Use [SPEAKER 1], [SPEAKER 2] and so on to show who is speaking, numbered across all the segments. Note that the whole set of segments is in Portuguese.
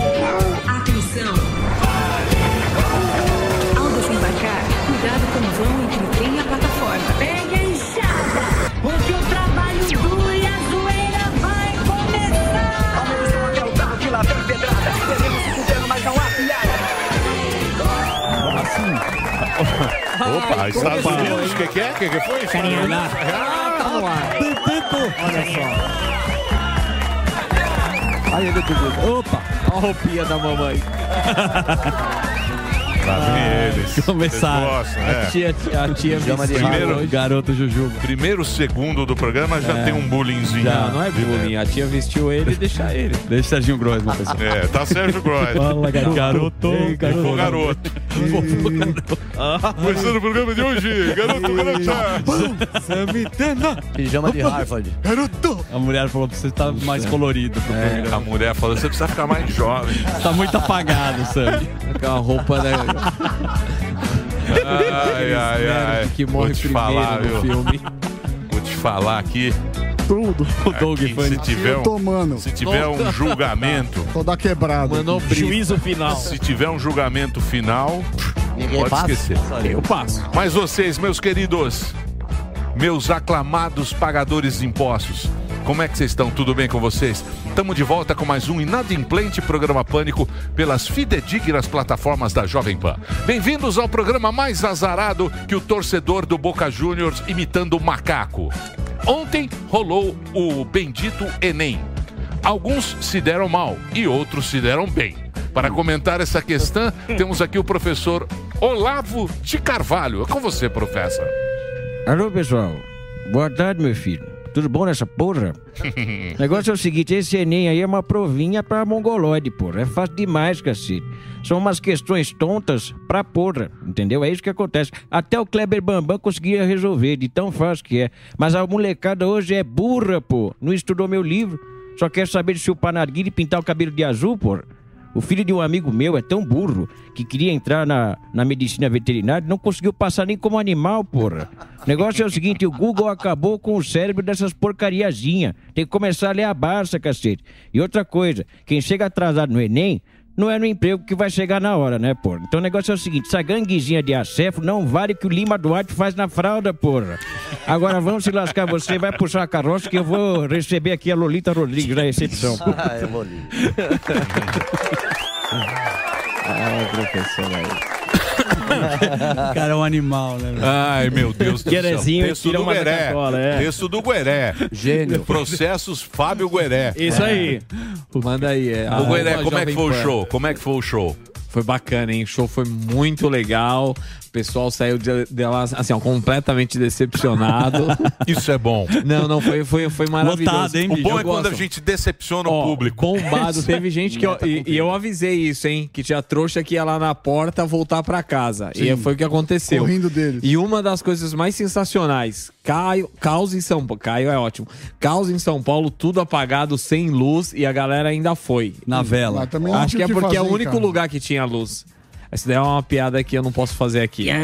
[SPEAKER 1] Atenção! Ao desembarcar, cuidado com o vão entre o trem e a plataforma. Pegue a enxada, porque o trabalho duro e a zoeira vai começar!
[SPEAKER 2] Atenção, até o carro que lá vem pedrada. Teremos o governo, mas não há piada.
[SPEAKER 3] Opa, tá está O que, que é? O que, que foi?
[SPEAKER 4] Carinha lá.
[SPEAKER 3] Ah, tá no ar.
[SPEAKER 4] Olha só. Aí ele tudo. Opa, a roupinha da mamãe.
[SPEAKER 3] Tá vendo eles.
[SPEAKER 4] Ah, Começaram.
[SPEAKER 3] Eles gostam, é.
[SPEAKER 4] A tia, a tia
[SPEAKER 3] Chama
[SPEAKER 4] me
[SPEAKER 3] de
[SPEAKER 4] ensinou
[SPEAKER 3] primeiro-
[SPEAKER 4] garoto Jujuba.
[SPEAKER 3] Primeiro segundo do programa já tem um bullyingzinho.
[SPEAKER 4] É. Já, não é bullying. A tia vestiu ele e deixa ele. Deixa o Serginho Grosso, meu pessoal.
[SPEAKER 3] É, tá Sérgio Groy.
[SPEAKER 4] garoto. Ei,
[SPEAKER 3] Ficou
[SPEAKER 4] garoto.
[SPEAKER 3] garoto. Começando o programa de hoje, garoto, garota.
[SPEAKER 5] Pijama de Harvard.
[SPEAKER 4] A mulher falou pra você tá mais colorido. pro programa.
[SPEAKER 3] A mulher falou, você precisa ficar mais jovem.
[SPEAKER 4] Tá muito apagado, Sam. Aquela roupa né? da...
[SPEAKER 3] Ai, ai, ai.
[SPEAKER 4] que
[SPEAKER 3] Vou
[SPEAKER 4] morre
[SPEAKER 3] te
[SPEAKER 4] primeiro
[SPEAKER 3] falar,
[SPEAKER 4] no
[SPEAKER 3] viu?
[SPEAKER 4] filme.
[SPEAKER 3] Vou te falar aqui.
[SPEAKER 5] Tudo.
[SPEAKER 4] O Doug
[SPEAKER 3] aqui,
[SPEAKER 4] foi...
[SPEAKER 3] se
[SPEAKER 6] Tá
[SPEAKER 3] tiver
[SPEAKER 5] Eu tô,
[SPEAKER 3] um,
[SPEAKER 5] mano.
[SPEAKER 3] se tiver um julgamento,
[SPEAKER 5] Tô da quebrada.
[SPEAKER 4] Mandou um
[SPEAKER 5] Juízo
[SPEAKER 4] final.
[SPEAKER 3] se tiver um julgamento final,
[SPEAKER 5] Ninguém
[SPEAKER 3] pode
[SPEAKER 5] passa.
[SPEAKER 3] esquecer.
[SPEAKER 4] Eu passo.
[SPEAKER 3] Mas vocês, meus queridos, meus aclamados pagadores de impostos, como é que vocês estão? Tudo bem com vocês? Estamos de volta com mais um inadimplente programa Pânico pelas fidedignas plataformas da Jovem Pan. Bem-vindos ao programa mais azarado que o torcedor do Boca Juniors imitando o macaco. Ontem rolou o bendito Enem. Alguns se deram mal e outros se deram bem. Para comentar essa questão, temos aqui o professor Olavo de Carvalho. É com você, professor.
[SPEAKER 7] Alô, pessoal. Boa tarde, meu filho. Tudo bom nessa porra? o negócio é o seguinte, esse Enem aí é uma provinha pra mongoloide, porra. É fácil demais, cacete. São umas questões tontas pra porra, entendeu? É isso que acontece. Até o Kleber Bambam conseguia resolver, de tão fácil que é. Mas a molecada hoje é burra, pô. Não estudou meu livro. Só quer saber de chupar narguilha e pintar o cabelo de azul, porra. O filho de um amigo meu é tão burro que queria entrar na, na medicina veterinária e não conseguiu passar nem como animal, porra. O negócio é o seguinte, o Google acabou com o cérebro dessas porcariazinhas. Tem que começar a ler a Barça, cacete. E outra coisa, quem chega atrasado no Enem, não é no emprego que vai chegar na hora, né, porra? Então o negócio é o seguinte, essa ganguezinha de acéfalo não vale o que o Lima Duarte faz na fralda, porra. Agora vamos se lascar, você vai puxar a carroça que eu vou receber aqui a Lolita Rodrigues na recepção.
[SPEAKER 5] Ah, eu vou ali.
[SPEAKER 8] Ah, é,
[SPEAKER 4] O cara é um animal, né?
[SPEAKER 3] Ai, meu Deus do
[SPEAKER 4] Guerezinho
[SPEAKER 3] Texto
[SPEAKER 4] tira
[SPEAKER 3] do
[SPEAKER 4] uma da
[SPEAKER 3] Gueré.
[SPEAKER 4] cartola, é.
[SPEAKER 3] Texto do Gueré.
[SPEAKER 5] Gênio.
[SPEAKER 3] Processos Fábio Gueré.
[SPEAKER 4] Isso aí. Manda aí. É,
[SPEAKER 3] O Gueré,
[SPEAKER 4] arroba
[SPEAKER 3] como é que
[SPEAKER 4] Jovem
[SPEAKER 3] foi o
[SPEAKER 4] Pan.
[SPEAKER 3] show? Como é que foi o show?
[SPEAKER 4] Foi bacana, hein? O show foi muito legal. O pessoal saiu de, de lá, assim, ó, completamente decepcionado.
[SPEAKER 3] Isso é bom.
[SPEAKER 4] não, não, foi, foi, foi maravilhoso.
[SPEAKER 8] Lotado, hein,
[SPEAKER 3] O
[SPEAKER 8] bicho?
[SPEAKER 3] bom é
[SPEAKER 4] Eu
[SPEAKER 3] quando a
[SPEAKER 4] gosto.
[SPEAKER 3] gente decepciona o
[SPEAKER 4] Ó,
[SPEAKER 3] público.
[SPEAKER 4] Bombado. Teve gente que. eu- e, e eu avisei isso, hein? Que tinha trouxa que ia lá na porta voltar pra casa. E foi o que aconteceu.
[SPEAKER 5] Correndo deles.
[SPEAKER 4] E uma das coisas mais sensacionais, Caio, caos em São Paulo. Caio é ótimo. Caos em São Paulo, tudo apagado, sem luz, e a galera ainda foi.
[SPEAKER 8] Na vela.
[SPEAKER 5] Hum, Mas também não
[SPEAKER 4] Acho que
[SPEAKER 5] tinha
[SPEAKER 4] é
[SPEAKER 5] o
[SPEAKER 4] porque é o
[SPEAKER 5] fazer,
[SPEAKER 4] único
[SPEAKER 5] cara.
[SPEAKER 4] lugar que tinha luz. Essa daí é uma piada que eu não posso fazer aqui.
[SPEAKER 3] É.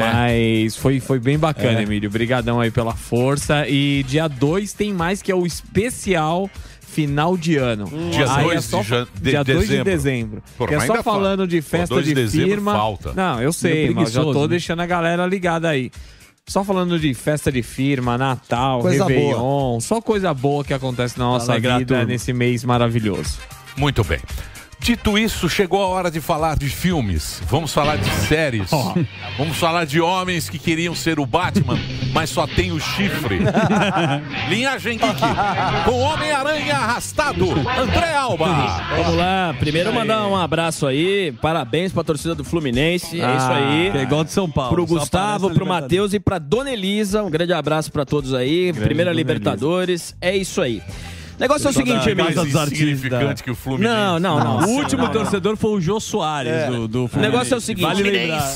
[SPEAKER 4] Mas foi, foi bem bacana, Emílio. Obrigadão aí pela força. E dia 2 tem mais, que é o especial final de ano.
[SPEAKER 3] Hum. Dia
[SPEAKER 4] Aí
[SPEAKER 3] 2
[SPEAKER 4] é só-
[SPEAKER 3] de jan- de
[SPEAKER 4] dia 2 de
[SPEAKER 3] dezembro.
[SPEAKER 4] dezembro.
[SPEAKER 3] Porra,
[SPEAKER 4] que é
[SPEAKER 3] mas
[SPEAKER 4] só
[SPEAKER 3] ainda falta.
[SPEAKER 4] falando de
[SPEAKER 3] Pô,
[SPEAKER 4] festa
[SPEAKER 3] 2 de
[SPEAKER 4] de
[SPEAKER 3] dezembro
[SPEAKER 4] firma.
[SPEAKER 3] falta.
[SPEAKER 4] Não, eu sei, mas já
[SPEAKER 8] preguiçoso,
[SPEAKER 4] tô
[SPEAKER 8] né?
[SPEAKER 4] deixando a galera ligada aí. Só falando de festa de firma, Natal,
[SPEAKER 3] Coisa
[SPEAKER 4] Réveillon, só coisa boa que acontece na nossa
[SPEAKER 3] Alegrar
[SPEAKER 4] vida
[SPEAKER 3] tudo.
[SPEAKER 4] nesse mês maravilhoso.
[SPEAKER 3] Muito bem. Dito isso, chegou a hora de falar de filmes. Vamos falar de séries. Vamos falar de homens que queriam ser o Batman, mas só tem o chifre. Linhagem Geek, com Homem-Aranha arrastado, André Alba.
[SPEAKER 8] Vamos lá, primeiro mandar um abraço aí, parabéns pra torcida do Fluminense, é isso aí.
[SPEAKER 5] Ah, pegou de São Paulo,
[SPEAKER 8] Pro
[SPEAKER 5] só
[SPEAKER 8] Gustavo,
[SPEAKER 5] aparece na
[SPEAKER 8] pro Matheus e pra Dona Elisa, um grande abraço pra todos aí, primeira
[SPEAKER 5] Dona
[SPEAKER 8] Libertadores, é isso aí. O negócio é o
[SPEAKER 5] Toda
[SPEAKER 8] seguinte,
[SPEAKER 5] a casa
[SPEAKER 8] Emílio.
[SPEAKER 5] dos artistas. Insignificante que o Fluminense.
[SPEAKER 8] Não, não, não.
[SPEAKER 5] Nossa, não, não.
[SPEAKER 8] foi o Jô Soares
[SPEAKER 5] É.
[SPEAKER 8] O negócio é o seguinte,
[SPEAKER 5] Vale lembrar.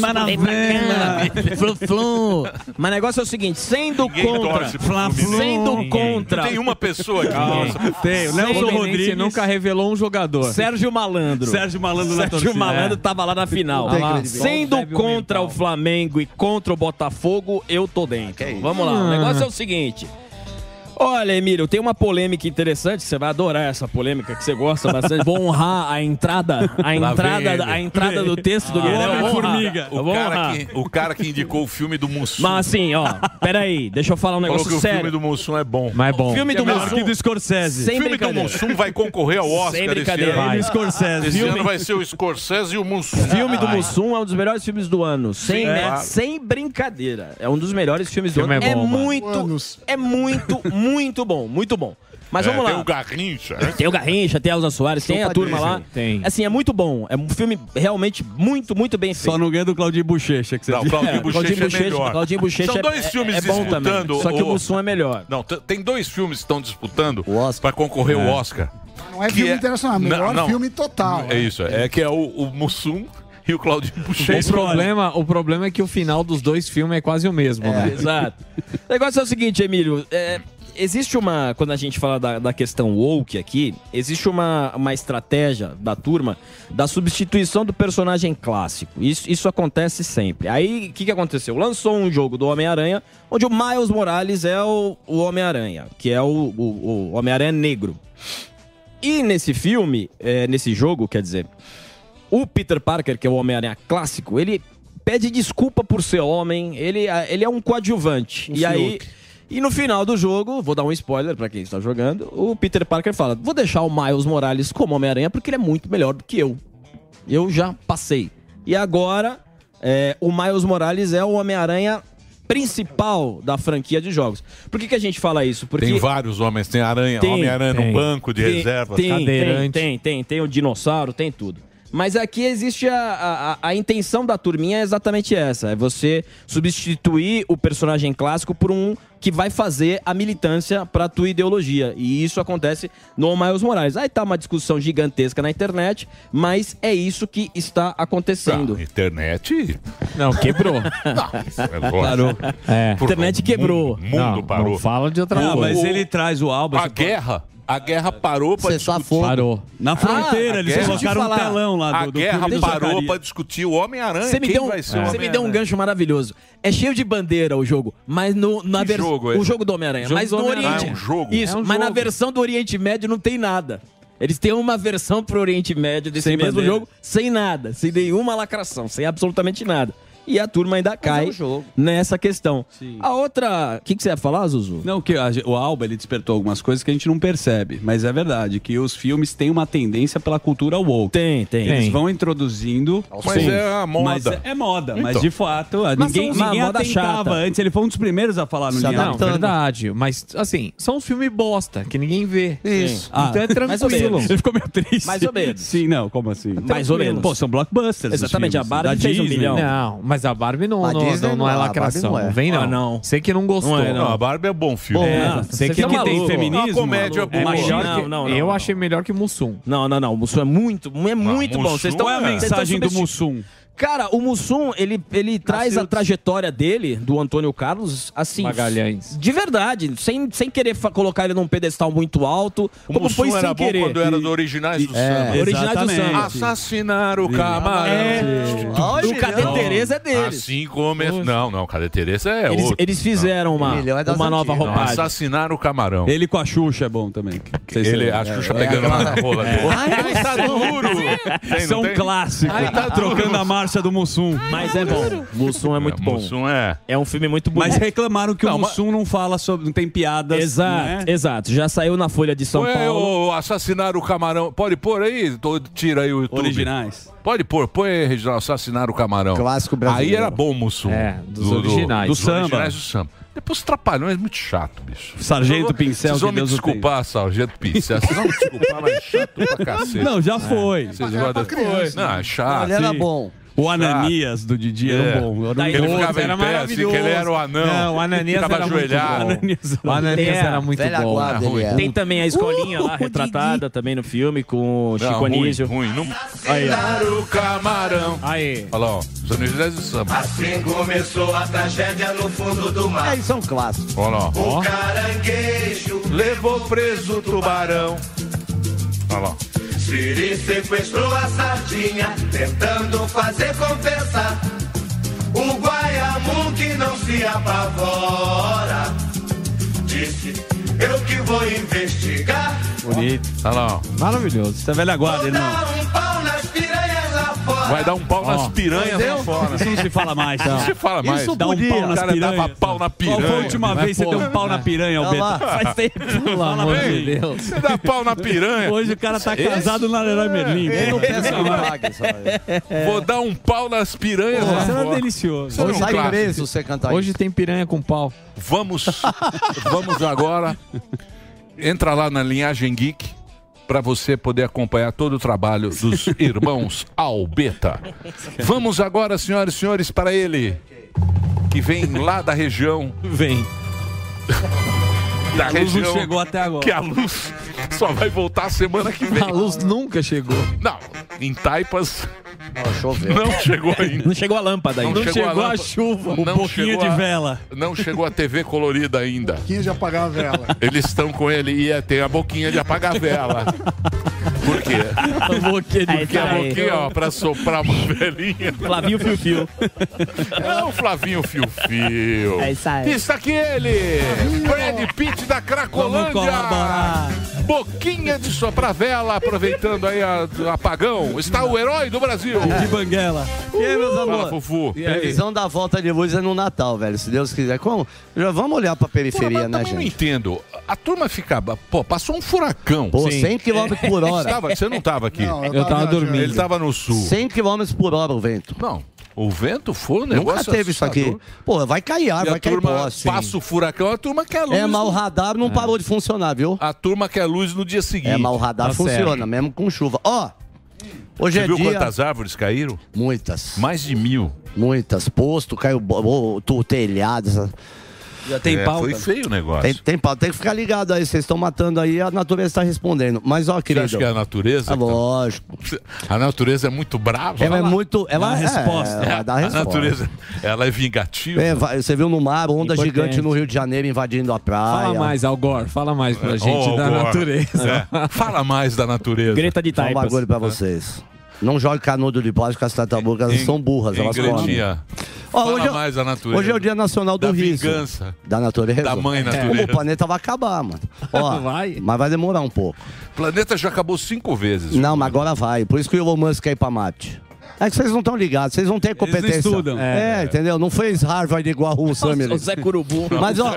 [SPEAKER 5] Mas na vela.
[SPEAKER 8] Flu, flu. Mas o negócio é o seguinte, sendo
[SPEAKER 3] Ninguém
[SPEAKER 8] contra,
[SPEAKER 3] torce pro Fluminense.
[SPEAKER 8] sendo contra.
[SPEAKER 3] Tem uma pessoa aqui.
[SPEAKER 8] Nossa, tem. O Nelson Rodrigues
[SPEAKER 4] nunca revelou um jogador.
[SPEAKER 8] Sérgio Malandro.
[SPEAKER 4] Sérgio Malandro na
[SPEAKER 8] Sérgio
[SPEAKER 4] torcida.
[SPEAKER 8] Malandro
[SPEAKER 4] É.
[SPEAKER 8] tava lá na final.
[SPEAKER 4] Não tem
[SPEAKER 8] Ah,
[SPEAKER 4] credibilidade.
[SPEAKER 8] Sendo contra o Flamengo e contra o Botafogo, eu tô dentro. Vamos lá. O
[SPEAKER 9] Ah.
[SPEAKER 8] negócio é o seguinte. Olha, Emílio, tem uma polêmica interessante, você vai adorar essa polêmica que você gosta bastante. Vou honrar a entrada, a
[SPEAKER 3] Lá vem Ah,
[SPEAKER 8] entrada,
[SPEAKER 3] ele.
[SPEAKER 8] a entrada do texto do
[SPEAKER 3] é
[SPEAKER 8] Guilherme. Eu vou honrar. Eu
[SPEAKER 3] O
[SPEAKER 8] vou
[SPEAKER 3] cara,
[SPEAKER 8] honrar.
[SPEAKER 3] que, o cara que indicou o filme do Mussum.
[SPEAKER 8] Mas assim, ó, peraí, deixa eu falar um
[SPEAKER 3] Falou
[SPEAKER 8] negócio
[SPEAKER 3] que o
[SPEAKER 8] sério.
[SPEAKER 3] filme do Mussum é bom. um?
[SPEAKER 4] Mas é bom.
[SPEAKER 8] O filme do Mussum. Sem
[SPEAKER 3] o filme do
[SPEAKER 8] brincadeira.
[SPEAKER 3] Mussum vai concorrer ao Oscar
[SPEAKER 8] Sem
[SPEAKER 3] esse
[SPEAKER 8] brincadeira.
[SPEAKER 3] ano.
[SPEAKER 8] Vai. Scorsese.
[SPEAKER 3] Esse
[SPEAKER 8] Filme-
[SPEAKER 3] ano vai ser o Scorsese e o Mussum.
[SPEAKER 8] O filme do
[SPEAKER 3] Vai.
[SPEAKER 8] Mussum é um dos melhores filmes do ano. Sem,
[SPEAKER 3] Sim,
[SPEAKER 8] né,
[SPEAKER 3] claro.
[SPEAKER 8] sem brincadeira. É um dos melhores filmes do
[SPEAKER 3] É. Filme
[SPEAKER 8] ano.
[SPEAKER 3] é
[SPEAKER 8] É,
[SPEAKER 3] bom, mano.
[SPEAKER 8] muito, é muito, muito bom. Muito bom. Mas
[SPEAKER 3] É,
[SPEAKER 8] vamos lá.
[SPEAKER 3] Tem o Garrincha. né?
[SPEAKER 8] Tem o Garrincha, tem a Elza Soares, tem a turma lá.
[SPEAKER 4] Tem.
[SPEAKER 8] Assim, é muito bom. É um filme realmente muito, muito bem feito.
[SPEAKER 9] Só não ganha do Claudinho Bochecha, que você
[SPEAKER 8] Não,
[SPEAKER 9] viu.
[SPEAKER 8] Claudinho É, Bochecha Claudinho é Bochecha- melhor. Claudinho Bochecha
[SPEAKER 3] São
[SPEAKER 8] é-
[SPEAKER 3] dois
[SPEAKER 8] é-
[SPEAKER 3] filmes
[SPEAKER 8] é bom
[SPEAKER 3] disputando.
[SPEAKER 8] também, só que o
[SPEAKER 3] Mussum
[SPEAKER 8] é melhor.
[SPEAKER 3] Não, t- tem dois filmes que estão disputando para concorrer o
[SPEAKER 10] É.
[SPEAKER 3] Oscar.
[SPEAKER 10] Não é
[SPEAKER 3] que
[SPEAKER 10] filme internacional,
[SPEAKER 3] Não,
[SPEAKER 10] melhor
[SPEAKER 3] não.
[SPEAKER 10] filme total.
[SPEAKER 3] É isso, é que é o, o Mussum e o Claudinho Bochecha.
[SPEAKER 4] O problema, o problema é que o final dos dois filmes é quase o mesmo, né?
[SPEAKER 8] Exato. O negócio é o seguinte, Emílio. é, existe uma. Quando a gente fala da, da questão woke aqui, existe uma, uma estratégia da turma da substituição do personagem clássico. Isso, isso acontece sempre. Aí, o que, que aconteceu? Lançou um jogo do Homem-Aranha, onde o Miles Morales é o, o Homem-Aranha, que é o, o- o Homem-Aranha negro. E nesse filme, é, nesse jogo, quer dizer, o Peter Parker, que é o Homem-Aranha clássico, ele pede desculpa por ser homem, ele, ah, ele é um coadjuvante.
[SPEAKER 9] Um
[SPEAKER 8] e aí.
[SPEAKER 9] Fiuk.
[SPEAKER 8] E no final do jogo, vou dar um spoiler pra quem está jogando, o Peter Parker fala: vou deixar o Miles Morales como Homem-Aranha porque ele é muito melhor do que eu. Eu já passei. E agora, é, o Miles Morales é o Homem-Aranha principal da franquia de jogos. Por que, que a gente fala isso? Porque
[SPEAKER 3] Tem vários homens, tem aranha,
[SPEAKER 8] tem,
[SPEAKER 3] Homem-Aranha no
[SPEAKER 8] tem.
[SPEAKER 3] banco de
[SPEAKER 8] Tem,
[SPEAKER 3] reserva,
[SPEAKER 8] tem, Tem,
[SPEAKER 3] cadeirante.
[SPEAKER 8] tem, tem, tem o dinossauro, tem tudo. Mas aqui existe a, a, a- a intenção da turminha é exatamente essa: é você substituir o personagem clássico por um que vai fazer a militância para a tua ideologia. E isso acontece no Miles Morales. Aí tá uma discussão gigantesca na internet, mas é isso que está acontecendo.
[SPEAKER 3] Ah, internet? Ah,
[SPEAKER 4] Não, quebrou.
[SPEAKER 3] Parou.
[SPEAKER 4] É.
[SPEAKER 8] Internet quebrou.
[SPEAKER 3] mundo Não, parou. não
[SPEAKER 4] fala de outra
[SPEAKER 9] Ah,
[SPEAKER 3] coisa.
[SPEAKER 9] mas
[SPEAKER 3] O-
[SPEAKER 9] ele traz o Alba.
[SPEAKER 3] A guerra, a guerra parou pra discutir. Ah,
[SPEAKER 4] Parou.
[SPEAKER 9] Na fronteira,
[SPEAKER 3] a
[SPEAKER 9] eles
[SPEAKER 3] guerra-
[SPEAKER 9] colocaram um telão lá
[SPEAKER 3] A
[SPEAKER 9] do, do
[SPEAKER 3] guerra
[SPEAKER 9] clube de
[SPEAKER 3] parou
[SPEAKER 9] Jacareí.
[SPEAKER 3] pra discutir o Homem-Aranha.
[SPEAKER 8] Você me,
[SPEAKER 3] quem
[SPEAKER 8] deu,
[SPEAKER 3] vai ser o
[SPEAKER 8] você me deu um gancho maravilhoso. É cheio de bandeira o jogo, mas no, na
[SPEAKER 3] Que
[SPEAKER 8] vers-
[SPEAKER 3] jogo é
[SPEAKER 8] o
[SPEAKER 3] esse?
[SPEAKER 8] jogo do Homem-Aranha.
[SPEAKER 3] Jogo
[SPEAKER 8] mas
[SPEAKER 3] do
[SPEAKER 8] no
[SPEAKER 3] Homem-Aranha.
[SPEAKER 8] Oriente.
[SPEAKER 3] Ah, é um jogo.
[SPEAKER 8] Isso,
[SPEAKER 3] É um
[SPEAKER 8] mas na
[SPEAKER 3] jogo.
[SPEAKER 8] versão do Oriente Médio não tem nada. Eles têm uma versão pro Oriente Médio desse
[SPEAKER 9] Sem
[SPEAKER 8] mesmo
[SPEAKER 9] bandeira.
[SPEAKER 8] jogo, sem nada, sem nenhuma lacração, sem absolutamente nada. E a turma ainda cai nessa questão. A outra. O que, que você ia falar, Zuzu?
[SPEAKER 9] Não, que a ge- o Alba ele despertou algumas coisas que a gente não percebe, mas é verdade que os filmes têm uma tendência pela cultura woke.
[SPEAKER 8] Tem, tem.
[SPEAKER 9] Eles
[SPEAKER 8] Tem.
[SPEAKER 9] vão introduzindo.
[SPEAKER 3] Mas
[SPEAKER 9] Sim.
[SPEAKER 3] é a moda.
[SPEAKER 9] Mas é, é moda, mas
[SPEAKER 3] Então.
[SPEAKER 9] de fato, a-
[SPEAKER 4] Mas
[SPEAKER 9] ninguém,
[SPEAKER 4] são-
[SPEAKER 9] ninguém
[SPEAKER 4] uma moda
[SPEAKER 9] atentava
[SPEAKER 4] chata.
[SPEAKER 9] antes. Ele foi um dos primeiros a falar no Linha
[SPEAKER 4] Não,
[SPEAKER 9] Alta.
[SPEAKER 4] verdade. Mas, assim, são uns filmes bosta, que ninguém vê.
[SPEAKER 9] Isso.
[SPEAKER 4] Ah, então é
[SPEAKER 9] mais ou
[SPEAKER 4] tranquilo.
[SPEAKER 9] menos. Ele ficou meio triste.
[SPEAKER 4] Mais ou menos.
[SPEAKER 9] Sim, não, como assim?
[SPEAKER 4] Mais ou menos.
[SPEAKER 9] Pô, são blockbusters. os filmes, da
[SPEAKER 8] um
[SPEAKER 9] Disney.
[SPEAKER 4] Não, mas a Barbie não,
[SPEAKER 9] A
[SPEAKER 4] não,
[SPEAKER 9] Disney
[SPEAKER 4] não,
[SPEAKER 9] não,
[SPEAKER 4] é
[SPEAKER 9] a
[SPEAKER 4] lacração.
[SPEAKER 9] Barbie não é.
[SPEAKER 4] Não vem, não.
[SPEAKER 9] Ah, não.
[SPEAKER 4] Sei que não gostou.
[SPEAKER 9] Não é, não. tá
[SPEAKER 3] A Barbie é bom filme.
[SPEAKER 4] É, sei que, que tem feminismo.
[SPEAKER 3] A comédia
[SPEAKER 4] é
[SPEAKER 3] boa.
[SPEAKER 4] melhor
[SPEAKER 8] Não,
[SPEAKER 4] que,
[SPEAKER 8] não, não,
[SPEAKER 4] Eu
[SPEAKER 8] não.
[SPEAKER 4] achei melhor que Mussum.
[SPEAKER 8] Não, não, não. O Mussum é muito, é muito bom. Vocês estão
[SPEAKER 9] Qual é a mensagem do Mussum?
[SPEAKER 8] Cara, o Mussum, ele, ele traz a trajetória dele, do Antônio Carlos, assim.
[SPEAKER 4] Magalhães.
[SPEAKER 8] De verdade, sem, sem querer fa- colocar ele num pedestal muito alto.
[SPEAKER 3] O
[SPEAKER 8] como
[SPEAKER 3] Mussum
[SPEAKER 8] foi sem
[SPEAKER 3] era bom
[SPEAKER 8] querer.
[SPEAKER 3] quando era do Originais do
[SPEAKER 8] É,
[SPEAKER 3] Samba.
[SPEAKER 8] Originais do Samba. É,
[SPEAKER 3] Assassinar o camarão.
[SPEAKER 8] O Cadê Tereza é deles.
[SPEAKER 3] Assim como... Não, não, Cadê Tereza é
[SPEAKER 8] eles,
[SPEAKER 3] outro.
[SPEAKER 8] eles fizeram uma,
[SPEAKER 3] Melhor é das
[SPEAKER 8] uma nova
[SPEAKER 3] antigas. Não,
[SPEAKER 8] roupagem.
[SPEAKER 3] assassinar o camarão.
[SPEAKER 9] Ele com a Xuxa é bom também. É,
[SPEAKER 3] Ele, a Xuxa pegando lá na rola dele.
[SPEAKER 9] Ai, tá duro.
[SPEAKER 3] Tem, não
[SPEAKER 9] Isso é um
[SPEAKER 3] tem?
[SPEAKER 9] clássico.
[SPEAKER 3] Ai, tá duro.
[SPEAKER 9] Ah, Trocando a
[SPEAKER 8] Vingança
[SPEAKER 9] do Mussum.
[SPEAKER 8] Mas é bom. Mussum é muito bom.
[SPEAKER 3] Mussum é.
[SPEAKER 8] É um filme muito bonito.
[SPEAKER 9] Mas reclamaram que
[SPEAKER 8] Não,
[SPEAKER 9] o
[SPEAKER 8] mas-
[SPEAKER 9] Mussum não fala sobre. não tem piadas. né?
[SPEAKER 8] Exato, exato. Já saiu na Folha de São
[SPEAKER 3] Ué,
[SPEAKER 8] Paulo.
[SPEAKER 3] ô, assassinar o camarão. Pode pôr aí? Tô- Tira aí o YouTube.
[SPEAKER 9] Originais.
[SPEAKER 3] Pode pôr, põe aí, Reginaldo, assassinar o camarão.
[SPEAKER 10] Clássico brasileiro.
[SPEAKER 3] Aí era bom, Mussum.
[SPEAKER 10] É, dos
[SPEAKER 3] Do- do-
[SPEAKER 10] originais.
[SPEAKER 3] Dos
[SPEAKER 10] Do samba.
[SPEAKER 3] originais do samba. Depois os trapalhões, é muito chato, bicho.
[SPEAKER 9] Sargento
[SPEAKER 3] Vocês vão-
[SPEAKER 9] Pincel,
[SPEAKER 3] Vocês vão
[SPEAKER 9] que
[SPEAKER 3] me
[SPEAKER 9] Deus o
[SPEAKER 3] desculpar, Sargento Pincel. Vocês vão me desculpar, mas é chato pra cacete. É.
[SPEAKER 9] Não, já foi.
[SPEAKER 3] Vocês
[SPEAKER 9] Mas era
[SPEAKER 3] gostam-
[SPEAKER 9] pra criança,
[SPEAKER 3] Não,
[SPEAKER 9] né?
[SPEAKER 3] é chato.
[SPEAKER 9] Ele era bom. O Ananias do Didi era bom. Era um
[SPEAKER 3] É. Ele
[SPEAKER 9] outro,
[SPEAKER 3] ficava
[SPEAKER 9] era
[SPEAKER 3] em pé, assim, que
[SPEAKER 9] maravilhoso.
[SPEAKER 3] ele era o anão.
[SPEAKER 9] Não, o Ananias
[SPEAKER 3] ficava
[SPEAKER 9] era muito
[SPEAKER 3] ajoelhado. É
[SPEAKER 9] bom.
[SPEAKER 8] O Ananias
[SPEAKER 3] Era
[SPEAKER 8] era Uh, muito
[SPEAKER 3] velha
[SPEAKER 8] bom.
[SPEAKER 3] guarda, ele era.
[SPEAKER 8] Tem também a escolinha lá, retratada também no filme, com o
[SPEAKER 3] Não,
[SPEAKER 8] Chico
[SPEAKER 3] ruim,
[SPEAKER 8] Anísio.
[SPEAKER 3] ruim, não-
[SPEAKER 8] Aí,
[SPEAKER 3] Assassinar
[SPEAKER 8] ó.
[SPEAKER 3] o camarão.
[SPEAKER 8] Aí.
[SPEAKER 3] Olha lá, ó. Os originais do samba.
[SPEAKER 11] Assim começou a tragédia no fundo do mar.
[SPEAKER 10] Aí É, são clássicos.
[SPEAKER 3] Olha lá, ó.
[SPEAKER 11] O caranguejo
[SPEAKER 3] levou preso o tubarão. Olha lá.
[SPEAKER 11] Siri sequestrou a sardinha, tentando fazer confessar. O Guaiamu que não se apavora. Disse, eu que vou investigar.
[SPEAKER 9] Bonito.
[SPEAKER 3] Olha lá, ó.
[SPEAKER 9] Maravilhoso. Você é velha guarda, irmão.
[SPEAKER 11] Dar um pau nas piranhas lá fora.
[SPEAKER 3] Vai dar um pau
[SPEAKER 9] Ó,
[SPEAKER 3] nas piranhas
[SPEAKER 9] entendeu?
[SPEAKER 3] lá fora.
[SPEAKER 9] Isso não se fala mais,
[SPEAKER 3] Isso
[SPEAKER 9] não.
[SPEAKER 3] Não se fala
[SPEAKER 9] Isso
[SPEAKER 3] mais.
[SPEAKER 9] Dá um podia. pau nas
[SPEAKER 3] O cara dava
[SPEAKER 9] piranhas.
[SPEAKER 3] pau na piranha.
[SPEAKER 9] Qual foi a última
[SPEAKER 3] Mas,
[SPEAKER 9] vez que você
[SPEAKER 3] pô,
[SPEAKER 9] deu um pau na piranha,
[SPEAKER 3] Olha
[SPEAKER 9] Alberto?
[SPEAKER 3] lá.
[SPEAKER 9] Faz tempo.
[SPEAKER 3] Pelo amor de Deus. Você dá pau na piranha.
[SPEAKER 9] Hoje o cara tá
[SPEAKER 3] Esse-
[SPEAKER 9] casado na né? Leroy Merlin.
[SPEAKER 3] Eu não peço que
[SPEAKER 10] pague,
[SPEAKER 3] Vou dar um pau nas piranhas lá
[SPEAKER 9] Isso era
[SPEAKER 3] fora.
[SPEAKER 9] delicioso.
[SPEAKER 3] Isso era um
[SPEAKER 10] Sai
[SPEAKER 3] clássico.
[SPEAKER 10] preso você cantar
[SPEAKER 4] Hoje tem piranha com pau.
[SPEAKER 3] Vamos, vamos agora. Entra lá na linhagem geek para você poder acompanhar todo o trabalho dos irmãos Albeta. Vamos agora, senhoras e senhores, para ele que vem lá da região.
[SPEAKER 8] Vem.
[SPEAKER 3] Da
[SPEAKER 9] A luz não
[SPEAKER 3] região
[SPEAKER 9] chegou até agora.
[SPEAKER 3] Que a luz só vai voltar semana que vem.
[SPEAKER 4] A luz nunca chegou.
[SPEAKER 3] Não, em Taipas
[SPEAKER 10] choveu.
[SPEAKER 3] não chegou ainda.
[SPEAKER 8] Não chegou a lâmpada ainda.
[SPEAKER 3] lâmpada. Não chegou a- Não chegou a TV colorida ainda.
[SPEAKER 6] Quem já apagava vela?
[SPEAKER 3] Eles estão com ele e é- tem a boquinha de apagar a vela. Por quê?
[SPEAKER 8] A boquinha de
[SPEAKER 3] Porque a
[SPEAKER 8] apagar a
[SPEAKER 3] boquinha,
[SPEAKER 8] vela.
[SPEAKER 3] ó, pra soprar uma velhinha.
[SPEAKER 8] Flavinho Fio Fio.
[SPEAKER 3] É o Flavinho Fio Fio.
[SPEAKER 8] É isso aí.
[SPEAKER 3] Está aqui ele, Brad Pitt da Cracolândia. Boquinha de soprar vela, aproveitando aí a- o apagão. Está o herói do Brasil.
[SPEAKER 9] De banguela. E aí, meus
[SPEAKER 3] Fala,
[SPEAKER 9] amor?
[SPEAKER 3] Fufu.
[SPEAKER 10] Previsão da volta de luz é no Natal, velho. Se Deus quiser. Como? Já vamos olhar pra periferia, né,
[SPEAKER 3] Eu não
[SPEAKER 10] gente?
[SPEAKER 3] entendo. A turma ficava. Pô, passou um furacão.
[SPEAKER 10] Pô, 100 km por hora.
[SPEAKER 3] Estava- você não estava aqui.
[SPEAKER 10] Não, eu Eu tava tava viajando. dormindo.
[SPEAKER 3] Ele estava no sul.
[SPEAKER 10] 100 km por hora o vento.
[SPEAKER 3] Não. O vento foi um negócio.
[SPEAKER 10] Nunca teve isso aqui.
[SPEAKER 3] assustador.
[SPEAKER 10] Pô, vai cair ar,
[SPEAKER 3] E
[SPEAKER 10] vai
[SPEAKER 3] a
[SPEAKER 10] cair
[SPEAKER 3] turma
[SPEAKER 10] poste.
[SPEAKER 3] passa o furacão, a turma quer luz.
[SPEAKER 10] É, mas o
[SPEAKER 3] no-
[SPEAKER 10] radar não parou de funcionar, viu?
[SPEAKER 3] A turma quer luz no dia seguinte.
[SPEAKER 10] É, mas o radar
[SPEAKER 3] Tá
[SPEAKER 10] funciona,
[SPEAKER 3] certo.
[SPEAKER 10] mesmo com chuva. Ó, hoje
[SPEAKER 3] Você
[SPEAKER 10] é
[SPEAKER 3] viu
[SPEAKER 10] dia...
[SPEAKER 3] quantas árvores caíram?
[SPEAKER 10] Muitas.
[SPEAKER 3] Mais de mil.
[SPEAKER 10] Muitas. Posto, caiu bo- bo- tu- telhado. essa-
[SPEAKER 3] Já
[SPEAKER 10] tem pauta?
[SPEAKER 3] É, Foi feio o negócio.
[SPEAKER 10] Tem, tem pau. Tem que ficar ligado aí. Vocês estão matando aí, a natureza está respondendo. Mas, ó,
[SPEAKER 3] Você
[SPEAKER 10] querido...
[SPEAKER 3] acha que é a natureza?
[SPEAKER 10] É lógico.
[SPEAKER 3] A natureza é muito brava.
[SPEAKER 10] Ela é muito- ela
[SPEAKER 3] Dá
[SPEAKER 10] é- ela dá
[SPEAKER 3] A
[SPEAKER 10] resposta.
[SPEAKER 3] natureza, ela é vingativa.
[SPEAKER 10] É, vai- você viu no mar, onda
[SPEAKER 3] Importante.
[SPEAKER 10] gigante no Rio de Janeiro invadindo a praia.
[SPEAKER 4] Fala mais, Algor. Fala mais pra gente
[SPEAKER 3] Ô,
[SPEAKER 4] da
[SPEAKER 3] Algor.
[SPEAKER 4] natureza.
[SPEAKER 3] É. Fala mais da natureza.
[SPEAKER 4] Greta de
[SPEAKER 10] Fala um bagulho pra vocês. Não jogue canudo de plástico, as tartarugas
[SPEAKER 3] Tá. Em-
[SPEAKER 10] são burras,
[SPEAKER 3] em
[SPEAKER 10] elas comem.
[SPEAKER 3] Gretinha.
[SPEAKER 10] Ó,
[SPEAKER 3] Fala
[SPEAKER 10] hoje é-
[SPEAKER 3] mais da natureza.
[SPEAKER 10] Hoje é o Dia Nacional do
[SPEAKER 3] da
[SPEAKER 10] Riso.
[SPEAKER 3] vingança.
[SPEAKER 10] Da natureza?
[SPEAKER 3] Da mãe
[SPEAKER 10] É.
[SPEAKER 3] natureza.
[SPEAKER 10] O planeta vai acabar, mano. Ó, Mas vai demorar um pouco.
[SPEAKER 3] O planeta já acabou cinco vezes.
[SPEAKER 10] Não, mas agora vai. Por isso que o Elon Musk quer ir pra Marte. É que vocês não estão ligados, vocês não têm
[SPEAKER 3] não
[SPEAKER 10] competência.
[SPEAKER 3] estudam.
[SPEAKER 10] É,
[SPEAKER 3] É.
[SPEAKER 10] entendeu? Não fez Harvard igual o Samir.
[SPEAKER 8] O Zé Curubu.
[SPEAKER 10] Mas, ó,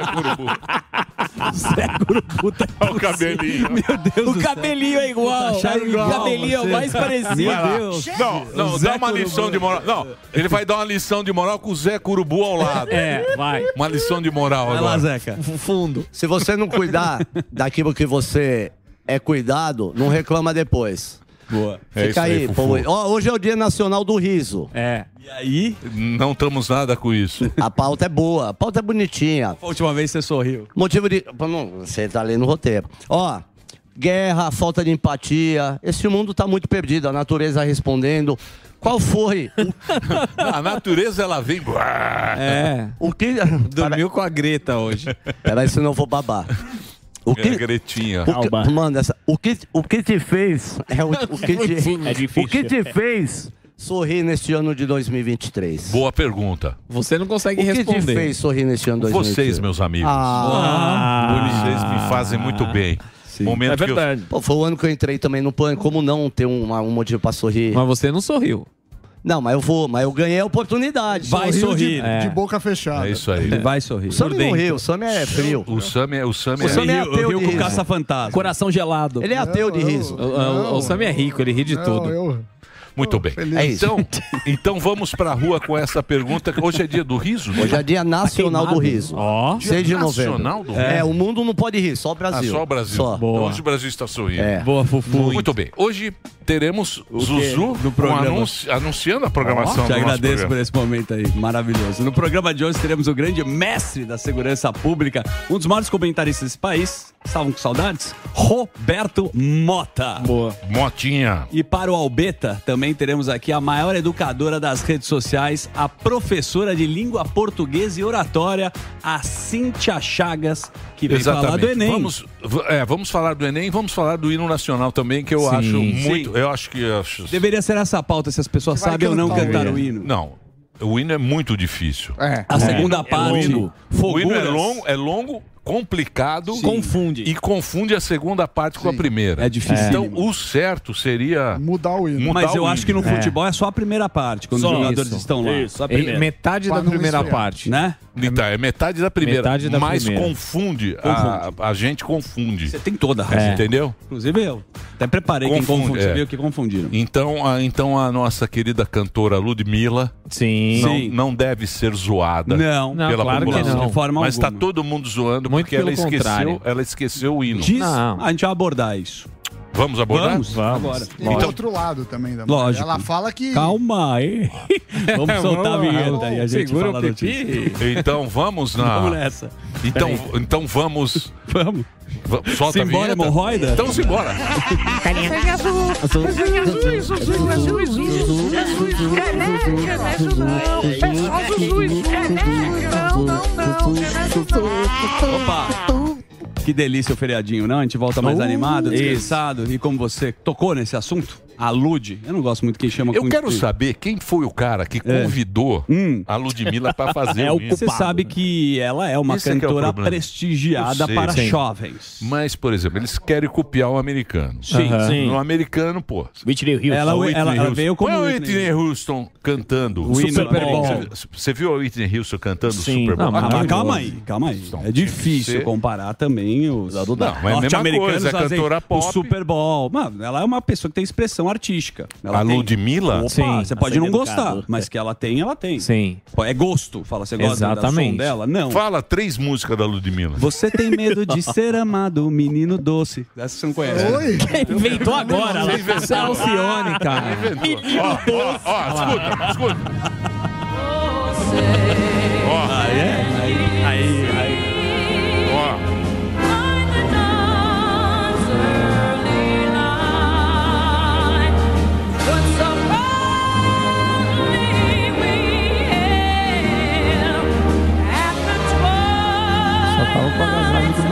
[SPEAKER 8] Zé Curubu tá
[SPEAKER 3] Olha o cabelinho.
[SPEAKER 8] Meu Deus O cabelinho é igual.
[SPEAKER 3] Acharam igual
[SPEAKER 8] o cabelinho é o
[SPEAKER 3] você.
[SPEAKER 8] mais parecido.
[SPEAKER 3] Vai lá. Não, não, dá uma lição de moral. Não, ele vai dar uma lição de moral com o Zé Curubu ao lado.
[SPEAKER 4] É, vai.
[SPEAKER 3] Uma lição de moral agora.
[SPEAKER 4] Fundo.
[SPEAKER 10] Se você não cuidar daquilo que você é cuidado, não reclama depois.
[SPEAKER 9] Boa.
[SPEAKER 3] É isso
[SPEAKER 10] Fica
[SPEAKER 3] aí,
[SPEAKER 10] aí,
[SPEAKER 3] Fufu.
[SPEAKER 10] povo. Ó, hoje é o Dia Nacional do Riso.
[SPEAKER 4] É.
[SPEAKER 9] E aí?
[SPEAKER 3] Não estamos nada com isso.
[SPEAKER 10] A pauta é boa, a pauta é bonitinha.
[SPEAKER 9] A última vez você sorriu.
[SPEAKER 10] Motivo de. Pô, não, Você tá lendo o roteiro. Ó, guerra, falta de empatia. Esse mundo tá muito perdido, a natureza respondendo. Qual foi?
[SPEAKER 3] A natureza, ela vem.
[SPEAKER 4] É.
[SPEAKER 10] O que.
[SPEAKER 9] Dormiu com a Greta hoje.
[SPEAKER 10] Peraí, senão eu vou babar. O
[SPEAKER 3] É,
[SPEAKER 10] que.
[SPEAKER 3] Gretinha.
[SPEAKER 10] O que, mano, essa, o, que, o que te fez. É o, o que te,
[SPEAKER 4] É difícil.
[SPEAKER 10] O que te fez sorrir neste ano de 2023?
[SPEAKER 3] Boa pergunta.
[SPEAKER 4] Você não consegue
[SPEAKER 10] o que
[SPEAKER 4] responder.
[SPEAKER 10] te fez sorrir neste ano de 2023?
[SPEAKER 3] Vocês, meus amigos.
[SPEAKER 10] Ah. É
[SPEAKER 3] Vocês me fazem muito bem. Momento que eu-
[SPEAKER 10] Pô, foi o ano que eu entrei também no pânico. Como não ter um, um motivo pra sorrir?
[SPEAKER 4] Mas você não sorriu.
[SPEAKER 10] Não, mas eu vou, mas eu ganhei a oportunidade.
[SPEAKER 6] Vai
[SPEAKER 10] Sorriu de-
[SPEAKER 6] sorrir. De,
[SPEAKER 10] de
[SPEAKER 6] boca fechada.
[SPEAKER 3] É isso aí. Ele
[SPEAKER 8] vai sorrir.
[SPEAKER 10] O Sami não riu, o Sami é frio.
[SPEAKER 3] O Sami é, o Sami
[SPEAKER 10] O Sami é
[SPEAKER 3] é
[SPEAKER 10] ateu Eu rio de com riso.
[SPEAKER 8] caça-fantasma. Coração gelado.
[SPEAKER 10] Ele é ateu de riso.
[SPEAKER 4] O, o, o Sam é rico, ele ri de tudo.
[SPEAKER 3] Muito bem.
[SPEAKER 4] feliz.
[SPEAKER 3] É isso. Então, então vamos pra rua com essa pergunta. Hoje é dia do riso?
[SPEAKER 10] Hoje é dia nacional do riso.
[SPEAKER 3] Tá Ó.
[SPEAKER 10] 6 de
[SPEAKER 3] Dia
[SPEAKER 10] novembro.
[SPEAKER 3] nacional do
[SPEAKER 10] É,
[SPEAKER 3] riso.
[SPEAKER 10] o mundo não pode rir, só o Brasil.
[SPEAKER 3] Ah, só o Brasil.
[SPEAKER 10] Só.
[SPEAKER 3] Então Hoje o Brasil está sorrindo.
[SPEAKER 10] É.
[SPEAKER 4] Boa, Fufu.
[SPEAKER 3] Muito, bem. Hoje teremos Zuzu
[SPEAKER 9] No
[SPEAKER 3] com
[SPEAKER 9] programa.
[SPEAKER 3] anunci- anunciando a programação
[SPEAKER 9] Te
[SPEAKER 3] do nosso
[SPEAKER 9] agradeço por
[SPEAKER 3] programa.
[SPEAKER 9] esse momento aí, maravilhoso. No programa de hoje teremos o grande mestre da segurança pública, um dos maiores comentaristas desse país, estavam com saudades? Roberto Mota.
[SPEAKER 4] Boa.
[SPEAKER 3] Motinha.
[SPEAKER 9] E para o Albeta, também teremos aqui a maior educadora das redes sociais, a professora de língua portuguesa e oratória, a Cíntia Chagas, que vem falar do Enem.
[SPEAKER 3] Vamos, v- é, vamos falar do Enem, vamos falar do hino nacional também, que eu
[SPEAKER 9] Sim.
[SPEAKER 3] acho
[SPEAKER 9] Sim.
[SPEAKER 3] muito. Eu acho que. eu acho-
[SPEAKER 9] Deveria ser essa a pauta, se as pessoas
[SPEAKER 3] Vai
[SPEAKER 9] sabem ou não
[SPEAKER 3] cantar
[SPEAKER 9] cantar o hino.
[SPEAKER 3] Não. O hino é muito difícil.
[SPEAKER 9] É. A segunda parte,
[SPEAKER 3] O hino, o hino é
[SPEAKER 9] foguras.
[SPEAKER 3] longo, é longo, complicado.
[SPEAKER 9] Confunde.
[SPEAKER 3] E confunde a segunda parte com a primeira.
[SPEAKER 9] É difícil.
[SPEAKER 3] Então, o certo seria.
[SPEAKER 6] Mudar o hino.
[SPEAKER 9] Mas eu acho que no futebol é. só a primeira parte, quando os jogadores estão lá. Né?
[SPEAKER 3] Então, é metade da primeira.
[SPEAKER 9] Metade da
[SPEAKER 3] mas
[SPEAKER 9] primeira.
[SPEAKER 3] confunde. A, a gente confunde. Você
[SPEAKER 9] tem toda a razão. É.
[SPEAKER 3] Entendeu?
[SPEAKER 9] Inclusive eu. Até preparei quem
[SPEAKER 3] Confunde,
[SPEAKER 9] confundiu,
[SPEAKER 3] é.
[SPEAKER 9] viu que confundiram.
[SPEAKER 3] Então a, então a nossa querida cantora Ludmilla
[SPEAKER 4] Sim.
[SPEAKER 3] Não,
[SPEAKER 9] Sim.
[SPEAKER 3] não deve ser zoada
[SPEAKER 9] Não. Não,
[SPEAKER 3] pela
[SPEAKER 9] claro que
[SPEAKER 3] população.
[SPEAKER 9] não. De forma
[SPEAKER 3] Mas está
[SPEAKER 9] alguma.
[SPEAKER 3] todo mundo zoando
[SPEAKER 9] Muito
[SPEAKER 3] porque ela
[SPEAKER 9] pelo
[SPEAKER 3] esqueceu,
[SPEAKER 9] contrário.
[SPEAKER 3] ela esqueceu o hino.
[SPEAKER 9] Diz, a gente vai abordar isso.
[SPEAKER 3] Vamos abordar?
[SPEAKER 9] Vamos, vamos. Então Agora.
[SPEAKER 6] E do Então- É outro lado também da moeda.
[SPEAKER 9] Lógico.
[SPEAKER 6] Ela fala que.
[SPEAKER 9] Calma aí. Vamos soltar a vinheta aí, a gente
[SPEAKER 6] Segura
[SPEAKER 9] fala
[SPEAKER 6] o
[SPEAKER 9] a notícia.
[SPEAKER 3] Então vamos na.
[SPEAKER 9] Vamos nessa.
[SPEAKER 3] Então,
[SPEAKER 9] Peraí.
[SPEAKER 3] então vamos.
[SPEAKER 9] Vamos.
[SPEAKER 3] Solta a
[SPEAKER 9] Simbora,
[SPEAKER 3] vinheta.
[SPEAKER 9] hemorroida?
[SPEAKER 3] Então simbora.
[SPEAKER 9] Que delícia o feriadinho, não? A gente volta mais
[SPEAKER 3] Uh,
[SPEAKER 9] animado,
[SPEAKER 3] isso.
[SPEAKER 9] descansado. E como você tocou nesse assunto, alude. Eu não gosto muito quem chama
[SPEAKER 3] Eu
[SPEAKER 9] com
[SPEAKER 3] quero
[SPEAKER 9] intuito.
[SPEAKER 3] saber quem foi o cara que
[SPEAKER 9] É.
[SPEAKER 3] convidou a Ludmilla para fazer
[SPEAKER 9] é
[SPEAKER 3] o
[SPEAKER 9] o
[SPEAKER 3] hino.
[SPEAKER 9] Você sabe que ela é uma
[SPEAKER 3] Esse é que é o
[SPEAKER 9] cantora
[SPEAKER 3] problema.
[SPEAKER 9] prestigiada
[SPEAKER 3] Eu sei,
[SPEAKER 9] para
[SPEAKER 3] sim.
[SPEAKER 9] jovens.
[SPEAKER 3] Mas, por exemplo, eles querem copiar o americano.
[SPEAKER 9] Sim,
[SPEAKER 3] Aham.
[SPEAKER 9] sim.
[SPEAKER 3] No americano, pô.
[SPEAKER 9] Whitney Houston. Ela-
[SPEAKER 3] Ah, Whitney
[SPEAKER 9] ela- ela
[SPEAKER 3] Houston.
[SPEAKER 9] veio como
[SPEAKER 3] Põe o
[SPEAKER 9] Whitney.
[SPEAKER 3] Whitney Houston cantando.
[SPEAKER 9] O hino Super Bowl.
[SPEAKER 3] Você- Você viu a Whitney Houston cantando o Super Bowl?
[SPEAKER 9] Não, mas-
[SPEAKER 3] Ah,
[SPEAKER 9] mas calma aí,
[SPEAKER 3] maravilhoso.
[SPEAKER 9] calma aí. É difícil
[SPEAKER 3] ser-
[SPEAKER 9] comparar também os
[SPEAKER 3] Não, mas é a mesma
[SPEAKER 9] norte-americanos
[SPEAKER 3] coisa, é
[SPEAKER 9] fazem
[SPEAKER 3] cantora pop.
[SPEAKER 9] O Super Bowl. Mano, ela é uma pessoa que tem expressão artística. Ela
[SPEAKER 3] A
[SPEAKER 9] tem...
[SPEAKER 3] Ludmilla?
[SPEAKER 9] Opa,
[SPEAKER 3] Sim,
[SPEAKER 9] você pode
[SPEAKER 3] ela
[SPEAKER 9] não
[SPEAKER 3] é
[SPEAKER 9] gostar,
[SPEAKER 3] educada.
[SPEAKER 9] mas que ela tem, ela tem.
[SPEAKER 4] Sim.
[SPEAKER 9] Pô, É gosto. Fala, você gosta do som dela? Não.
[SPEAKER 3] Fala três músicas da Ludmilla.
[SPEAKER 9] Você tem medo de ser amado, menino doce. Essa você não conhece.
[SPEAKER 6] Oi?
[SPEAKER 9] Inventou
[SPEAKER 4] agora, lá.
[SPEAKER 9] Essa é a Alcione, cara.
[SPEAKER 3] Ó, ó, ó, escuta, escuta. Ó.
[SPEAKER 12] é?
[SPEAKER 9] Aí, aí,
[SPEAKER 3] Ó.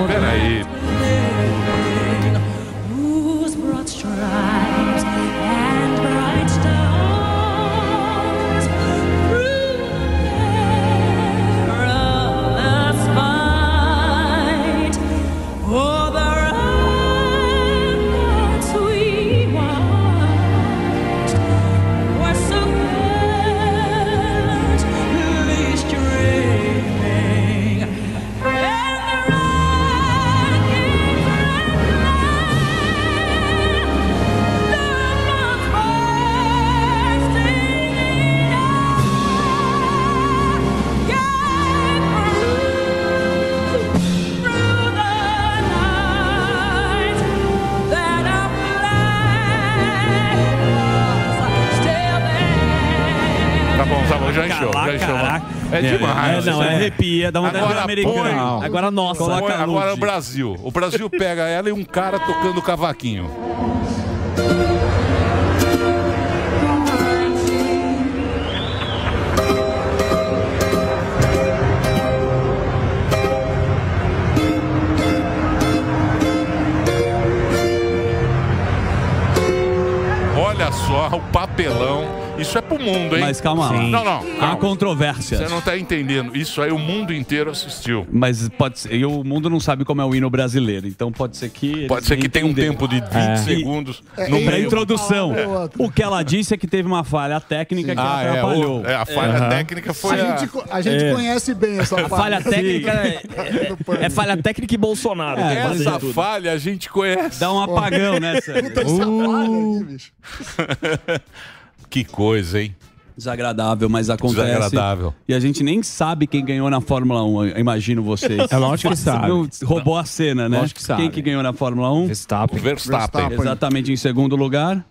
[SPEAKER 3] Peraí. Tá bom, tá bom, já encheu, já encheu. É demais.
[SPEAKER 9] É, não, é arrepia, dá uma
[SPEAKER 3] Agora põe-
[SPEAKER 9] americana. Agora nossa.
[SPEAKER 3] Põe-
[SPEAKER 9] Coloca a
[SPEAKER 3] agora
[SPEAKER 9] luz.
[SPEAKER 3] o Brasil. O Brasil pega ela e um cara tocando cavaquinho. Olha só o papelão. Isso é pro mundo, hein?
[SPEAKER 9] Mas calma lá.
[SPEAKER 3] Não, não.
[SPEAKER 9] Há
[SPEAKER 3] calma.
[SPEAKER 9] controvérsias.
[SPEAKER 3] Você não tá entendendo. Isso aí o mundo inteiro assistiu.
[SPEAKER 9] Mas pode ser. E o mundo não sabe como é o hino brasileiro, então pode ser que. eles
[SPEAKER 3] Pode ser
[SPEAKER 9] nem
[SPEAKER 3] que tenha um
[SPEAKER 9] entenderam.
[SPEAKER 3] tempo de 20
[SPEAKER 9] É.
[SPEAKER 3] segundos
[SPEAKER 6] é,
[SPEAKER 9] E-
[SPEAKER 3] no
[SPEAKER 9] e- pra
[SPEAKER 3] meio.
[SPEAKER 9] introdução.
[SPEAKER 3] Uma hora
[SPEAKER 9] O que ela disse é que teve uma falha técnica que
[SPEAKER 3] Ah, é,
[SPEAKER 9] atrapalhou.
[SPEAKER 3] o- é, a falha
[SPEAKER 9] Aham.
[SPEAKER 3] técnica
[SPEAKER 6] a, gente, co- a gente
[SPEAKER 9] É.
[SPEAKER 6] conhece bem essa
[SPEAKER 9] A falha técnica é-
[SPEAKER 8] É falha técnica e Bolsonaro.
[SPEAKER 6] É,
[SPEAKER 8] tem que fazer
[SPEAKER 3] Essa
[SPEAKER 8] tudo.
[SPEAKER 3] falha a gente conhece.
[SPEAKER 9] Dá um apagão
[SPEAKER 2] né,
[SPEAKER 9] nessa.
[SPEAKER 6] Puta, essa falha aí, bicho.
[SPEAKER 3] que coisa, hein?
[SPEAKER 9] Desagradável, mas acontece.
[SPEAKER 3] Desagradável.
[SPEAKER 9] E a gente nem sabe quem ganhou na Fórmula 1, eu imagino vocês.
[SPEAKER 3] É lógico que sabe.
[SPEAKER 9] Não, roubou a cena, né?
[SPEAKER 3] Lógico que sabe.
[SPEAKER 9] Quem que ganhou na Fórmula 1?
[SPEAKER 4] Verstappen.
[SPEAKER 3] Verstappen. Verstappen.
[SPEAKER 9] Exatamente, em segundo lugar.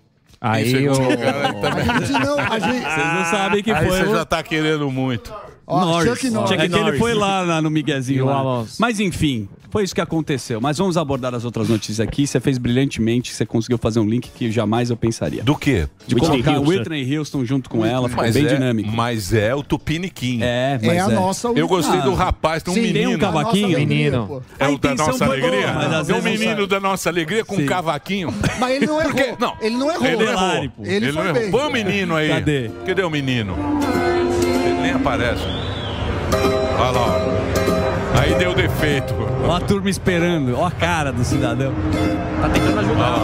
[SPEAKER 3] Em segundo lugar, aí também. Ah,
[SPEAKER 9] Vocês não sabem que
[SPEAKER 3] Aí
[SPEAKER 9] foi.
[SPEAKER 3] Você
[SPEAKER 9] o-
[SPEAKER 3] já tá querendo muito.
[SPEAKER 9] Norris. É que ele foi lá, lá no Miguezinho.
[SPEAKER 3] E o
[SPEAKER 9] lá.
[SPEAKER 3] Alonso.
[SPEAKER 9] Mas enfim, foi isso que aconteceu. Mas vamos abordar as outras notícias aqui. Você fez brilhantemente, você conseguiu fazer um link que jamais eu pensaria.
[SPEAKER 3] Do quê?
[SPEAKER 9] De
[SPEAKER 3] Whitney
[SPEAKER 9] colocar
[SPEAKER 3] Houston.
[SPEAKER 9] Whitney Houston junto com ela, ficou
[SPEAKER 3] Mas
[SPEAKER 9] bem
[SPEAKER 3] é-
[SPEAKER 9] dinâmico.
[SPEAKER 3] Mas é o Tupiniquim.
[SPEAKER 9] É, mas É a é. nossa
[SPEAKER 3] Eu gostei
[SPEAKER 9] Ah,
[SPEAKER 3] do rapaz, tem um
[SPEAKER 9] sim, tem
[SPEAKER 3] menino.
[SPEAKER 9] um cavaquinho. Nossa alegria, Menino. pô.
[SPEAKER 3] É
[SPEAKER 9] A
[SPEAKER 3] o da
[SPEAKER 9] intenção
[SPEAKER 3] nossa
[SPEAKER 9] foi boa,
[SPEAKER 3] alegria.
[SPEAKER 9] mas às
[SPEAKER 3] tem um
[SPEAKER 9] vezes não
[SPEAKER 3] menino
[SPEAKER 9] sabe.
[SPEAKER 3] da nossa alegria com um cavaquinho.
[SPEAKER 6] Mas ele não errou.
[SPEAKER 3] Porque- não.
[SPEAKER 6] Ele
[SPEAKER 9] é
[SPEAKER 6] não errou.
[SPEAKER 3] Ele errou.
[SPEAKER 6] Ele, foi
[SPEAKER 3] não
[SPEAKER 6] bem.
[SPEAKER 3] errou. Põe o menino aí.
[SPEAKER 9] Cadê?
[SPEAKER 3] Cadê o menino? Ele nem aparece. Olha lá. ó. Aí deu defeito.
[SPEAKER 9] Ó a turma esperando, ó a cara do cidadão. Tá tentando ajudar.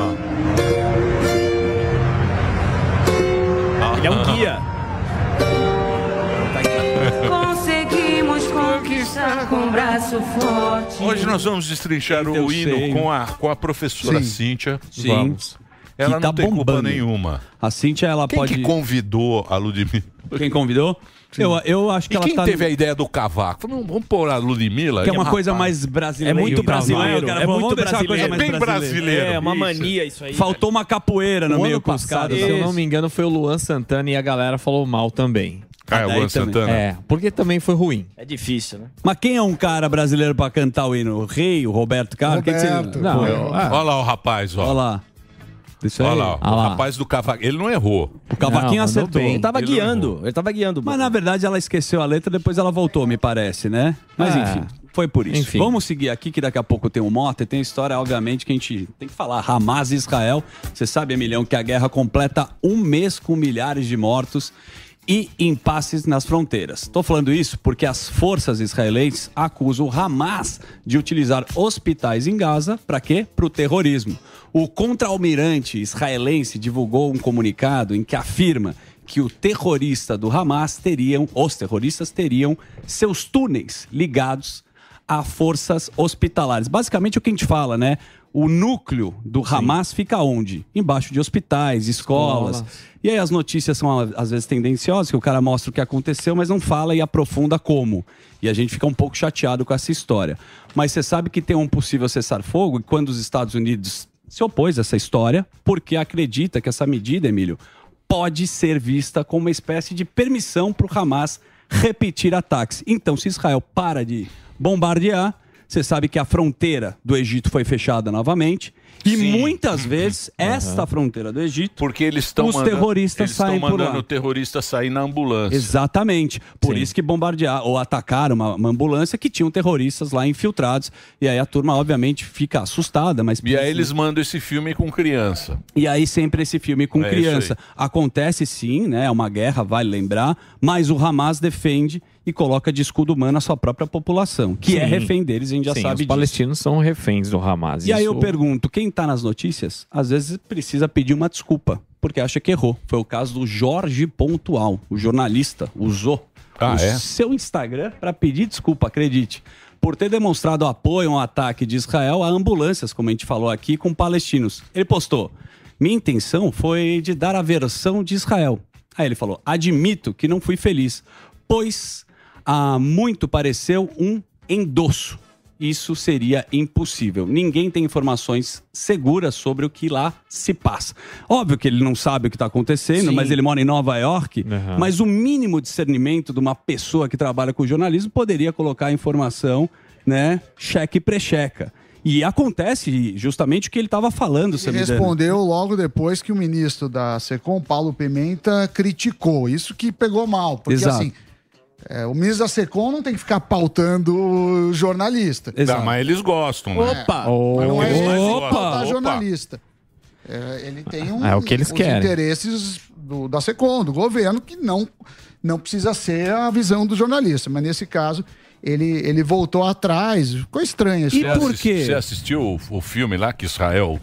[SPEAKER 9] Ele é um guia. tá
[SPEAKER 1] Conseguimos conquistar com o braço forte.
[SPEAKER 3] Hoje nós vamos destrinchar o hino com a, com a professora Cíntia.
[SPEAKER 9] Sim.
[SPEAKER 3] Vamos. Ela
[SPEAKER 9] Que tá
[SPEAKER 3] não tem culpa
[SPEAKER 9] bombando.
[SPEAKER 3] nenhuma.
[SPEAKER 9] A Cintia, ela
[SPEAKER 3] Quem
[SPEAKER 9] pode.
[SPEAKER 3] que convidou a Ludmilla?
[SPEAKER 9] Quem convidou? Eu, eu acho que
[SPEAKER 3] E
[SPEAKER 9] ela
[SPEAKER 3] quem
[SPEAKER 9] tá.
[SPEAKER 3] teve a ideia do cavaco? Falou, não, vamos pôr a Ludmilla.
[SPEAKER 9] Que é uma
[SPEAKER 3] Rapaz.
[SPEAKER 9] coisa mais brasileira.
[SPEAKER 3] É muito
[SPEAKER 9] Não,
[SPEAKER 3] brasileiro,
[SPEAKER 9] não,
[SPEAKER 3] cara,
[SPEAKER 9] É
[SPEAKER 3] vamos
[SPEAKER 9] muito
[SPEAKER 3] deixar uma
[SPEAKER 9] brasileiro.
[SPEAKER 3] coisa mais
[SPEAKER 9] É bem
[SPEAKER 3] brasileira.
[SPEAKER 9] brasileiro.
[SPEAKER 3] É, uma mania
[SPEAKER 8] isso aí,
[SPEAKER 9] Faltou uma capoeira no
[SPEAKER 4] o
[SPEAKER 9] meio
[SPEAKER 4] ano
[SPEAKER 9] do né? passado.
[SPEAKER 4] passado, se eu não me engano, foi o Luan Santana e a galera falou mal também.
[SPEAKER 9] Ah, é, o
[SPEAKER 4] Daí
[SPEAKER 9] Luan
[SPEAKER 4] também.
[SPEAKER 9] Santana.
[SPEAKER 4] É, porque também foi ruim.
[SPEAKER 8] É difícil, né?
[SPEAKER 9] Mas quem é um cara brasileiro pra cantar o hino? O rei, o Roberto Carlos? Quem que você-
[SPEAKER 4] Roberto. Não,
[SPEAKER 9] Pô,
[SPEAKER 4] eu-
[SPEAKER 9] ah,
[SPEAKER 3] Olha lá o rapaz, ó. Olha
[SPEAKER 9] lá.
[SPEAKER 3] Olha
[SPEAKER 9] aí.
[SPEAKER 3] lá, ó.
[SPEAKER 9] Olha
[SPEAKER 3] o
[SPEAKER 9] lá.
[SPEAKER 3] rapaz do cavaco. Ele não errou.
[SPEAKER 9] O cavaquinho acertou.
[SPEAKER 3] Ele
[SPEAKER 9] tava
[SPEAKER 3] não errou.
[SPEAKER 9] ele tava guiando. Mas na verdade ela esqueceu a letra, depois ela voltou, me parece, né? Mas
[SPEAKER 3] É.
[SPEAKER 9] enfim, foi por isso.
[SPEAKER 3] Enfim.
[SPEAKER 9] Vamos seguir aqui, que daqui a pouco tem um Mota e tem história, obviamente, que a gente tem que falar. Hamas e Israel. Você sabe, Emilhão, que a guerra completa um mês com milhares de mortos e impasses nas fronteiras. Estou falando isso porque as forças israelenses acusam o Hamas de utilizar hospitais em Gaza para quê? Para o terrorismo. O contra-almirante israelense divulgou um comunicado em que afirma que o terrorista do Hamas teriam, os terroristas teriam seus túneis ligados a forças hospitalares. Basicamente o que a gente fala, né? O núcleo do Hamas fica onde? Embaixo de hospitais, escolas.
[SPEAKER 8] Escolas.
[SPEAKER 9] E aí as notícias são a- às vezes tendenciosas, que o cara mostra o que aconteceu, mas não fala e aprofunda como. E a gente fica um pouco chateado com essa história. Mas você sabe que tem um possível cessar-fogo e quando os Estados Unidos se opôs a essa história, porque acredita que essa medida, Emílio, pode ser vista como uma espécie de permissão para o Hamas repetir ataques. Então, se Israel para de bombardear, você sabe que a fronteira do Egito foi fechada novamente. E muitas vezes, esta fronteira do Egito.
[SPEAKER 3] Porque eles estão
[SPEAKER 9] Os terroristas
[SPEAKER 3] eles
[SPEAKER 9] saem
[SPEAKER 3] estão
[SPEAKER 9] por
[SPEAKER 3] mandando
[SPEAKER 9] lá.
[SPEAKER 3] o terrorista sair na ambulância.
[SPEAKER 9] Exatamente. Por
[SPEAKER 3] Sim.
[SPEAKER 9] isso que bombardearam ou atacaram uma, uma ambulância que tinham terroristas lá infiltrados. E aí a turma, obviamente, fica assustada, mas.
[SPEAKER 3] E aí eles mandam esse filme com criança.
[SPEAKER 9] E aí sempre esse filme com
[SPEAKER 3] É isso
[SPEAKER 9] criança. Acontece sim, né? É uma guerra, vale lembrar, mas o Hamas defende e coloca de escudo humano a sua própria população, que é
[SPEAKER 4] Sim.
[SPEAKER 9] refém deles, a gente já
[SPEAKER 4] Sim,
[SPEAKER 9] sabe
[SPEAKER 4] Os
[SPEAKER 9] disso.
[SPEAKER 4] palestinos são reféns do Hamas.
[SPEAKER 9] E aí eu
[SPEAKER 4] isso-
[SPEAKER 9] pergunto, quem tá nas notícias, às vezes precisa pedir uma desculpa, porque acha que errou. Foi o caso do Jorge Pontual, o jornalista, usou
[SPEAKER 3] Ah,
[SPEAKER 9] o
[SPEAKER 3] é?
[SPEAKER 9] seu Instagram para pedir desculpa, acredite, por ter demonstrado apoio a um ataque de Israel a ambulâncias, como a gente falou aqui, com palestinos. Ele postou: "Minha intenção foi de dar a versão de Israel". Aí ele falou: "Admito que não fui feliz, pois a muito pareceu um endosso. Isso seria impossível. Ninguém tem informações seguras sobre o que lá se passa. Óbvio que ele não sabe o que está acontecendo,
[SPEAKER 8] Sim.
[SPEAKER 9] mas ele mora em Nova York.
[SPEAKER 3] Ah.
[SPEAKER 9] Mas o mínimo discernimento de uma pessoa que trabalha com jornalismo poderia colocar a informação, né, cheque e precheca. E acontece justamente o que ele estava falando,
[SPEAKER 6] Ele
[SPEAKER 9] Samidana.
[SPEAKER 6] respondeu logo depois que o ministro da SECOM, Paulo Pimenta, criticou. Isso que pegou mal, porque
[SPEAKER 9] Exato.
[SPEAKER 6] assim, é, o ministro da SECOM não tem que ficar pautando o jornalista.
[SPEAKER 3] Tá, mas eles gostam, né?
[SPEAKER 6] Opa!
[SPEAKER 3] É o
[SPEAKER 6] Não
[SPEAKER 3] que
[SPEAKER 6] é
[SPEAKER 3] eles
[SPEAKER 6] ele
[SPEAKER 3] mais
[SPEAKER 6] que
[SPEAKER 3] gostam.
[SPEAKER 6] pautar jornalista. É, ele tem um,
[SPEAKER 4] É o que eles
[SPEAKER 6] os
[SPEAKER 4] querem.
[SPEAKER 6] interesses do- da SECOM, do governo, que não, não precisa ser a visão do jornalista. Mas nesse caso, ele, ele voltou atrás. Ficou estranho isso.
[SPEAKER 3] Você assis- Você assistiu o, o filme lá que Israel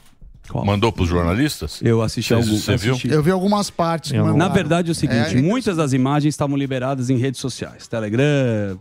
[SPEAKER 3] mandou para os jornalistas?
[SPEAKER 9] Eu assisti
[SPEAKER 3] Você,
[SPEAKER 9] algum-
[SPEAKER 3] você viu?
[SPEAKER 9] assisti.
[SPEAKER 6] Eu vi algumas partes. que
[SPEAKER 9] Na
[SPEAKER 6] mandaram.
[SPEAKER 9] verdade é o seguinte,
[SPEAKER 6] É,
[SPEAKER 9] muitas das imagens estavam liberadas em redes sociais, Telegram,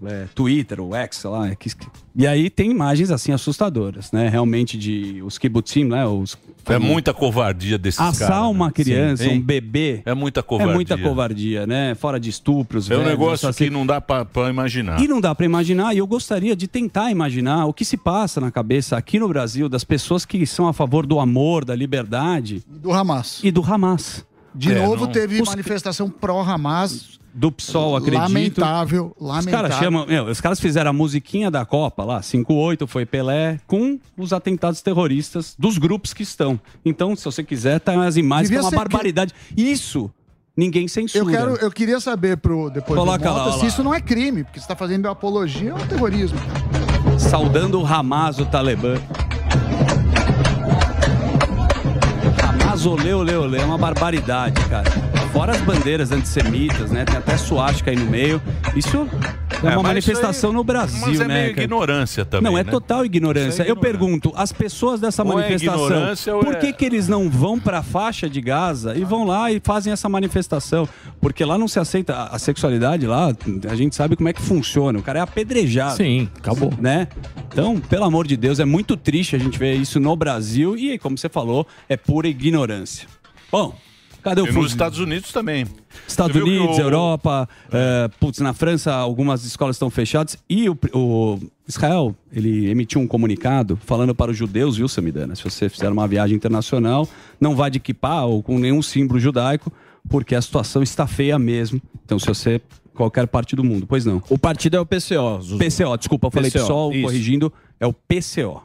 [SPEAKER 9] é, Twitter, o X, sei lá. é, que- e aí tem imagens assim assustadoras, né? Realmente de os kibutzim, né? Os,
[SPEAKER 3] É muita covardia desses
[SPEAKER 9] Assar
[SPEAKER 3] caras. né?
[SPEAKER 9] uma criança,
[SPEAKER 3] Sim.
[SPEAKER 9] um bebê.
[SPEAKER 3] É muita covardia.
[SPEAKER 9] É muita covardia, né? Fora de estupros,
[SPEAKER 3] É um
[SPEAKER 9] velhos,
[SPEAKER 3] negócio
[SPEAKER 9] assassinos.
[SPEAKER 3] que não dá para imaginar.
[SPEAKER 9] E não dá para imaginar, e eu gostaria de tentar imaginar o que se passa na cabeça aqui no Brasil das pessoas que são a favor do amor, da liberdade.
[SPEAKER 6] Do Hamas.
[SPEAKER 9] E do Hamas.
[SPEAKER 6] De
[SPEAKER 9] É,
[SPEAKER 6] novo,
[SPEAKER 9] não-
[SPEAKER 6] teve
[SPEAKER 9] Os-
[SPEAKER 6] manifestação pró-Hamas.
[SPEAKER 9] Do PSOL, acredito.
[SPEAKER 6] Lamentável,
[SPEAKER 9] Os
[SPEAKER 6] lamentável.
[SPEAKER 9] caras chamam. meu, os caras fizeram a musiquinha da Copa lá, 5-8 foi Pelé, com os atentados terroristas dos grupos que estão. Então, se você quiser, tá as imagens, que é
[SPEAKER 6] Devia
[SPEAKER 9] uma
[SPEAKER 6] ser que-
[SPEAKER 9] barbaridade. Isso ninguém censura.
[SPEAKER 6] Eu, quero, eu queria saber pro depois
[SPEAKER 9] Coloca
[SPEAKER 6] do
[SPEAKER 9] lá,
[SPEAKER 6] Mota
[SPEAKER 9] ó
[SPEAKER 6] se
[SPEAKER 9] lá.
[SPEAKER 6] isso não é crime, porque você está fazendo apologia ao terrorismo.
[SPEAKER 9] Saudando o Hamas, o Talibã. Hamas, olê, olê, olê, é uma barbaridade, cara. Fora as bandeiras antissemitas, né? Tem até suástica aí no meio. Isso é,
[SPEAKER 3] É,
[SPEAKER 9] uma
[SPEAKER 3] mas
[SPEAKER 9] manifestação
[SPEAKER 3] isso aí-
[SPEAKER 9] no Brasil,
[SPEAKER 3] mas é
[SPEAKER 9] né?
[SPEAKER 3] meio
[SPEAKER 9] cara?
[SPEAKER 3] ignorância também,
[SPEAKER 9] Não, é
[SPEAKER 3] né?
[SPEAKER 9] total
[SPEAKER 3] Isso
[SPEAKER 9] ignorância.
[SPEAKER 3] é
[SPEAKER 9] Eu pergunto, as pessoas dessa
[SPEAKER 3] Ou é
[SPEAKER 9] manifestação,
[SPEAKER 3] ignorância ou
[SPEAKER 9] por
[SPEAKER 3] é-
[SPEAKER 9] que, que eles não vão para a faixa de Gaza e vão lá e fazem essa manifestação? Porque lá não se aceita a- a sexualidade lá, a gente sabe como é que funciona. O cara é apedrejado.
[SPEAKER 4] Sim, acabou.
[SPEAKER 9] Né? Então, pelo amor de Deus, é muito triste a gente ver isso no Brasil e, como você falou, é pura ignorância. Bom, cadê o
[SPEAKER 3] E
[SPEAKER 9] fuzil?
[SPEAKER 3] nos Estados Unidos também.
[SPEAKER 9] Estados
[SPEAKER 3] Você viu que
[SPEAKER 9] Unidos,
[SPEAKER 3] o-
[SPEAKER 9] Europa,
[SPEAKER 8] É.
[SPEAKER 9] eh, putz, na França algumas escolas estão fechadas e o, o Israel, ele emitiu um comunicado falando para os judeus, viu, Samidana, se você fizer uma viagem internacional, não vá de kippah ou com nenhum símbolo judaico, porque a situação está feia mesmo. Então, se você qualquer parte do mundo, pois não.
[SPEAKER 8] O partido é o PCO. Zuzu.
[SPEAKER 9] PCO, desculpa, eu falei
[SPEAKER 8] PCO,
[SPEAKER 9] PSOL,
[SPEAKER 8] isso.
[SPEAKER 9] corrigindo, é o PCO.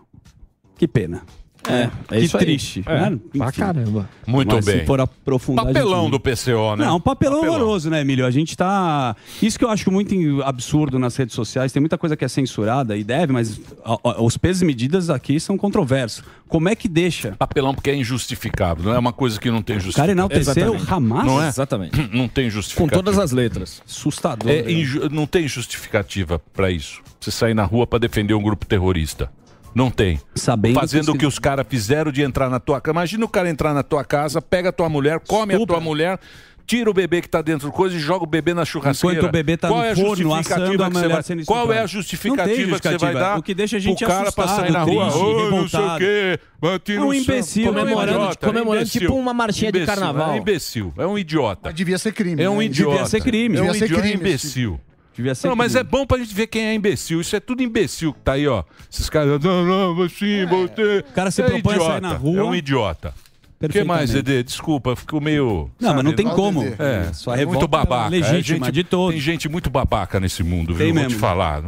[SPEAKER 9] Que pena.
[SPEAKER 8] É, é
[SPEAKER 9] que
[SPEAKER 8] isso aí.
[SPEAKER 9] triste.
[SPEAKER 8] É,
[SPEAKER 9] né?
[SPEAKER 8] pra
[SPEAKER 9] Enfim.
[SPEAKER 8] caramba.
[SPEAKER 3] Muito
[SPEAKER 9] Mas
[SPEAKER 3] bem.
[SPEAKER 9] Se for aprofundar. a gente
[SPEAKER 3] Papelão
[SPEAKER 9] não-
[SPEAKER 3] do PCO, né?
[SPEAKER 9] Não, papelão, horroroso, né, Emílio? A gente tá. Isso que eu acho muito absurdo nas redes sociais, tem muita coisa que é censurada e deve, mas ó, ó, os pesos e medidas aqui são controversos. Como é que deixa?
[SPEAKER 3] Papelão porque é injustificável, não é uma coisa que não tem justificativa.
[SPEAKER 9] cara enalteceu o Hamas?
[SPEAKER 3] Não é?
[SPEAKER 9] Exatamente.
[SPEAKER 3] Não tem
[SPEAKER 9] Com
[SPEAKER 3] justificativa.
[SPEAKER 9] todas as letras. Assustador.
[SPEAKER 3] É inju- Não tem justificativa para isso. Você sair na rua para defender um grupo terrorista. Não tem.
[SPEAKER 9] Sabendo
[SPEAKER 3] Fazendo
[SPEAKER 9] que-
[SPEAKER 3] o que os caras fizeram de entrar na tua casa. Imagina o cara entrar na tua casa, pega a tua mulher, come a tua mulher, tira o bebê que tá dentro do coisa e joga o bebê na churrasqueira.
[SPEAKER 9] Enquanto o bebê tá
[SPEAKER 3] Qual
[SPEAKER 9] no
[SPEAKER 3] é a
[SPEAKER 9] forno,
[SPEAKER 3] justificativa
[SPEAKER 9] assando, a
[SPEAKER 3] que você
[SPEAKER 9] mulher
[SPEAKER 3] vai...
[SPEAKER 9] sendo
[SPEAKER 3] Qual é a
[SPEAKER 9] estuprada.
[SPEAKER 3] justificativa,
[SPEAKER 9] Não tem
[SPEAKER 3] que você vai
[SPEAKER 9] justificativa.
[SPEAKER 3] dar
[SPEAKER 9] O que deixa a gente
[SPEAKER 3] pro cara pra
[SPEAKER 9] assustado,
[SPEAKER 3] sair na rua?
[SPEAKER 9] triste,
[SPEAKER 3] "Ô, não sei o
[SPEAKER 9] revoltado."
[SPEAKER 3] quê. vai tirar
[SPEAKER 9] É um
[SPEAKER 3] o sangue."
[SPEAKER 9] imbecil,
[SPEAKER 3] É um
[SPEAKER 9] comemorando-
[SPEAKER 3] idiota,
[SPEAKER 9] comemorando
[SPEAKER 3] imbecil.
[SPEAKER 9] tipo uma marchinha de
[SPEAKER 3] Imbecil,
[SPEAKER 9] carnaval.
[SPEAKER 3] É um imbecil, é um idiota.
[SPEAKER 6] Devia ser crime.
[SPEAKER 3] É um
[SPEAKER 6] né?
[SPEAKER 3] idiota.
[SPEAKER 9] ser crime.
[SPEAKER 3] É um
[SPEAKER 9] Devia ser
[SPEAKER 3] idiota
[SPEAKER 9] crime esse
[SPEAKER 3] imbecil.
[SPEAKER 9] Devia ser
[SPEAKER 3] não, mas é
[SPEAKER 9] crime.
[SPEAKER 3] bom pra gente ver quem é imbecil. Isso é tudo imbecil que tá aí, ó. Esses caras. Não, não, você,
[SPEAKER 6] É.
[SPEAKER 3] você. O
[SPEAKER 9] cara se propõe a sair na rua.
[SPEAKER 3] É um idiota. O que mais,
[SPEAKER 9] Perfeitamente.
[SPEAKER 3] Dedê? Desculpa, eu fico meio.
[SPEAKER 9] Não, mas não tem
[SPEAKER 3] Mal
[SPEAKER 9] como.
[SPEAKER 3] Dedê.
[SPEAKER 9] É,
[SPEAKER 3] É,
[SPEAKER 9] sua
[SPEAKER 3] é
[SPEAKER 9] revolta
[SPEAKER 3] muito babaca.
[SPEAKER 9] legítima,
[SPEAKER 3] é gente,
[SPEAKER 9] de todos.
[SPEAKER 3] Tem gente muito babaca nesse mundo, viu?
[SPEAKER 9] Tem
[SPEAKER 3] Vou te
[SPEAKER 9] mesmo.
[SPEAKER 3] falar.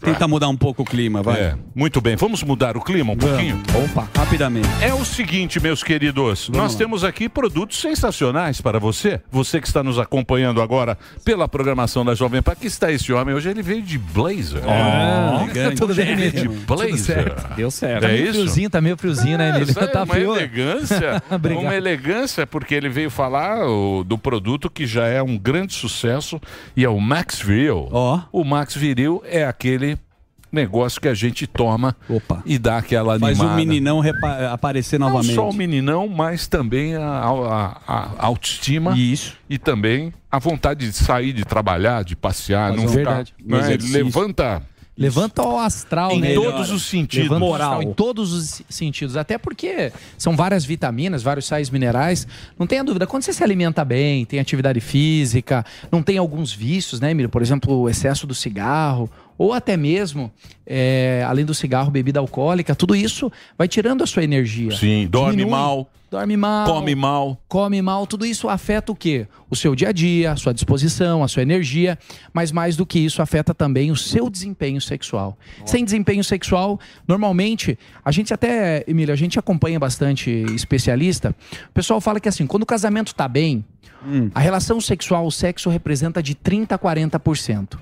[SPEAKER 9] Tenta mudar um pouco o clima, vai.
[SPEAKER 3] É. Muito bem, vamos mudar o clima um pouquinho?
[SPEAKER 9] Opa, rapidamente.
[SPEAKER 3] É o seguinte, meus queridos, nós temos aqui produtos sensacionais para você. Você que está nos acompanhando agora pela programação da Jovem Pan. Aqui está esse homem hoje, ele veio de blazer.
[SPEAKER 13] Ah,
[SPEAKER 3] Ele está
[SPEAKER 13] elegante.
[SPEAKER 3] todo
[SPEAKER 13] Tudo
[SPEAKER 3] vermelho de
[SPEAKER 13] certo. Tudo
[SPEAKER 3] blazer.
[SPEAKER 13] certo. Deu certo.
[SPEAKER 3] É
[SPEAKER 13] Tá meio
[SPEAKER 3] isso?
[SPEAKER 13] friozinho, tá meio friozinho, né,
[SPEAKER 3] É,
[SPEAKER 13] Emílio?
[SPEAKER 3] sabe,
[SPEAKER 13] Tá
[SPEAKER 3] uma
[SPEAKER 13] frio.
[SPEAKER 3] elegância,
[SPEAKER 13] Obrigado.
[SPEAKER 3] uma elegância, porque ele veio falar o- do produto que já é um grande sucesso e é o Max Viril. O Max Viril é aquele negócio que a gente toma e dá aquela
[SPEAKER 13] um
[SPEAKER 9] Mas
[SPEAKER 3] animada.
[SPEAKER 9] o meninão repa- aparecer novamente.
[SPEAKER 3] Não só o meninão, mas também a, a- a- a autoestima.
[SPEAKER 9] Isso.
[SPEAKER 3] E também a vontade de sair, de trabalhar, de passear.
[SPEAKER 13] Fazer
[SPEAKER 3] não
[SPEAKER 13] um
[SPEAKER 3] ficar,
[SPEAKER 13] verdade.
[SPEAKER 3] né,
[SPEAKER 13] Exercício.
[SPEAKER 3] levanta.
[SPEAKER 13] Levanta o astral,
[SPEAKER 3] Em
[SPEAKER 13] né?
[SPEAKER 3] todos os sentidos.
[SPEAKER 13] Levanta o
[SPEAKER 3] Moral.
[SPEAKER 13] astral Em todos os sentidos. Até porque são várias vitaminas, vários sais minerais. Não tenha dúvida, quando você se alimenta bem, tem atividade física, não tem alguns vícios, né, Emílio? Por exemplo, o excesso do cigarro, ou até mesmo, é, além do cigarro, bebida alcoólica, tudo isso vai tirando a sua energia.
[SPEAKER 3] Sim, dorme
[SPEAKER 13] Diminui.
[SPEAKER 3] mal.
[SPEAKER 13] Dorme mal.
[SPEAKER 3] Come mal.
[SPEAKER 13] Come mal. Tudo isso afeta o quê? O seu dia a dia, a sua disposição, a sua energia. Mas mais do que isso, afeta também o seu desempenho sexual. Sem desempenho sexual, normalmente, a gente até, Emílio, a gente acompanha bastante especialista. O pessoal fala que assim, quando o casamento tá bem,
[SPEAKER 3] Hum.
[SPEAKER 13] a relação sexual, o sexo representa de 30% a 40%.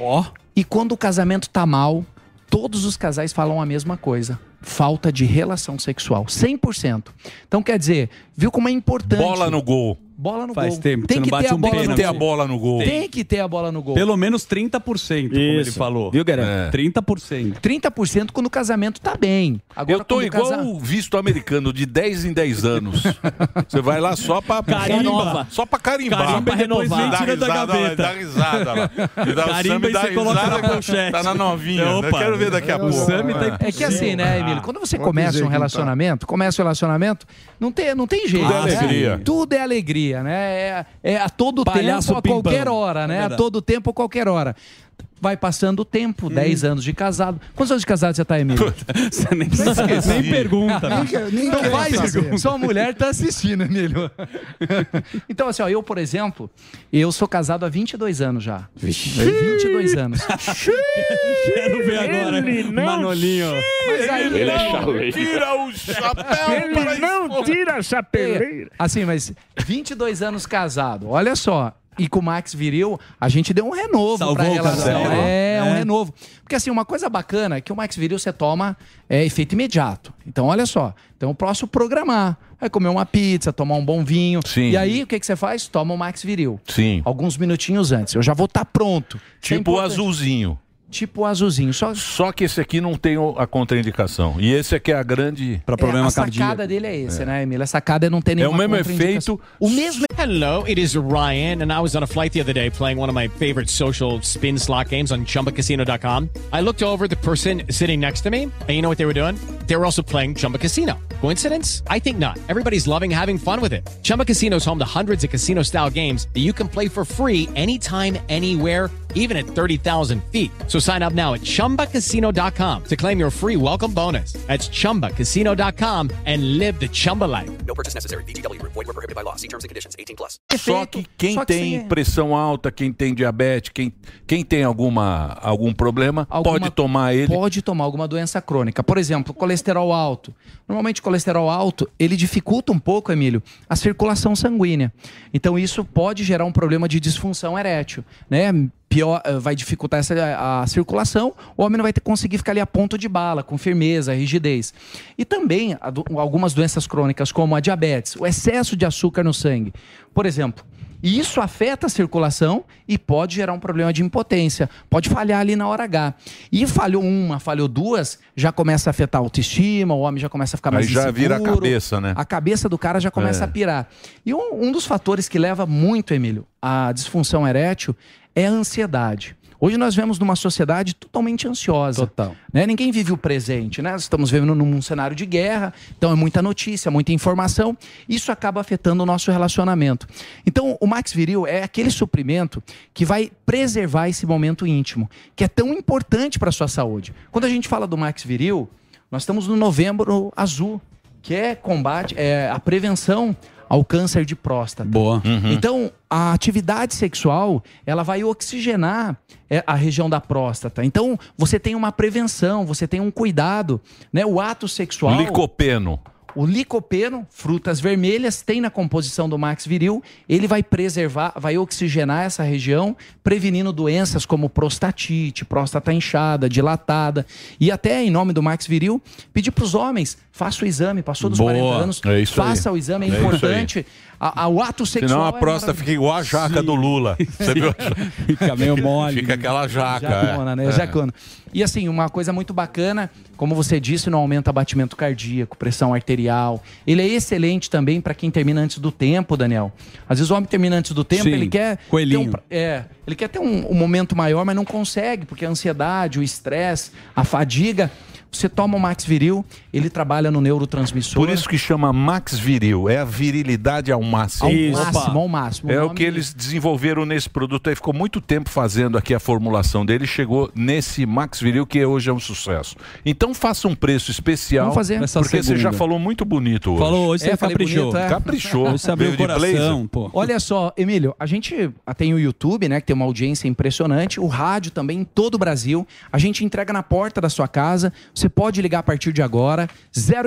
[SPEAKER 13] Ó. E quando o casamento tá mal, todos os casais falam a mesma coisa. Falta de relação sexual. 100%. Então quer dizer, viu como é importante.
[SPEAKER 3] Bola no gol.
[SPEAKER 13] Bola no
[SPEAKER 9] Faz
[SPEAKER 13] gol.
[SPEAKER 9] tempo que
[SPEAKER 13] tem
[SPEAKER 9] você
[SPEAKER 13] que
[SPEAKER 9] não
[SPEAKER 13] ter
[SPEAKER 9] bate
[SPEAKER 13] a
[SPEAKER 9] um
[SPEAKER 13] bola
[SPEAKER 9] pênalti.
[SPEAKER 13] no
[SPEAKER 9] Tem que ter
[SPEAKER 13] gol.
[SPEAKER 9] a bola no gol.
[SPEAKER 13] Tem que ter a bola no gol.
[SPEAKER 9] Pelo menos 30%, como ele
[SPEAKER 13] Isso.
[SPEAKER 9] falou.
[SPEAKER 13] Viu, Guerreiro?
[SPEAKER 9] É. 30%.
[SPEAKER 13] 30% quando o casamento tá bem. Agora,
[SPEAKER 3] Eu tô
[SPEAKER 13] quando o
[SPEAKER 3] igual
[SPEAKER 13] casa-
[SPEAKER 3] o visto americano de 10 em 10 anos. Você vai lá só pra
[SPEAKER 13] Carimba.
[SPEAKER 3] Só pra carimbar.
[SPEAKER 5] Carimba
[SPEAKER 3] E depois
[SPEAKER 5] renovar.
[SPEAKER 3] vem
[SPEAKER 5] Tira
[SPEAKER 3] risada,
[SPEAKER 5] da gaveta.
[SPEAKER 3] olha, Dá risada lá. E dá o
[SPEAKER 5] Carimba
[SPEAKER 3] samba
[SPEAKER 5] e
[SPEAKER 3] dá
[SPEAKER 5] você coloca
[SPEAKER 3] risada,
[SPEAKER 5] na pochete.
[SPEAKER 3] Tá na novinha.
[SPEAKER 5] É,
[SPEAKER 3] Eu
[SPEAKER 5] opa.
[SPEAKER 3] quero ver daqui a
[SPEAKER 5] O
[SPEAKER 3] pouco.
[SPEAKER 5] samba tá
[SPEAKER 13] É que assim, né, Emílio? Quando você começa um relacionamento, começa o relacionamento, não tem, não tem jeito.
[SPEAKER 3] tá. Tudo é
[SPEAKER 13] né?
[SPEAKER 3] alegria.
[SPEAKER 13] Tudo é alegria, né? É, é a todo
[SPEAKER 8] Palhaço
[SPEAKER 13] tempo, a qualquer
[SPEAKER 8] pimpão.
[SPEAKER 13] hora, né?
[SPEAKER 8] Verdade.
[SPEAKER 13] A todo tempo, a qualquer hora. Vai passando o tempo, 10 anos de casado. Quantos anos de casado você tá, Emílio?
[SPEAKER 9] você nem,
[SPEAKER 13] esquece.
[SPEAKER 9] Nem pergunta.
[SPEAKER 13] Nem, quer- nem então
[SPEAKER 9] quer
[SPEAKER 13] vai,
[SPEAKER 9] saber.
[SPEAKER 13] sua mulher tá assistindo, Emílio. então, assim, ó, eu, por exemplo, eu sou casado há 22 anos já. 22 anos.
[SPEAKER 5] Quero ver
[SPEAKER 13] agora, Manolinho. Mas aí-
[SPEAKER 5] Ele é
[SPEAKER 13] chaleiro.
[SPEAKER 5] Tira o chapéu
[SPEAKER 13] Ele
[SPEAKER 5] para a
[SPEAKER 13] não
[SPEAKER 5] esposa.
[SPEAKER 13] tira a chapeleira. Assim, mas 22 anos casado, olha só. E com o Max Viril, a gente deu um renovo
[SPEAKER 8] Salvou
[SPEAKER 13] pra
[SPEAKER 8] o
[SPEAKER 13] relação.
[SPEAKER 8] casal.
[SPEAKER 13] É, um
[SPEAKER 8] É.
[SPEAKER 13] renovo. Porque assim, uma coisa bacana é que o Max Viril você toma é, efeito imediato. Então, olha só. Então, eu posso programar. Vai comer uma pizza, tomar um bom vinho.
[SPEAKER 3] Sim.
[SPEAKER 13] E aí, o que, que você faz? Toma o Max Viril.
[SPEAKER 3] Sim.
[SPEAKER 13] Alguns minutinhos antes. Eu já vou estar pronto. Isso é
[SPEAKER 3] Tipo o
[SPEAKER 13] importante.
[SPEAKER 3] azulzinho.
[SPEAKER 13] Tipo o azulzinho. Só...
[SPEAKER 3] só que esse aqui não tem o- a contraindicação. E esse aqui é a grande.
[SPEAKER 9] Para
[SPEAKER 13] é, a sacada dele é esse, né, Emílio? A sacada é não ter
[SPEAKER 3] É o
[SPEAKER 13] nenhuma
[SPEAKER 3] mesmo
[SPEAKER 13] contraindicação. O mesmo
[SPEAKER 14] Hello, it is Ryan, and I was on a flight the other day playing one of my favorite social spin slot games on chumbacasino.com. I looked over at the person sitting next to me, and you know what they were doing? They were also playing Chumba Casino. Coincidence? I think not. Everybody's loving having fun with it. Chumba Casino is home to hundreds of casino style games that you can play for free anytime, anywhere even at 30,000 feet. So sign up now at ChumbaCasino.com to claim your free welcome bonus. That's ChumbaCasino.com and live the Chumba life.
[SPEAKER 15] No purchase necessary. BGW. Void were prohibited by law. See terms and conditions. 18 plus.
[SPEAKER 3] Só que quem
[SPEAKER 15] Só que
[SPEAKER 3] tem
[SPEAKER 15] sim.
[SPEAKER 3] pressão alta, quem tem diabetes, quem, quem tem alguma, algum problema, pode tomar ele.
[SPEAKER 13] Pode tomar alguma doença crônica. Por exemplo, colesterol alto. Normalmente, o colesterol alto, ele dificulta um pouco, Emílio, a circulação sanguínea. Então, isso pode gerar um problema de disfunção erétil, né? Pior, eh, vai dificultar essa, a, a circulação, o homem não vai ter, conseguir ficar ali a ponto de bala, com firmeza, rigidez. E também a do- algumas doenças crônicas, como a diabetes, o excesso de açúcar no sangue. Por exemplo, e isso afeta a circulação e pode gerar um problema de impotência. Pode falhar ali na hora H. E falhou uma, falhou duas, já começa a afetar a autoestima, o homem já começa a ficar mais
[SPEAKER 3] Aí já
[SPEAKER 13] inseguro,
[SPEAKER 3] vira a cabeça, né?
[SPEAKER 13] A cabeça do cara já começa
[SPEAKER 3] É.
[SPEAKER 13] a pirar. E um, um dos fatores que leva muito, Emílio, à disfunção erétil é a ansiedade. Hoje nós vemos numa sociedade totalmente ansiosa. Total. Né? Ninguém vive o presente, né? Estamos vivendo num cenário de guerra, então é muita notícia, muita informação. Isso acaba afetando o nosso relacionamento. Então, o Max Viril é aquele suprimento que vai preservar esse momento íntimo, que é tão importante para a sua saúde. Quando a gente fala do Max Viril, nós estamos no novembro azul, que é combate, é a prevenção ao câncer de próstata.
[SPEAKER 9] Boa.
[SPEAKER 13] Então, a atividade sexual, ela vai oxigenar é, a região da próstata. Então, você tem uma prevenção, você tem um cuidado, né? O ato sexual...
[SPEAKER 3] Licopeno.
[SPEAKER 13] O licopeno, frutas vermelhas, tem na composição do Max Viril. Ele vai preservar, vai oxigenar essa região, prevenindo doenças como prostatite, próstata inchada, dilatada. E até, em nome do Max Viril, pedir para os homens, faça o exame, passou dos
[SPEAKER 3] Boa,
[SPEAKER 13] 40 anos,
[SPEAKER 3] é isso aí.
[SPEAKER 13] faça o exame, é,
[SPEAKER 3] É isso aí.
[SPEAKER 13] importante. A- a- o ato sexual
[SPEAKER 3] Senão a
[SPEAKER 13] é
[SPEAKER 3] próstata fica igual a jaca do Lula. Você viu?
[SPEAKER 9] Fica meio mole.
[SPEAKER 3] Fica aquela jaca.
[SPEAKER 13] Jacona, né?
[SPEAKER 3] é.
[SPEAKER 13] Jacona. E assim, uma coisa muito bacana, como você disse, não aumenta batimento cardíaco, pressão arterial. Ele é excelente também para quem termina antes do tempo, Daniel. Às vezes o homem termina antes do tempo,
[SPEAKER 9] Sim,
[SPEAKER 13] ele quer.
[SPEAKER 9] coelhinho.
[SPEAKER 13] ter um pra- é, ele quer ter um, um momento maior, mas não consegue, porque a ansiedade, o estresse, a fadiga. Você toma o Max Viril, ele trabalha no neurotransmissor.
[SPEAKER 3] Por isso que chama Max Viril. É a virilidade ao máximo.
[SPEAKER 13] Ao máximo, ao máximo.
[SPEAKER 3] É
[SPEAKER 13] O
[SPEAKER 3] o
[SPEAKER 13] nome-
[SPEAKER 3] que eles desenvolveram nesse produto. Aí ficou muito tempo fazendo aqui a formulação dele. Chegou nesse Max Viril, que hoje é um sucesso. Então faça um preço especial.
[SPEAKER 9] Vamos fazer. Nessa
[SPEAKER 3] Porque você
[SPEAKER 9] segunda.
[SPEAKER 3] já falou muito bonito hoje.
[SPEAKER 9] Falou hoje, você
[SPEAKER 13] É, falei
[SPEAKER 9] caprichou.
[SPEAKER 13] bonito, é.
[SPEAKER 3] Caprichou.
[SPEAKER 9] Hoje você abriu
[SPEAKER 3] Veio
[SPEAKER 9] o
[SPEAKER 3] de
[SPEAKER 9] coração,
[SPEAKER 3] blazer.
[SPEAKER 9] pô.
[SPEAKER 13] Olha só, Emílio, a gente tem o YouTube, né, que tem uma audiência impressionante, o rádio também em todo o Brasil. A gente entrega na porta da sua casa. Você pode ligar a partir de agora,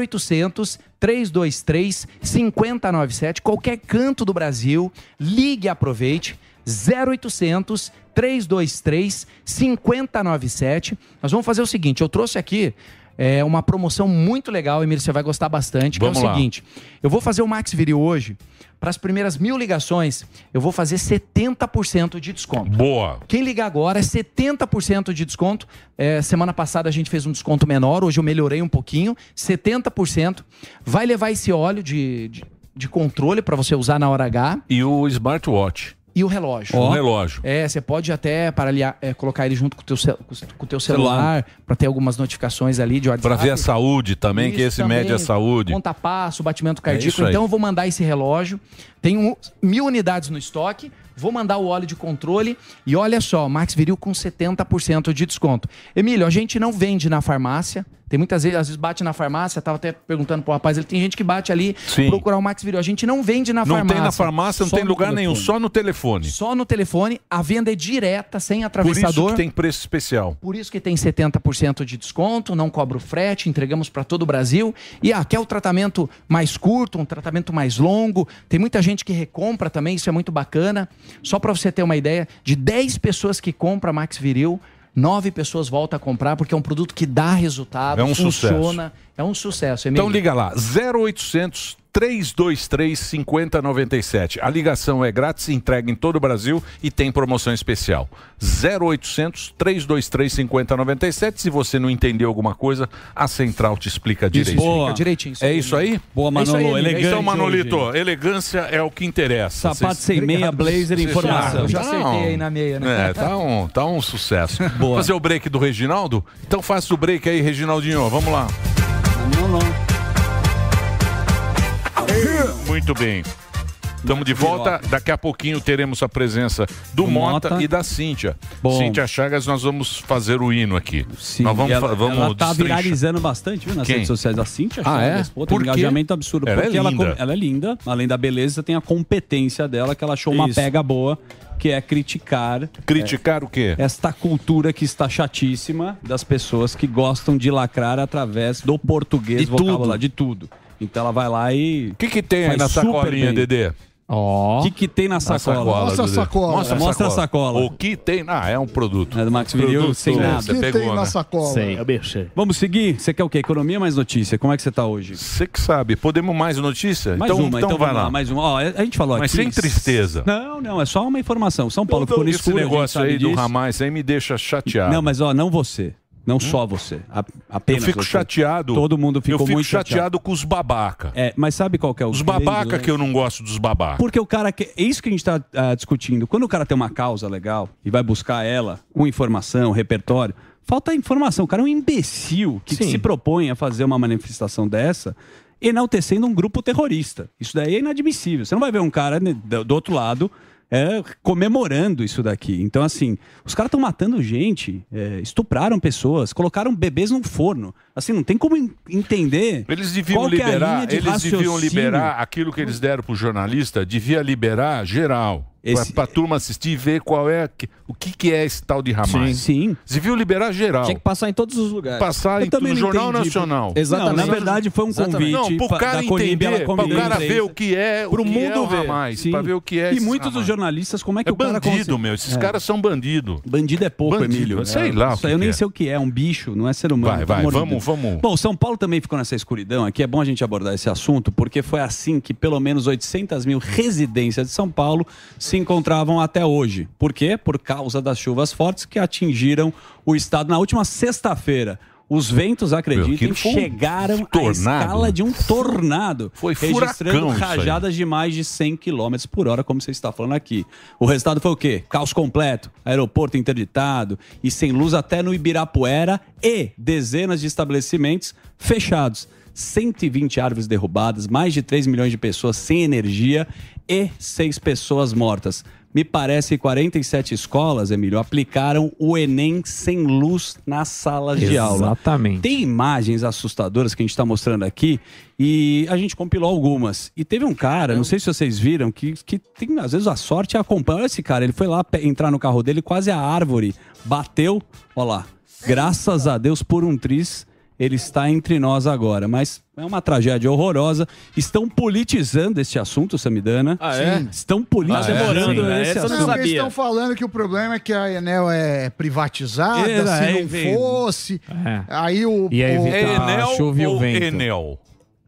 [SPEAKER 13] 0800 323 5097, qualquer canto do Brasil. Ligue e aproveite. 0800 323 5097. Nós vamos fazer o seguinte, eu trouxe aqui É uma promoção muito legal, Emílio, você vai gostar bastante. Que é o
[SPEAKER 3] Vamos lá.
[SPEAKER 13] seguinte: eu vou fazer o Max Viril hoje. Para as primeiras mil ligações, eu vou fazer 70% de desconto.
[SPEAKER 3] Boa.
[SPEAKER 13] Quem ligar agora é 70% de desconto. É, semana passada a gente fez um desconto menor, hoje eu melhorei um pouquinho. 70%. Vai levar esse óleo de, de, de controle para você usar na hora H
[SPEAKER 3] E o smartwatch.
[SPEAKER 13] e o relógio.
[SPEAKER 3] O relógio.
[SPEAKER 13] É, você pode até paraliar, é, colocar ele junto com o teu, cel- com o teu celular, para ter algumas notificações ali de WhatsApp.
[SPEAKER 3] Pra ver a saúde também, que
[SPEAKER 13] Isso
[SPEAKER 3] esse
[SPEAKER 13] também,
[SPEAKER 3] mede a saúde.
[SPEAKER 13] Conta passo, batimento
[SPEAKER 3] É isso
[SPEAKER 13] cardíaco.
[SPEAKER 3] aí.
[SPEAKER 13] então eu vou mandar esse relógio. Tenho um, mil unidades no estoque. Vou mandar o óleo de controle. E olha só, Max Viril com 70% de desconto. Emílio, a gente não vende na farmácia. Tem muitas vezes, às vezes bate na farmácia, tava até perguntando pro rapaz, ele tem gente que bate ali
[SPEAKER 3] Sim.
[SPEAKER 13] procurar o Max Viril. A gente não vende na
[SPEAKER 3] não
[SPEAKER 13] farmácia.
[SPEAKER 3] tem na farmácia, não
[SPEAKER 13] só
[SPEAKER 3] tem
[SPEAKER 13] no
[SPEAKER 3] lugar nenhum,
[SPEAKER 13] telefone.
[SPEAKER 3] só no telefone.
[SPEAKER 13] Só no telefone, a venda é direta, sem
[SPEAKER 3] Por isso
[SPEAKER 13] atravessador.
[SPEAKER 3] que tem preço especial.
[SPEAKER 13] Por isso que tem 70% de desconto, não cobra o frete, entregamos para todo o Brasil. E ah, quer o tratamento mais curto, um tratamento mais longo? Tem muita gente que recompra também, isso é muito bacana. Só para você ter uma ideia, de 10 pessoas que compram Max Viril, 9 pessoas voltam a comprar porque é um produto que dá resultado,
[SPEAKER 3] É um sucesso.
[SPEAKER 13] funciona, é um sucesso. Emílio.
[SPEAKER 3] Então liga lá, 0800 323 5097. A ligação é grátis, entrega em todo o Brasil e tem promoção especial. 0800 323 5097. Se você não entendeu alguma coisa, a central te explica direitinho.
[SPEAKER 9] Boa.
[SPEAKER 13] direitinho.
[SPEAKER 3] É isso aí?
[SPEAKER 9] Boa, Manolo. elegante.
[SPEAKER 3] Então, Manolito,
[SPEAKER 9] hoje.
[SPEAKER 3] elegância é o que interessa.
[SPEAKER 9] Sapato
[SPEAKER 3] Vocês-
[SPEAKER 9] sem meia, blazer e
[SPEAKER 3] Vocês-
[SPEAKER 9] informação.
[SPEAKER 3] Ah,
[SPEAKER 9] Eu já
[SPEAKER 3] tá
[SPEAKER 9] acertei
[SPEAKER 3] um-
[SPEAKER 9] aí na meia,
[SPEAKER 13] né?
[SPEAKER 3] É, tá um, tá um sucesso. Fazer o break do Reginaldo? Então faça o break aí, Reginaldinho. Vamos lá.
[SPEAKER 9] Não, não.
[SPEAKER 3] Muito bem. Estamos de volta. Daqui a pouquinho teremos a presença do,
[SPEAKER 9] Do
[SPEAKER 3] Mota,
[SPEAKER 9] Mota.
[SPEAKER 3] e da Cíntia.
[SPEAKER 9] Bom.
[SPEAKER 3] Cíntia Chagas, nós vamos fazer o hino aqui. Sim. Nós vamos,
[SPEAKER 9] E ela,
[SPEAKER 3] fa- vamos
[SPEAKER 9] ela tá
[SPEAKER 3] destrinchar.
[SPEAKER 9] viralizando bastante, viu, nas
[SPEAKER 3] Quem?
[SPEAKER 9] redes sociais. A Cintia
[SPEAKER 3] Ah, é?
[SPEAKER 9] Pô, tem
[SPEAKER 3] Por
[SPEAKER 9] um
[SPEAKER 3] quê?
[SPEAKER 9] engajamento absurdo.
[SPEAKER 3] Ela é
[SPEAKER 9] porque ela,
[SPEAKER 3] linda.
[SPEAKER 9] com- ela é linda, além da beleza, tem a competência dela, que ela achou uma
[SPEAKER 3] Isso.
[SPEAKER 9] pega boa, que é criticar.
[SPEAKER 3] Criticar o quê?
[SPEAKER 9] Esta cultura que está chatíssima é, das pessoas que gostam de lacrar através do português,
[SPEAKER 3] De
[SPEAKER 9] vocabulário,
[SPEAKER 3] tudo.
[SPEAKER 9] de tudo. Então ela vai lá e. O
[SPEAKER 3] que, que tem aí na sacolinha, Dedê?
[SPEAKER 9] O que, que tem na
[SPEAKER 3] Na
[SPEAKER 9] sacola?
[SPEAKER 3] Mostra a sacola.
[SPEAKER 9] Mostra, mostra a sacola.
[SPEAKER 3] O que tem? Ah, é um produto. É
[SPEAKER 9] do Max Viril, sem nada.
[SPEAKER 3] Você pegou, né?
[SPEAKER 9] Sei. Vamos seguir? Você quer o quê? Economia ou mais notícia? Como é que você está hoje?
[SPEAKER 3] Você que sabe. Podemos mais notícia?
[SPEAKER 9] Mais
[SPEAKER 3] então,
[SPEAKER 9] uma,
[SPEAKER 3] então, vai
[SPEAKER 9] vamos
[SPEAKER 3] lá.
[SPEAKER 9] Mais uma. Ó, a gente falou
[SPEAKER 3] Mas
[SPEAKER 9] aqui-
[SPEAKER 3] sem tristeza. Então,
[SPEAKER 9] Não, não, é só uma informação. São Paulo ficou no
[SPEAKER 3] Esse
[SPEAKER 9] escuro. a gente
[SPEAKER 3] negócio
[SPEAKER 9] sabe
[SPEAKER 3] aí do
[SPEAKER 9] disso.
[SPEAKER 3] Ramais aí me deixa chateado. Hum?
[SPEAKER 9] Não, mas ó, não você. Não só você. A-
[SPEAKER 3] eu
[SPEAKER 9] apenas
[SPEAKER 3] fico
[SPEAKER 9] você.
[SPEAKER 3] chateado.
[SPEAKER 9] Todo mundo ficou
[SPEAKER 3] Eu fico
[SPEAKER 9] muito
[SPEAKER 3] chateado, com os babaca.
[SPEAKER 9] É, mas sabe qual que é o
[SPEAKER 3] Os
[SPEAKER 9] grande
[SPEAKER 3] babaca
[SPEAKER 9] lance?
[SPEAKER 3] que eu não gosto dos babaca.
[SPEAKER 9] Porque o cara. Que, é isso que a gente está discutindo. Quando o cara tem uma causa legal e vai buscar ela com informação, repertório, falta informação. O cara é um imbecil que se propõe a fazer uma manifestação dessa enaltecendo um grupo terrorista. Isso daí é inadmissível. Você não vai ver um cara né, do do outro lado. é, comemorando isso daqui. Então, assim, os caras estão matando gente, é, estupraram pessoas, colocaram bebês num forno. Assim, não tem como en- entender.
[SPEAKER 3] Eles deviam
[SPEAKER 9] qual que é a linha
[SPEAKER 3] liberar,
[SPEAKER 9] de
[SPEAKER 3] eles deviam
[SPEAKER 9] raciocínio.
[SPEAKER 3] liberar aquilo que eles deram pro jornalista, devia liberar geral.
[SPEAKER 9] Esse-
[SPEAKER 3] Pra, pra turma assistir e ver qual é que- o que, que é esse tal de Ramais.
[SPEAKER 9] Sim.
[SPEAKER 3] Deviam liberar geral.
[SPEAKER 8] Tinha que passar em todos os lugares.
[SPEAKER 3] Passar em, no Jornal Nacional.
[SPEAKER 8] Exatamente. Exatamente.
[SPEAKER 3] Não, pro cara entender, para o cara ver o que é,
[SPEAKER 9] Pro
[SPEAKER 3] o que
[SPEAKER 9] mundo
[SPEAKER 3] é o
[SPEAKER 9] ver.
[SPEAKER 3] Ramais,
[SPEAKER 9] Sim.
[SPEAKER 3] pra ver o que é
[SPEAKER 9] E
[SPEAKER 3] esse
[SPEAKER 9] muitos dos
[SPEAKER 3] Ramais.
[SPEAKER 9] jornalistas, como é que
[SPEAKER 3] É
[SPEAKER 9] o cara
[SPEAKER 3] bandido,
[SPEAKER 9] consegue-
[SPEAKER 3] meu. Esses
[SPEAKER 9] É.
[SPEAKER 3] caras são bandido.
[SPEAKER 9] Bandido é pouco,
[SPEAKER 3] Bandido,
[SPEAKER 9] Emílio.
[SPEAKER 3] sei lá o
[SPEAKER 9] Isso
[SPEAKER 3] que
[SPEAKER 9] aí eu nem
[SPEAKER 3] que é.
[SPEAKER 9] sei o que é, um bicho, não é ser humano.
[SPEAKER 3] Vai,
[SPEAKER 9] pelo
[SPEAKER 3] vai,
[SPEAKER 9] amor de
[SPEAKER 3] vamos,
[SPEAKER 9] Deus.
[SPEAKER 3] vamos.
[SPEAKER 9] Bom, São Paulo também ficou nessa escuridão aqui. É bom a gente abordar esse assunto, porque foi assim que pelo menos 800 mil residências de São Paulo se encontravam até hoje. Por quê? Por causa das chuvas fortes que atingiram o estado na última sexta-feira. Os ventos, acreditem,
[SPEAKER 3] aquilo foi um
[SPEAKER 9] chegaram à
[SPEAKER 3] tornado.
[SPEAKER 9] escala de um tornado.
[SPEAKER 3] Foi
[SPEAKER 9] Registrando
[SPEAKER 3] furacão isso aí.
[SPEAKER 9] rajadas velocidades de mais de 100 km por hora, como você está falando aqui. O resultado foi o quê? Caos completo, aeroporto interditado e sem luz até no Ibirapuera e dezenas de estabelecimentos fechados. 120 árvores derrubadas, mais de 3 milhões de pessoas sem energia e 6 pessoas mortas. Me parece que 47 escolas, Emílio, aplicaram o Enem sem luz nas salas de aula.
[SPEAKER 4] Exatamente.
[SPEAKER 9] Tem imagens assustadoras que a gente está mostrando aqui e a gente compilou algumas. E teve um cara, não sei se vocês viram, que, que tem, às vezes a sorte acompanha. Olha esse cara, ele foi lá pe- entrar no carro dele, quase a árvore bateu. Olha lá. Graças a Deus, por um triz, ele está entre nós agora. Mas é uma tragédia horrorosa. Estão politizando este assunto, Samidana.
[SPEAKER 6] Ah, é? Sim.
[SPEAKER 9] Estão politizando
[SPEAKER 6] Sim.
[SPEAKER 9] esse
[SPEAKER 6] Não,
[SPEAKER 9] assunto.
[SPEAKER 6] porque estão falando que o problema é que a Enel é privatizada,
[SPEAKER 9] Era,
[SPEAKER 6] se
[SPEAKER 9] é,
[SPEAKER 6] não
[SPEAKER 9] vem.
[SPEAKER 6] fosse. Aí o.
[SPEAKER 9] E aí
[SPEAKER 6] o-
[SPEAKER 9] vem a Enel chuva e o
[SPEAKER 3] É ou
[SPEAKER 9] vento.
[SPEAKER 3] Enel?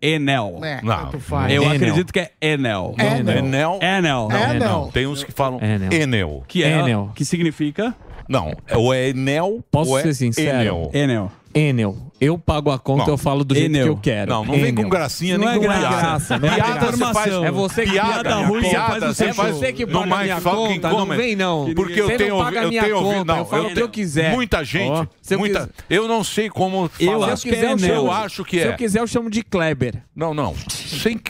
[SPEAKER 9] Enel.
[SPEAKER 6] É,
[SPEAKER 3] Não.
[SPEAKER 6] tanto faz.
[SPEAKER 9] Eu
[SPEAKER 3] Enel.
[SPEAKER 9] acredito que é Enel.
[SPEAKER 3] Enel. Enel.
[SPEAKER 9] Enel.
[SPEAKER 3] Não, não. Tem uns que falam Enel.
[SPEAKER 9] Que é, Que significa?
[SPEAKER 3] Não, ou é Enel
[SPEAKER 4] Posso
[SPEAKER 3] ou é
[SPEAKER 4] ser sincero?
[SPEAKER 3] Enel.
[SPEAKER 9] Enel.
[SPEAKER 4] Enel. Eu pago a conta,
[SPEAKER 3] Não.
[SPEAKER 4] eu falo do jeito
[SPEAKER 3] Enel.
[SPEAKER 4] que eu quero.
[SPEAKER 3] Não, não vem
[SPEAKER 4] Enel.
[SPEAKER 3] com gracinha
[SPEAKER 4] Não
[SPEAKER 3] nem
[SPEAKER 4] é
[SPEAKER 3] com
[SPEAKER 4] graça,
[SPEAKER 3] piada.
[SPEAKER 4] não é
[SPEAKER 3] Piada
[SPEAKER 4] graça.
[SPEAKER 3] você faz-
[SPEAKER 4] É você que
[SPEAKER 3] piada,
[SPEAKER 4] paga a minha
[SPEAKER 3] piada,
[SPEAKER 4] conta, faz o
[SPEAKER 3] você
[SPEAKER 4] seu
[SPEAKER 3] faz-
[SPEAKER 4] show.
[SPEAKER 3] você que
[SPEAKER 4] No
[SPEAKER 3] paga
[SPEAKER 4] my
[SPEAKER 3] a minha
[SPEAKER 4] fucking
[SPEAKER 3] conta,
[SPEAKER 4] comment.
[SPEAKER 3] não vem, não.
[SPEAKER 4] Porque eu
[SPEAKER 3] Você não
[SPEAKER 4] tenho-
[SPEAKER 3] paga a
[SPEAKER 4] eu
[SPEAKER 3] minha
[SPEAKER 4] tenho ouvido-
[SPEAKER 3] conta,
[SPEAKER 4] não,
[SPEAKER 3] eu falo
[SPEAKER 4] eu-
[SPEAKER 3] o que eu quiser.
[SPEAKER 4] muita gente,
[SPEAKER 3] Ó, se eu
[SPEAKER 4] muita-
[SPEAKER 3] quis- eu não sei como
[SPEAKER 4] Eu,
[SPEAKER 3] falar.
[SPEAKER 4] se eu quiser, eu,
[SPEAKER 3] eu
[SPEAKER 4] chamo-
[SPEAKER 3] acho que
[SPEAKER 4] Se
[SPEAKER 3] é.
[SPEAKER 4] eu quiser, eu chamo de Kleber.
[SPEAKER 3] Não, não.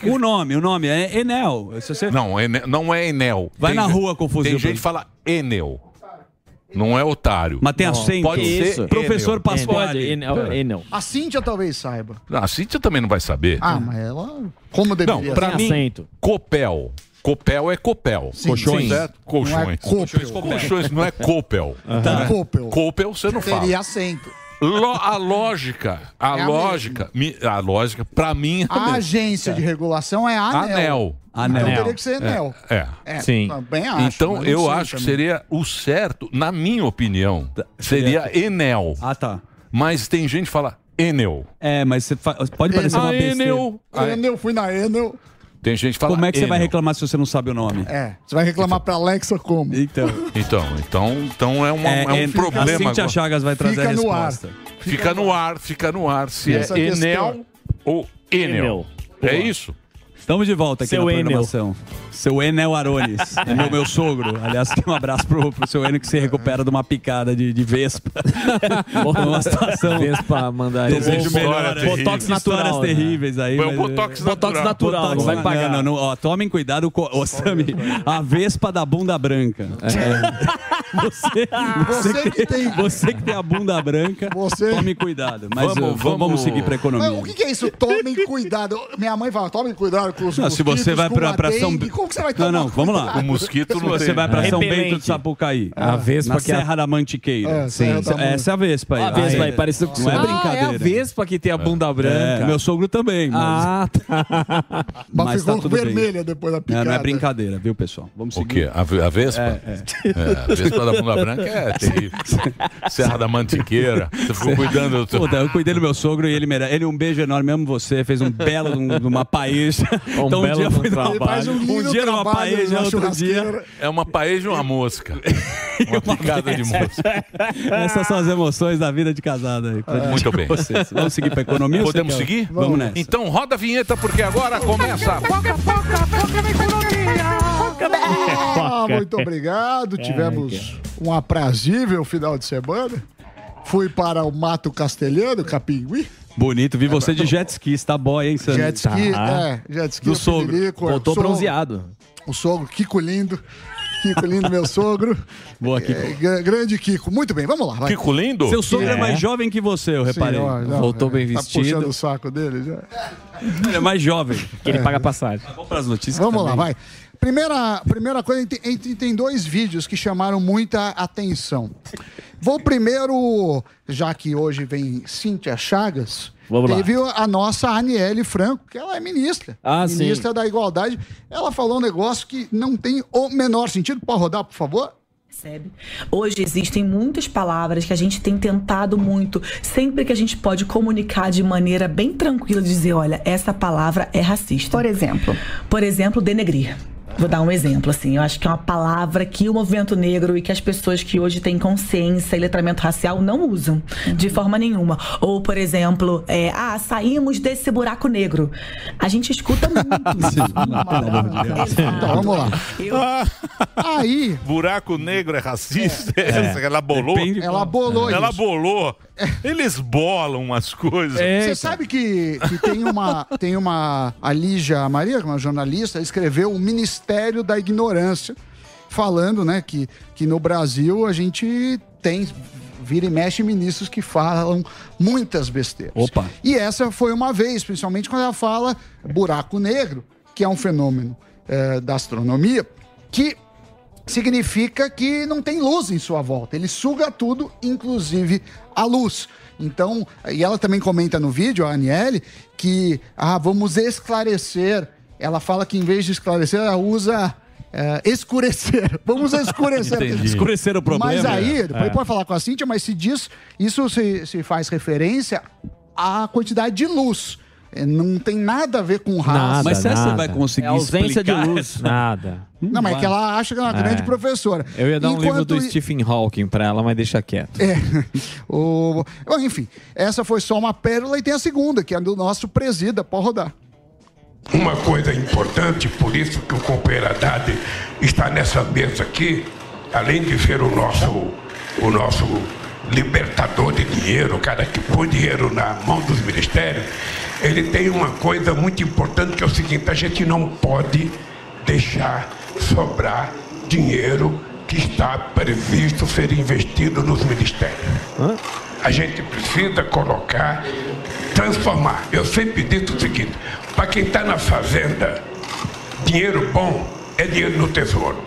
[SPEAKER 9] O nome, o nome é Enel.
[SPEAKER 3] Não, Ene- não é Enel.
[SPEAKER 9] Vai na
[SPEAKER 3] gente-
[SPEAKER 9] rua com o fuzil,
[SPEAKER 3] Tem gente
[SPEAKER 9] Bruno.
[SPEAKER 3] que fala Enel. Não é otário.
[SPEAKER 9] Mas tem
[SPEAKER 3] Não.
[SPEAKER 9] acento.
[SPEAKER 3] Pode
[SPEAKER 9] Isso.
[SPEAKER 3] ser
[SPEAKER 9] Professor
[SPEAKER 3] Enel.
[SPEAKER 9] Pasquale.
[SPEAKER 3] Enel. Enel.
[SPEAKER 6] A Cíntia talvez saiba.
[SPEAKER 3] Não, a Ah, Cíntia também não vai saber.
[SPEAKER 9] É.
[SPEAKER 6] Ah, mas ela. Como deveria
[SPEAKER 3] Não,
[SPEAKER 6] ser?
[SPEAKER 3] pra mim, Copel. Copel é Copel.
[SPEAKER 6] Sim, Colchões. sim.
[SPEAKER 3] Certo? Colchões.
[SPEAKER 6] Não é Copel.
[SPEAKER 3] Colchões, Copel. Colchões, não é Copel.
[SPEAKER 6] Aham.
[SPEAKER 3] Né?
[SPEAKER 6] Copel.
[SPEAKER 3] Copel você não fala.
[SPEAKER 6] Teria acento.
[SPEAKER 3] Lo- a lógica, a
[SPEAKER 6] É a
[SPEAKER 3] lógica, mi- a, lógica, pra mim... é
[SPEAKER 6] A
[SPEAKER 3] mesma.
[SPEAKER 6] agência de regulação é a Anel.
[SPEAKER 3] Anel.
[SPEAKER 6] Então teria que ser Anel.
[SPEAKER 3] É. é.
[SPEAKER 6] É, Sim. também acho,
[SPEAKER 3] Então
[SPEAKER 6] mas não
[SPEAKER 3] eu
[SPEAKER 6] sei
[SPEAKER 3] acho que
[SPEAKER 6] também.
[SPEAKER 3] seria o certo, na minha opinião, seria Enel.
[SPEAKER 9] Tá, Ah, tá.
[SPEAKER 3] Mas tem gente que fala Enel.
[SPEAKER 9] É, mas você fa- pode parecer
[SPEAKER 3] Ah, é.
[SPEAKER 9] uma besteira.
[SPEAKER 3] Enel.
[SPEAKER 6] A Enel, fui na Enel.
[SPEAKER 3] Tem gente que fala
[SPEAKER 9] Como é que você vai
[SPEAKER 3] Enel.
[SPEAKER 9] reclamar se você não sabe o nome?
[SPEAKER 6] É, você vai reclamar pra Alexa como?
[SPEAKER 9] Então.
[SPEAKER 3] Então, então, então é, uma,
[SPEAKER 9] É,
[SPEAKER 3] é, um
[SPEAKER 9] é,
[SPEAKER 3] problema.
[SPEAKER 9] a Cíntia
[SPEAKER 3] agora.
[SPEAKER 9] Chagas vai trazer Fica a no ar. resposta.
[SPEAKER 3] Fica, no ar, fica no ar se
[SPEAKER 9] Essa
[SPEAKER 3] é
[SPEAKER 9] questão.
[SPEAKER 3] Enel ou Enel.
[SPEAKER 9] Enel.
[SPEAKER 3] É
[SPEAKER 9] Boa.
[SPEAKER 3] isso?
[SPEAKER 9] Estamos de volta aqui
[SPEAKER 3] Seu
[SPEAKER 9] na
[SPEAKER 3] Enel.
[SPEAKER 9] programação. Seu Enel Arones, é meu, meu sogro. Aliás, um abraço pro, pro seu Enel que se recupera de uma picada de, de vespa. uma situação.
[SPEAKER 4] Vespa mandar aí.
[SPEAKER 9] Desejo
[SPEAKER 4] Boa, boa,
[SPEAKER 9] melhor.
[SPEAKER 4] um Botox natural,
[SPEAKER 9] Histórias
[SPEAKER 4] né?
[SPEAKER 9] terríveis aí.
[SPEAKER 4] Põe um
[SPEAKER 9] mas- é.
[SPEAKER 4] botox Botox natural. natural, não vai pagar.
[SPEAKER 9] Não, não, ó, tomem cuidado com ô, Sammy, a vespa da bunda branca.
[SPEAKER 4] É.
[SPEAKER 9] É.
[SPEAKER 16] É,
[SPEAKER 9] Você, você
[SPEAKER 6] Você que tem-
[SPEAKER 9] você que tem a bunda branca, tome cuidado. Mas
[SPEAKER 3] Vamos,
[SPEAKER 9] vamos, vamos,
[SPEAKER 3] vamos-
[SPEAKER 9] seguir para economia.
[SPEAKER 6] Mas o que, que é isso? Tomem cuidado. Minha mãe fala, tomem cuidado com os
[SPEAKER 9] Não, Ah, se
[SPEAKER 6] mosquitos,
[SPEAKER 9] você vai
[SPEAKER 6] com
[SPEAKER 9] pra,
[SPEAKER 6] a
[SPEAKER 9] pra São
[SPEAKER 6] dengue. Como que você vai
[SPEAKER 9] Não,
[SPEAKER 6] tomar
[SPEAKER 9] não, vamos lá.
[SPEAKER 6] cuidado?
[SPEAKER 9] Se você vai pra São Bento de Sapucaí.
[SPEAKER 4] A Vespa
[SPEAKER 9] na
[SPEAKER 4] que é a-
[SPEAKER 9] Serra da Mantiqueira.
[SPEAKER 4] É, Sim. Serra da Man-
[SPEAKER 9] Essa é a Vespa aí.
[SPEAKER 4] A Vespa aí,
[SPEAKER 9] é.
[SPEAKER 4] pareceu com
[SPEAKER 9] Não é
[SPEAKER 4] você.
[SPEAKER 9] brincadeira.
[SPEAKER 4] Ah, é a Vespa que tem a bunda branca.
[SPEAKER 9] É, meu sogro também, mas...
[SPEAKER 4] Ah, tá.
[SPEAKER 9] Mas
[SPEAKER 6] Mas
[SPEAKER 9] tá
[SPEAKER 6] ficou
[SPEAKER 9] tudo bem.
[SPEAKER 6] vermelha depois da
[SPEAKER 9] Não,
[SPEAKER 6] picada.
[SPEAKER 9] não é brincadeira, viu, pessoal? Vamos
[SPEAKER 3] O
[SPEAKER 9] seguir.
[SPEAKER 3] quê? A, ve- a Vespa?
[SPEAKER 9] É,
[SPEAKER 3] É, a Vespa da Bunda Branca é terrível. Serra da Mantiqueira. Você ficou cuidando do teu...
[SPEAKER 9] Puta, eu cuidei do meu sogro e ele merece. Ele, um beijo enorme, amo você. Fez um belo de um- de uma paella.
[SPEAKER 3] Um
[SPEAKER 9] então, um
[SPEAKER 3] belo
[SPEAKER 9] dia
[SPEAKER 3] de um
[SPEAKER 9] foi numa
[SPEAKER 3] trabalho. Ele faz
[SPEAKER 9] paella.
[SPEAKER 3] um
[SPEAKER 9] Um,
[SPEAKER 3] lindo
[SPEAKER 9] dia numa
[SPEAKER 3] trabalho
[SPEAKER 9] paella,
[SPEAKER 3] na
[SPEAKER 9] outro dia.
[SPEAKER 3] churrasqueira. É uma paeja e uma mosca. Uma picada de mosca.
[SPEAKER 9] Essas são as emoções da vida de casada aí. pra
[SPEAKER 3] É. Muito
[SPEAKER 9] gente,
[SPEAKER 3] bem.
[SPEAKER 9] vocês. Vamos seguir pra economia? ou você
[SPEAKER 3] Podemos
[SPEAKER 9] quer-
[SPEAKER 3] seguir?
[SPEAKER 9] Vamos nessa.
[SPEAKER 3] Então roda a vinheta, porque agora começa a
[SPEAKER 1] Foca, foca, foca na
[SPEAKER 3] É,
[SPEAKER 6] Ah,
[SPEAKER 1] economia.
[SPEAKER 6] muito obrigado.
[SPEAKER 1] Caraca.
[SPEAKER 6] Tivemos um aprazível final de semana. Fui para o Mato Castelhano, Capingui.
[SPEAKER 9] Bonito, vi você de jet ski, está boy, hein, Sandro?
[SPEAKER 6] Jet ski,
[SPEAKER 3] Tá.
[SPEAKER 6] é, jet ski
[SPEAKER 9] Do
[SPEAKER 6] eu
[SPEAKER 9] sogro.
[SPEAKER 6] Piririco, eu
[SPEAKER 9] Voltou
[SPEAKER 6] sou-
[SPEAKER 9] bronzeado.
[SPEAKER 6] O sogro, Kiko lindo. Kiko lindo, meu sogro.
[SPEAKER 9] Boa,
[SPEAKER 6] Kiko. grande Kiko. Muito bem, vamos lá. vai.
[SPEAKER 3] Kiko lindo?
[SPEAKER 9] Seu sogro é. mais jovem que você, eu reparei.
[SPEAKER 6] Senhor, não, é, Tá puxando o saco dele já.
[SPEAKER 9] Ele é mais jovem.
[SPEAKER 6] Que ele paga
[SPEAKER 9] passagem. Vamos para as notícias.
[SPEAKER 6] Vamos lá,
[SPEAKER 9] também.
[SPEAKER 6] vai. Primeira, primeira coisa, tem- tem, tem dois vídeos que chamaram muita atenção. Vou primeiro, já que hoje vem Cíntia Chagas,
[SPEAKER 17] Vamos lá.
[SPEAKER 6] teve a nossa Aniele Franco, que ela é ministra.
[SPEAKER 17] Ah, sim.
[SPEAKER 6] ministra da Igualdade. Ela falou um negócio que não tem o menor sentido. Pode rodar, por favor?
[SPEAKER 18] Percebe? Hoje existem muitas palavras que a gente tem tentado muito, sempre que a gente pode comunicar de maneira bem tranquila, dizer, olha, essa palavra é racista. Por exemplo. Por exemplo, denegrir. Vou dar um exemplo, assim. Eu acho que é uma palavra que o movimento negro e que as pessoas que hoje têm consciência e letramento racial não usam de forma nenhuma. Ou, por exemplo, é, ah, saímos desse buraco negro. A gente escuta muito isso.
[SPEAKER 6] Então, vamos lá. Aí.
[SPEAKER 3] Buraco negro é racista?
[SPEAKER 9] É.
[SPEAKER 3] Ela bolou?
[SPEAKER 6] Depende- Ela bolou
[SPEAKER 3] Ela
[SPEAKER 6] isso.
[SPEAKER 3] bolou. Eles bolam umas coisas.
[SPEAKER 9] É,
[SPEAKER 6] Você sabe que, que tem uma tem uma a Lígia Maria, que é uma jornalista, escreveu o Ministério da Ignorância, falando, né, que, que no Brasil a gente tem vira e mexe ministros que falam muitas besteiras.
[SPEAKER 9] Opa.
[SPEAKER 6] E essa foi uma vez, principalmente quando ela fala buraco negro, que é um fenômeno eh, da astronomia, que significa que não tem luz em sua volta. Ele suga tudo, inclusive a luz. Então, e ela também comenta no vídeo, a Aniele, que ah, vamos esclarecer. Ela fala que em vez de esclarecer, ela usa é, escurecer. Vamos escurecer.
[SPEAKER 9] Entendi. Escurecer o problema.
[SPEAKER 6] Mas aí, depois
[SPEAKER 9] É.
[SPEAKER 6] pode falar com a Cíntia, mas se diz, isso se, se faz referência à quantidade de luz. É, Não tem nada É a ver com raça.
[SPEAKER 9] Mas será que você vai conseguir explicar essa-
[SPEAKER 6] Não, mas é que ela acha que ela é uma
[SPEAKER 4] É.
[SPEAKER 6] grande professora.
[SPEAKER 4] Eu ia dar um livro
[SPEAKER 6] Enquanto
[SPEAKER 4] do
[SPEAKER 6] i-
[SPEAKER 4] Stephen Hawking pra ela, mas deixa quieto.
[SPEAKER 6] É. O... Bom, Enfim, essa foi só uma pérola e tem a segunda, que é do nosso presida. Pode rodar.
[SPEAKER 17] Uma coisa importante, por isso que o Cooperadade está nessa mesa aqui, além de ser o nosso, o nosso libertador de dinheiro, o cara que põe dinheiro na mão dos ministérios, ele tem uma coisa muito importante que é o seguinte, a gente não pode deixar sobrar dinheiro que está previsto ser investido nos ministérios. A gente precisa colocar, transformar. Eu sempre disse o seguinte: para quem está na fazenda, dinheiro bom é dinheiro no tesouro.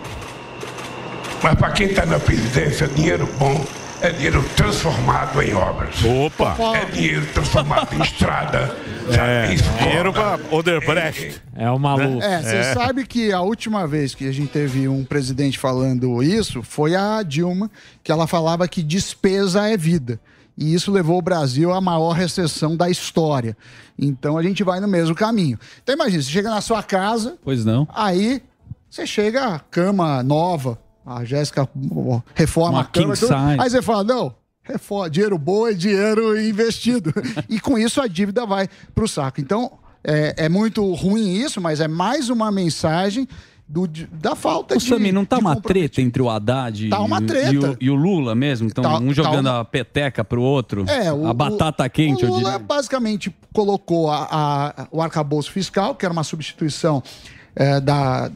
[SPEAKER 17] Mas para quem está na presidência, dinheiro bom é dinheiro transformado em obras. Opa! É dinheiro transformado em estrada. É, dinheiro para Oderbrecht.
[SPEAKER 4] É uma
[SPEAKER 3] Né?
[SPEAKER 4] luta.
[SPEAKER 6] É, você sabe que a última vez que a gente teve um presidente falando isso foi a Dilma, que ela falava que despesa é vida. E isso levou o Brasil à maior recessão da história. Então a gente vai no mesmo caminho. Então imagina, você chega na sua casa,
[SPEAKER 9] Pois não.
[SPEAKER 6] aí você chega à cama nova, a Jéssica ó, reforma
[SPEAKER 9] Uma
[SPEAKER 6] a cama,
[SPEAKER 9] king
[SPEAKER 6] tudo.
[SPEAKER 9] size.
[SPEAKER 6] aí você fala, não, reforma, dinheiro bom é dinheiro investido. e com isso a dívida vai pro saco. Então, é, é muito ruim isso, mas é mais uma mensagem do, de- da falta
[SPEAKER 9] Ô,
[SPEAKER 6] de...
[SPEAKER 9] Samir, não tá
[SPEAKER 6] de
[SPEAKER 9] uma
[SPEAKER 6] compro-
[SPEAKER 9] treta entre o Haddad e-
[SPEAKER 6] Tá uma treta.
[SPEAKER 9] E, o, e o Lula mesmo? Então,
[SPEAKER 6] Tá-
[SPEAKER 9] um jogando
[SPEAKER 6] tá uma-
[SPEAKER 9] a peteca pro outro?
[SPEAKER 6] É, o-
[SPEAKER 9] a batata quente,
[SPEAKER 6] o
[SPEAKER 9] eu
[SPEAKER 6] Lula
[SPEAKER 9] diria.
[SPEAKER 6] basicamente colocou a, a- o arcabouço fiscal, que era uma substituição eh, da,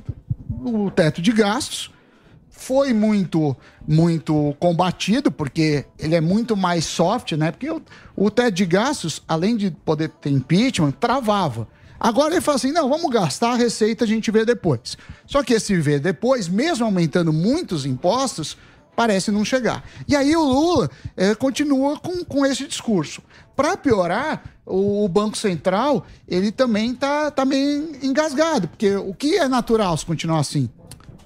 [SPEAKER 6] do teto de gastos. Foi muito, muito combatido, porque ele é muito mais soft, né? Porque o, o teto de gastos, além de poder ter impeachment, travava. Agora ele fala assim: não, vamos gastar a receita, a gente vê depois. Só que esse vê depois, mesmo aumentando muitos impostos, parece não chegar. E aí o Lula eh, continua com, com esse discurso. Para piorar, o, o Banco Central ele também está tá meio engasgado, porque o que é natural se continuar assim?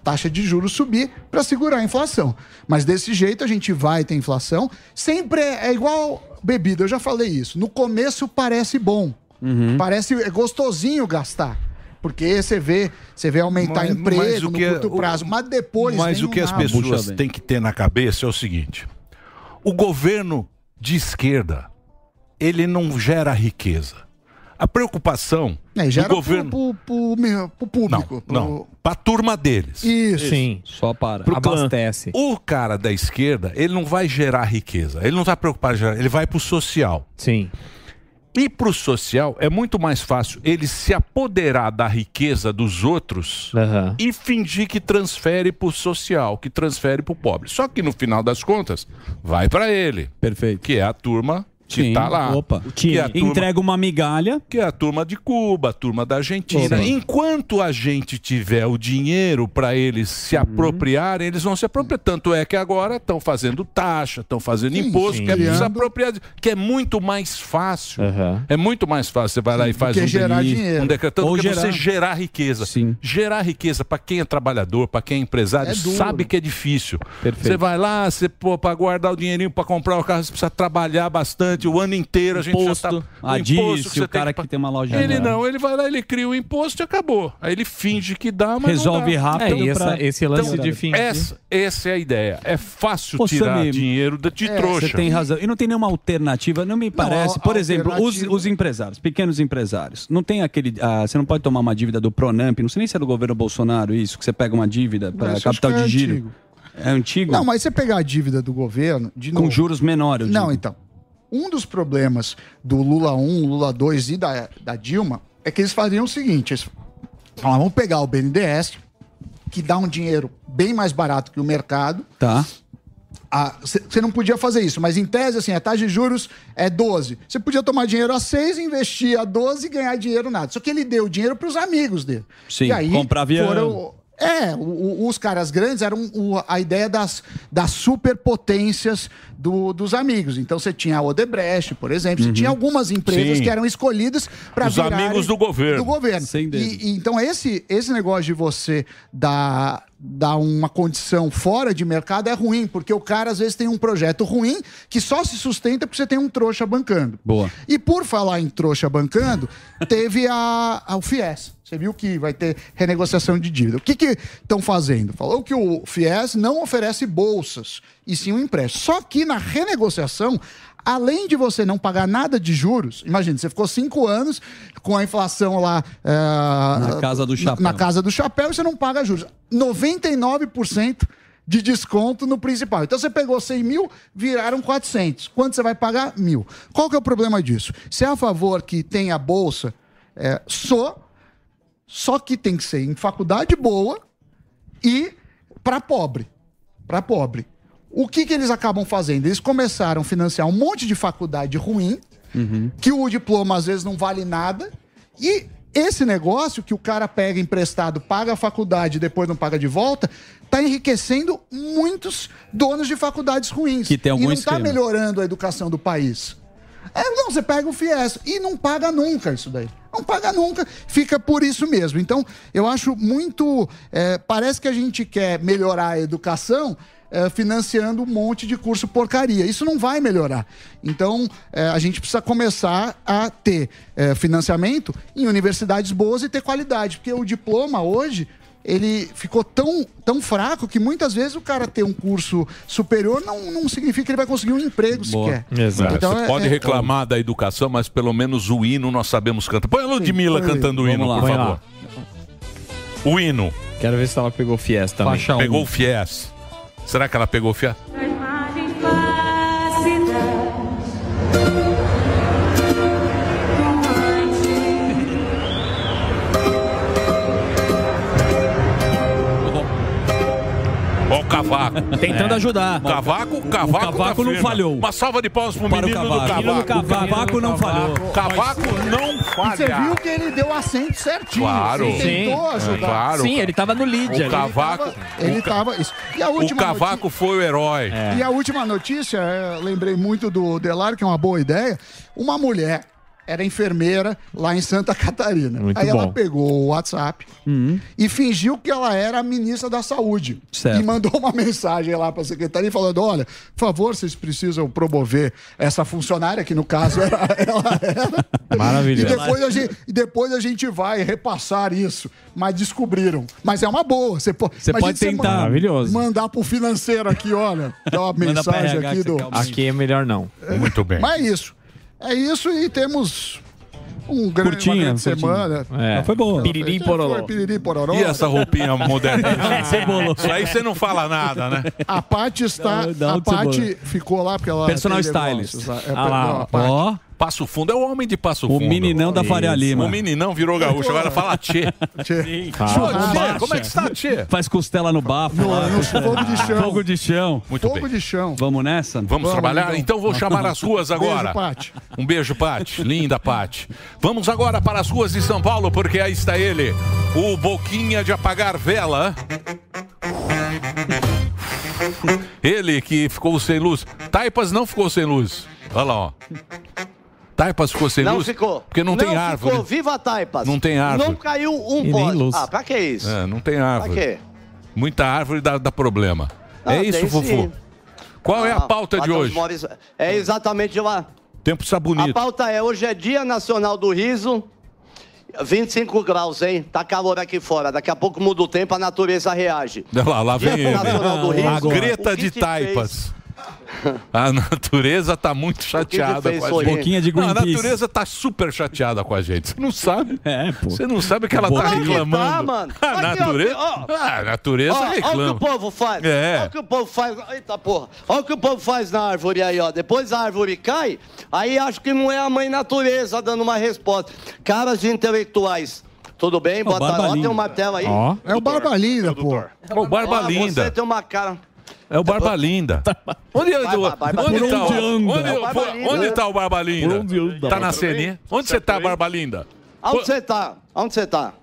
[SPEAKER 6] Taxa de juros subir para segurar a inflação. Mas desse jeito a gente vai ter inflação. Sempre é, é igual bebida, eu já falei isso. No começo parece bom.
[SPEAKER 3] Uhum.
[SPEAKER 6] Parece é gostosinho gastar. Porque você vê, você vê aumentar
[SPEAKER 3] Mas-
[SPEAKER 6] emprego
[SPEAKER 3] mas o que é-
[SPEAKER 6] no curto
[SPEAKER 3] o-
[SPEAKER 6] prazo, mas depois
[SPEAKER 3] Mas
[SPEAKER 6] vem
[SPEAKER 3] o que
[SPEAKER 6] um
[SPEAKER 3] as
[SPEAKER 6] rabo.
[SPEAKER 3] pessoas têm que ter na cabeça é o seguinte: o governo de esquerda ele não gera riqueza. A preocupação
[SPEAKER 6] É,
[SPEAKER 3] do
[SPEAKER 6] gera
[SPEAKER 3] governo
[SPEAKER 6] pro, pro- pro- pro público. pro-
[SPEAKER 3] não, pra turma deles.
[SPEAKER 6] Isso. Sim.
[SPEAKER 3] Só para.
[SPEAKER 4] Abastece.
[SPEAKER 3] O cara da esquerda, ele não vai gerar riqueza. Ele não tá preocupado em gerar, ele vai pro social.
[SPEAKER 4] Sim.
[SPEAKER 3] E pro social é muito mais fácil ele se apoderar da riqueza dos outros e fingir que transfere pro social, que transfere pro pobre. Só que no final das contas, vai pra ele.
[SPEAKER 9] Perfeito.
[SPEAKER 3] Que é a turma que
[SPEAKER 9] Sim.
[SPEAKER 3] tá lá.
[SPEAKER 9] Opa.
[SPEAKER 3] Que é a turma-
[SPEAKER 9] Entrega uma migalha.
[SPEAKER 3] que é a turma de Cuba, a turma da Argentina.
[SPEAKER 6] Uhum.
[SPEAKER 9] Opa.
[SPEAKER 3] Enquanto a gente tiver o dinheiro para eles se
[SPEAKER 6] Uhum.
[SPEAKER 3] apropriarem, eles vão se apropriar. Tanto é que agora estão fazendo taxa, estão fazendo imposto,
[SPEAKER 6] sim.
[SPEAKER 3] que é
[SPEAKER 6] Criando.
[SPEAKER 3] desapropriar, que é muito mais fácil.
[SPEAKER 9] Uhum.
[SPEAKER 3] É muito mais fácil. Você vai lá e faz
[SPEAKER 6] que
[SPEAKER 3] um,
[SPEAKER 6] gerar
[SPEAKER 3] DNI,
[SPEAKER 6] dinheiro.
[SPEAKER 3] um decretão
[SPEAKER 6] Ou
[SPEAKER 3] do que
[SPEAKER 6] gerar.
[SPEAKER 3] você gerar riqueza. Gerar riqueza para quem é trabalhador, para quem é empresário,
[SPEAKER 6] É duro.
[SPEAKER 3] sabe que é difícil. Você vai lá, você pô, para guardar o dinheirinho para comprar o carro, você precisa trabalhar bastante o ano inteiro. A gente já
[SPEAKER 9] Imposto,
[SPEAKER 3] tá o imposto
[SPEAKER 9] adício,
[SPEAKER 3] você
[SPEAKER 9] Ah, o cara que tem uma loja.
[SPEAKER 3] ele não, ele vai lá, ele cria o imposto e acabou. Aí ele finge que dá, mas
[SPEAKER 9] Resolve
[SPEAKER 3] não dá.
[SPEAKER 9] rápido É, e essa- pra- esse lance
[SPEAKER 3] Então,
[SPEAKER 9] de fingir-
[SPEAKER 3] Essa, essa é a ideia. É fácil
[SPEAKER 9] Ô,
[SPEAKER 3] tirar
[SPEAKER 9] Samir,
[SPEAKER 3] dinheiro de, de
[SPEAKER 9] É,
[SPEAKER 3] trouxa.
[SPEAKER 9] Você tem razão. E não tem nenhuma alternativa, não me parece.
[SPEAKER 3] a-
[SPEAKER 9] Por exemplo, os,
[SPEAKER 3] alternativa-
[SPEAKER 9] os empresários, pequenos empresários. Não tem aquele. ah, você não pode tomar uma dívida do Pronamp, não sei nem se é do governo Bolsonaro isso, que você pega uma dívida
[SPEAKER 6] Mas
[SPEAKER 9] para
[SPEAKER 6] isso acho
[SPEAKER 9] capital
[SPEAKER 6] que é
[SPEAKER 9] de giro.
[SPEAKER 6] antigo.
[SPEAKER 9] É antigo?
[SPEAKER 6] Não, mas você pegar a dívida do governo, de
[SPEAKER 9] Com
[SPEAKER 6] novo,
[SPEAKER 9] juros menores. eu
[SPEAKER 6] Não,
[SPEAKER 9] digo.
[SPEAKER 6] então. Um dos problemas do Lula 1, Lula 2 e da, da Dilma é que eles faziam o seguinte: eles falavam, vamos pegar o BNDES, que dá um dinheiro bem mais barato que o mercado.
[SPEAKER 9] Tá.
[SPEAKER 6] Você não podia fazer isso, mas em tese, assim, a taxa de juros é 12. Você podia tomar dinheiro a 6, investir a 12 e ganhar dinheiro nada. Só que ele deu o dinheiro para os amigos dele.
[SPEAKER 9] Sim,
[SPEAKER 6] e aí
[SPEAKER 9] comprar avião.
[SPEAKER 6] foram- É, o- o- os caras grandes eram o- a ideia das, das superpotências do- dos amigos. Então você tinha a Odebrecht, por exemplo, você tinha algumas empresas
[SPEAKER 3] Uhum. Sim.
[SPEAKER 6] que eram escolhidas para
[SPEAKER 3] Os amigos do governo.
[SPEAKER 6] Do governo.
[SPEAKER 3] Sem
[SPEAKER 6] E-
[SPEAKER 3] dedo.
[SPEAKER 6] e, então esse, esse negócio de você dar, dar uma condição fora de mercado é ruim, porque o cara às vezes tem um projeto ruim que só se sustenta porque você tem um trouxa bancando.
[SPEAKER 9] Boa.
[SPEAKER 6] E por falar em trouxa bancando, teve a, a- o FIES. Você viu que vai ter renegociação de dívida. O que estão fazendo? Falou que o FIES não oferece bolsas, e sim um empréstimo. Só que na renegociação, além de você não pagar nada de juros, imagina, você ficou cinco anos com a inflação lá... eh,
[SPEAKER 9] Na casa do chapéu.
[SPEAKER 6] Na casa do chapéu e você não paga juros. 99% de desconto no principal. Então você pegou 100 mil, viraram 400. Quanto você vai pagar? Mil. Qual que é o problema disso? Se é a favor que tem a bolsa, é, sou, só que tem que ser em faculdade boa e para pobre. Para pobre. O que, que eles acabam fazendo? Eles começaram a financiar um monte de faculdade ruim,
[SPEAKER 16] Uhum.
[SPEAKER 6] que o diploma às vezes não vale nada, e esse negócio que o cara pega emprestado, paga a faculdade e depois não paga de volta, tá enriquecendo muitos donos de faculdades ruins.
[SPEAKER 9] Que tem algum
[SPEAKER 6] e não
[SPEAKER 9] esquema.
[SPEAKER 6] tá melhorando a educação do país. É, não, você pega o FIES e não paga nunca isso daí. Não paga nunca, fica por isso mesmo. Então, eu acho muito. é, parece que a gente quer melhorar a educação é, financiando um monte de curso porcaria. Isso não vai melhorar. Então, é, a gente precisa começar a ter é, financiamento em universidades boas e ter qualidade, porque o diploma hoje. Ele ficou tão, tão fraco que muitas vezes o cara ter um curso superior não, não significa que ele vai conseguir um emprego
[SPEAKER 3] Boa.
[SPEAKER 6] sequer.
[SPEAKER 3] Exato.
[SPEAKER 6] Então,
[SPEAKER 3] Você
[SPEAKER 6] é-
[SPEAKER 3] pode
[SPEAKER 6] é-
[SPEAKER 3] reclamar da educação, mas pelo menos o hino nós sabemos cantar. Põe a Ludmilla
[SPEAKER 4] põe o
[SPEAKER 3] cantando o
[SPEAKER 4] hino.
[SPEAKER 3] hino,
[SPEAKER 4] Vamos lá,
[SPEAKER 3] por
[SPEAKER 4] põe
[SPEAKER 3] favor. O hino. um.
[SPEAKER 4] Quero ver se ela pegou Fies também.
[SPEAKER 3] Pegou o Fies. Será que ela pegou o Fies? Ó o cavaco. É.
[SPEAKER 8] Tentando ajudar.
[SPEAKER 3] O cavaco, o cavaco,
[SPEAKER 8] O cavaco
[SPEAKER 3] tá
[SPEAKER 8] não
[SPEAKER 3] firme.
[SPEAKER 8] falhou.
[SPEAKER 3] Uma salva de palmas pro
[SPEAKER 8] Para o
[SPEAKER 3] menino do
[SPEAKER 8] cavaco.
[SPEAKER 3] cavaco.
[SPEAKER 8] Menino do cavaco. O cavaco não falhou.
[SPEAKER 3] Cavaco não
[SPEAKER 6] E você
[SPEAKER 3] falha.
[SPEAKER 6] viu que ele deu acento certinho.
[SPEAKER 3] Claro. É,
[SPEAKER 6] Ele tentou ajudar.
[SPEAKER 3] Claro. O cavaco.
[SPEAKER 6] Ele
[SPEAKER 3] o ca-
[SPEAKER 6] tava. Isso. E a
[SPEAKER 3] o
[SPEAKER 6] última
[SPEAKER 3] cavaco foi o herói.
[SPEAKER 4] É.
[SPEAKER 6] E a última notícia, é, lembrei muito do Delar, que é uma boa ideia. Uma mulher era enfermeira lá em Santa Catarina.
[SPEAKER 8] Muito
[SPEAKER 6] Aí ela
[SPEAKER 8] bom.
[SPEAKER 6] pegou o WhatsApp
[SPEAKER 4] Uhum.
[SPEAKER 6] e fingiu que ela era a ministra da Saúde.
[SPEAKER 8] Certo.
[SPEAKER 6] E mandou uma mensagem lá para a secretaria falando: olha, por favor, vocês precisam promover essa funcionária, que no caso era ela. Era.
[SPEAKER 4] Maravilhoso.
[SPEAKER 6] E depois, a gente, e depois a gente vai repassar isso. Mas descobriram. Mas é uma boa. Você, po-
[SPEAKER 4] Você
[SPEAKER 6] imagina
[SPEAKER 4] pode
[SPEAKER 6] você
[SPEAKER 4] tentar.
[SPEAKER 6] man-
[SPEAKER 4] Maravilhoso.
[SPEAKER 6] Mandar pro financeiro aqui, olha. Dá uma
[SPEAKER 4] Manda pra
[SPEAKER 6] mensagem
[SPEAKER 4] RH
[SPEAKER 6] aqui
[SPEAKER 4] que você
[SPEAKER 6] do.
[SPEAKER 4] calma. Aqui é melhor não.
[SPEAKER 3] Muito bem.
[SPEAKER 6] Mas é isso. É isso e temos um grande,
[SPEAKER 4] Curtinha,
[SPEAKER 6] uma grande
[SPEAKER 4] curtinha.
[SPEAKER 6] semana.
[SPEAKER 4] É. Mas foi boa. Piriri
[SPEAKER 6] Foi-
[SPEAKER 4] pororó.
[SPEAKER 6] foi Piriri pororó.
[SPEAKER 3] E essa roupinha moderna?
[SPEAKER 6] Cebolou.
[SPEAKER 3] Isso aí você não fala nada, né?
[SPEAKER 6] A Paty está.
[SPEAKER 3] Não, não,
[SPEAKER 6] a Paty
[SPEAKER 3] cebola.
[SPEAKER 6] ficou lá porque ela.
[SPEAKER 3] Personal
[SPEAKER 6] tem negócios
[SPEAKER 3] stylist.
[SPEAKER 6] lá. É,
[SPEAKER 3] Ah lá,
[SPEAKER 6] a Paty.
[SPEAKER 3] ó. Passo Fundo é o homem de Passo Fundo.
[SPEAKER 9] meninão da Faria Lima.
[SPEAKER 3] O meninão virou gaúcho, agora fala tchê.
[SPEAKER 6] Tchê.
[SPEAKER 9] Fala.
[SPEAKER 3] Pô, tchê, como é que está tchê?
[SPEAKER 9] Faz costela no bafo. lá.
[SPEAKER 6] fogo de chão.
[SPEAKER 9] Fogo de chão.
[SPEAKER 3] Muito Fogo
[SPEAKER 9] de
[SPEAKER 6] chão.
[SPEAKER 9] Vamos nessa?
[SPEAKER 3] Vamos, trabalhar? Então, vou chamar as ruas agora.
[SPEAKER 9] Beijo, Paty.
[SPEAKER 3] Um beijo, Pati. Linda, Pati. Vamos agora para as ruas de São Paulo, porque aí está ele, o Boquinha de Apagar Vela. Ele que ficou sem luz. Taipas não ficou sem luz. Olha lá, ó. Taipas ficou sem
[SPEAKER 10] não
[SPEAKER 3] luz.
[SPEAKER 10] ficou.
[SPEAKER 3] Porque não, tem árvore.
[SPEAKER 10] Ficou. Viva Taipas.
[SPEAKER 3] Não tem árvore.
[SPEAKER 10] Não caiu um
[SPEAKER 3] E nem
[SPEAKER 10] pó.
[SPEAKER 3] luz.
[SPEAKER 10] Ah, pra que isso?
[SPEAKER 3] É, não tem árvore.
[SPEAKER 10] Pra quê?
[SPEAKER 3] Muita árvore dá, dá problema.
[SPEAKER 10] Ah,
[SPEAKER 3] é isso,
[SPEAKER 10] tem
[SPEAKER 3] Fufu.
[SPEAKER 10] sim.
[SPEAKER 3] Qual é a
[SPEAKER 10] Ah,
[SPEAKER 3] pauta de
[SPEAKER 10] mata os
[SPEAKER 3] hoje?
[SPEAKER 10] móveis. É exatamente uma.
[SPEAKER 3] Tempo
[SPEAKER 10] A
[SPEAKER 3] sabonito.
[SPEAKER 10] pauta é hoje é Dia Nacional do Riso. 25 graus, hein? Tá calor aqui fora. Daqui a pouco muda o tempo, a natureza reage.
[SPEAKER 3] Olha lá, lá vem
[SPEAKER 10] Dia
[SPEAKER 3] ele.
[SPEAKER 10] Nacional do Riso.
[SPEAKER 3] A
[SPEAKER 10] O
[SPEAKER 3] greta
[SPEAKER 10] que
[SPEAKER 3] de
[SPEAKER 10] te
[SPEAKER 3] taipas. A natureza tá muito
[SPEAKER 10] que
[SPEAKER 3] chateada
[SPEAKER 10] fez
[SPEAKER 3] com a
[SPEAKER 10] sorrir?
[SPEAKER 3] gente.
[SPEAKER 10] Boquinha de
[SPEAKER 3] Não, a
[SPEAKER 10] Greenpeace.
[SPEAKER 3] natureza tá super chateada com a gente. Você não sabe. É, pô. Você não sabe que ela tá
[SPEAKER 10] Claro que
[SPEAKER 3] reclamando.
[SPEAKER 10] tá, mano.
[SPEAKER 3] A
[SPEAKER 10] Aqui, ó,
[SPEAKER 3] natureza,
[SPEAKER 10] ó.
[SPEAKER 3] Ah, a natureza
[SPEAKER 10] Ó,
[SPEAKER 3] reclama.
[SPEAKER 10] Olha o que o povo faz.
[SPEAKER 3] É.
[SPEAKER 10] Olha o que o povo faz. Eita porra. Olha o que o povo faz na árvore aí, ó. Depois a árvore cai, aí acho que não é a mãe natureza dando uma resposta. Caras de intelectuais. Tudo bem? Bota
[SPEAKER 6] Barba
[SPEAKER 10] ó, tem
[SPEAKER 6] Linda.
[SPEAKER 10] um martelo aí.
[SPEAKER 6] É o Barba Linda, pô.
[SPEAKER 3] É o Barba
[SPEAKER 10] Ó,
[SPEAKER 3] Linda.
[SPEAKER 10] Você tem uma cara.
[SPEAKER 3] É o Barba Linda. Onde, onde,
[SPEAKER 10] Tá, Barba-
[SPEAKER 3] onde
[SPEAKER 10] Por
[SPEAKER 3] tá,
[SPEAKER 10] onde
[SPEAKER 3] o-
[SPEAKER 10] anda?
[SPEAKER 3] onde-
[SPEAKER 10] É o Barba
[SPEAKER 3] foi-
[SPEAKER 10] Linda.
[SPEAKER 3] onde tá o Barba Linda? Tá na
[SPEAKER 10] Tudo bem?
[SPEAKER 3] CNI? Onde você tá, Barba Linda?
[SPEAKER 10] Onde você tá? Onde você tá?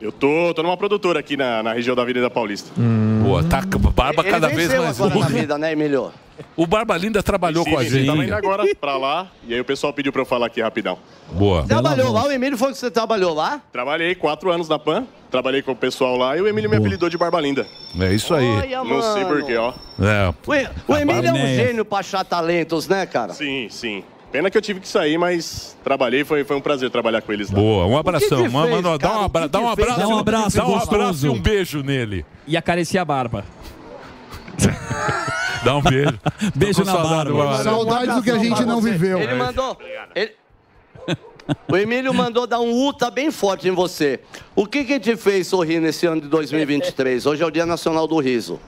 [SPEAKER 12] Eu tô, tô numa produtora aqui na, na região da Avenida Paulista.
[SPEAKER 6] Hum.
[SPEAKER 3] Boa, tá com a barba
[SPEAKER 12] Ele
[SPEAKER 3] cada
[SPEAKER 12] venceu
[SPEAKER 3] vez mais um.
[SPEAKER 12] agora
[SPEAKER 3] longa.
[SPEAKER 12] na vida,
[SPEAKER 10] né, melhor.
[SPEAKER 3] O Barba Linda trabalhou com a
[SPEAKER 12] Sim, sim, Tava
[SPEAKER 3] gente.
[SPEAKER 12] indo agora pra lá, e aí o pessoal pediu pra eu falar aqui rapidão.
[SPEAKER 3] Boa.
[SPEAKER 10] Trabalhou lá, o Emílio foi que você trabalhou lá?
[SPEAKER 12] Trabalhei quatro anos na PAN, trabalhei com o pessoal lá, e o Emílio me apelidou de Barba Linda.
[SPEAKER 3] É isso aí.
[SPEAKER 12] Não sei porquê, ó.
[SPEAKER 3] É.
[SPEAKER 10] O, E- o Emílio é um
[SPEAKER 12] Barbanéia.
[SPEAKER 10] gênio pra achar talentos, né, cara?
[SPEAKER 12] Sim, sim. Pena que eu tive que sair, mas trabalhei, foi, foi um prazer trabalhar com eles lá.
[SPEAKER 3] Boa, um abração. Manda- manda- dá, um abra- dá um abraço,
[SPEAKER 12] Dá um abraço,
[SPEAKER 3] dá um
[SPEAKER 12] gostoso.
[SPEAKER 3] abraço e um beijo nele.
[SPEAKER 8] E acarecia a barba.
[SPEAKER 3] Dá um beijo. É.
[SPEAKER 8] Beijo
[SPEAKER 3] Tô com
[SPEAKER 8] na
[SPEAKER 3] saudade
[SPEAKER 8] barba.
[SPEAKER 3] agora.
[SPEAKER 6] Saudades do que a gente não viveu.
[SPEAKER 10] Ele mandou. ele- O Emílio mandou dar um ultra bem forte em você. O que que te fez sorrir nesse ano de 2023? Hoje é o Dia Nacional do Riso.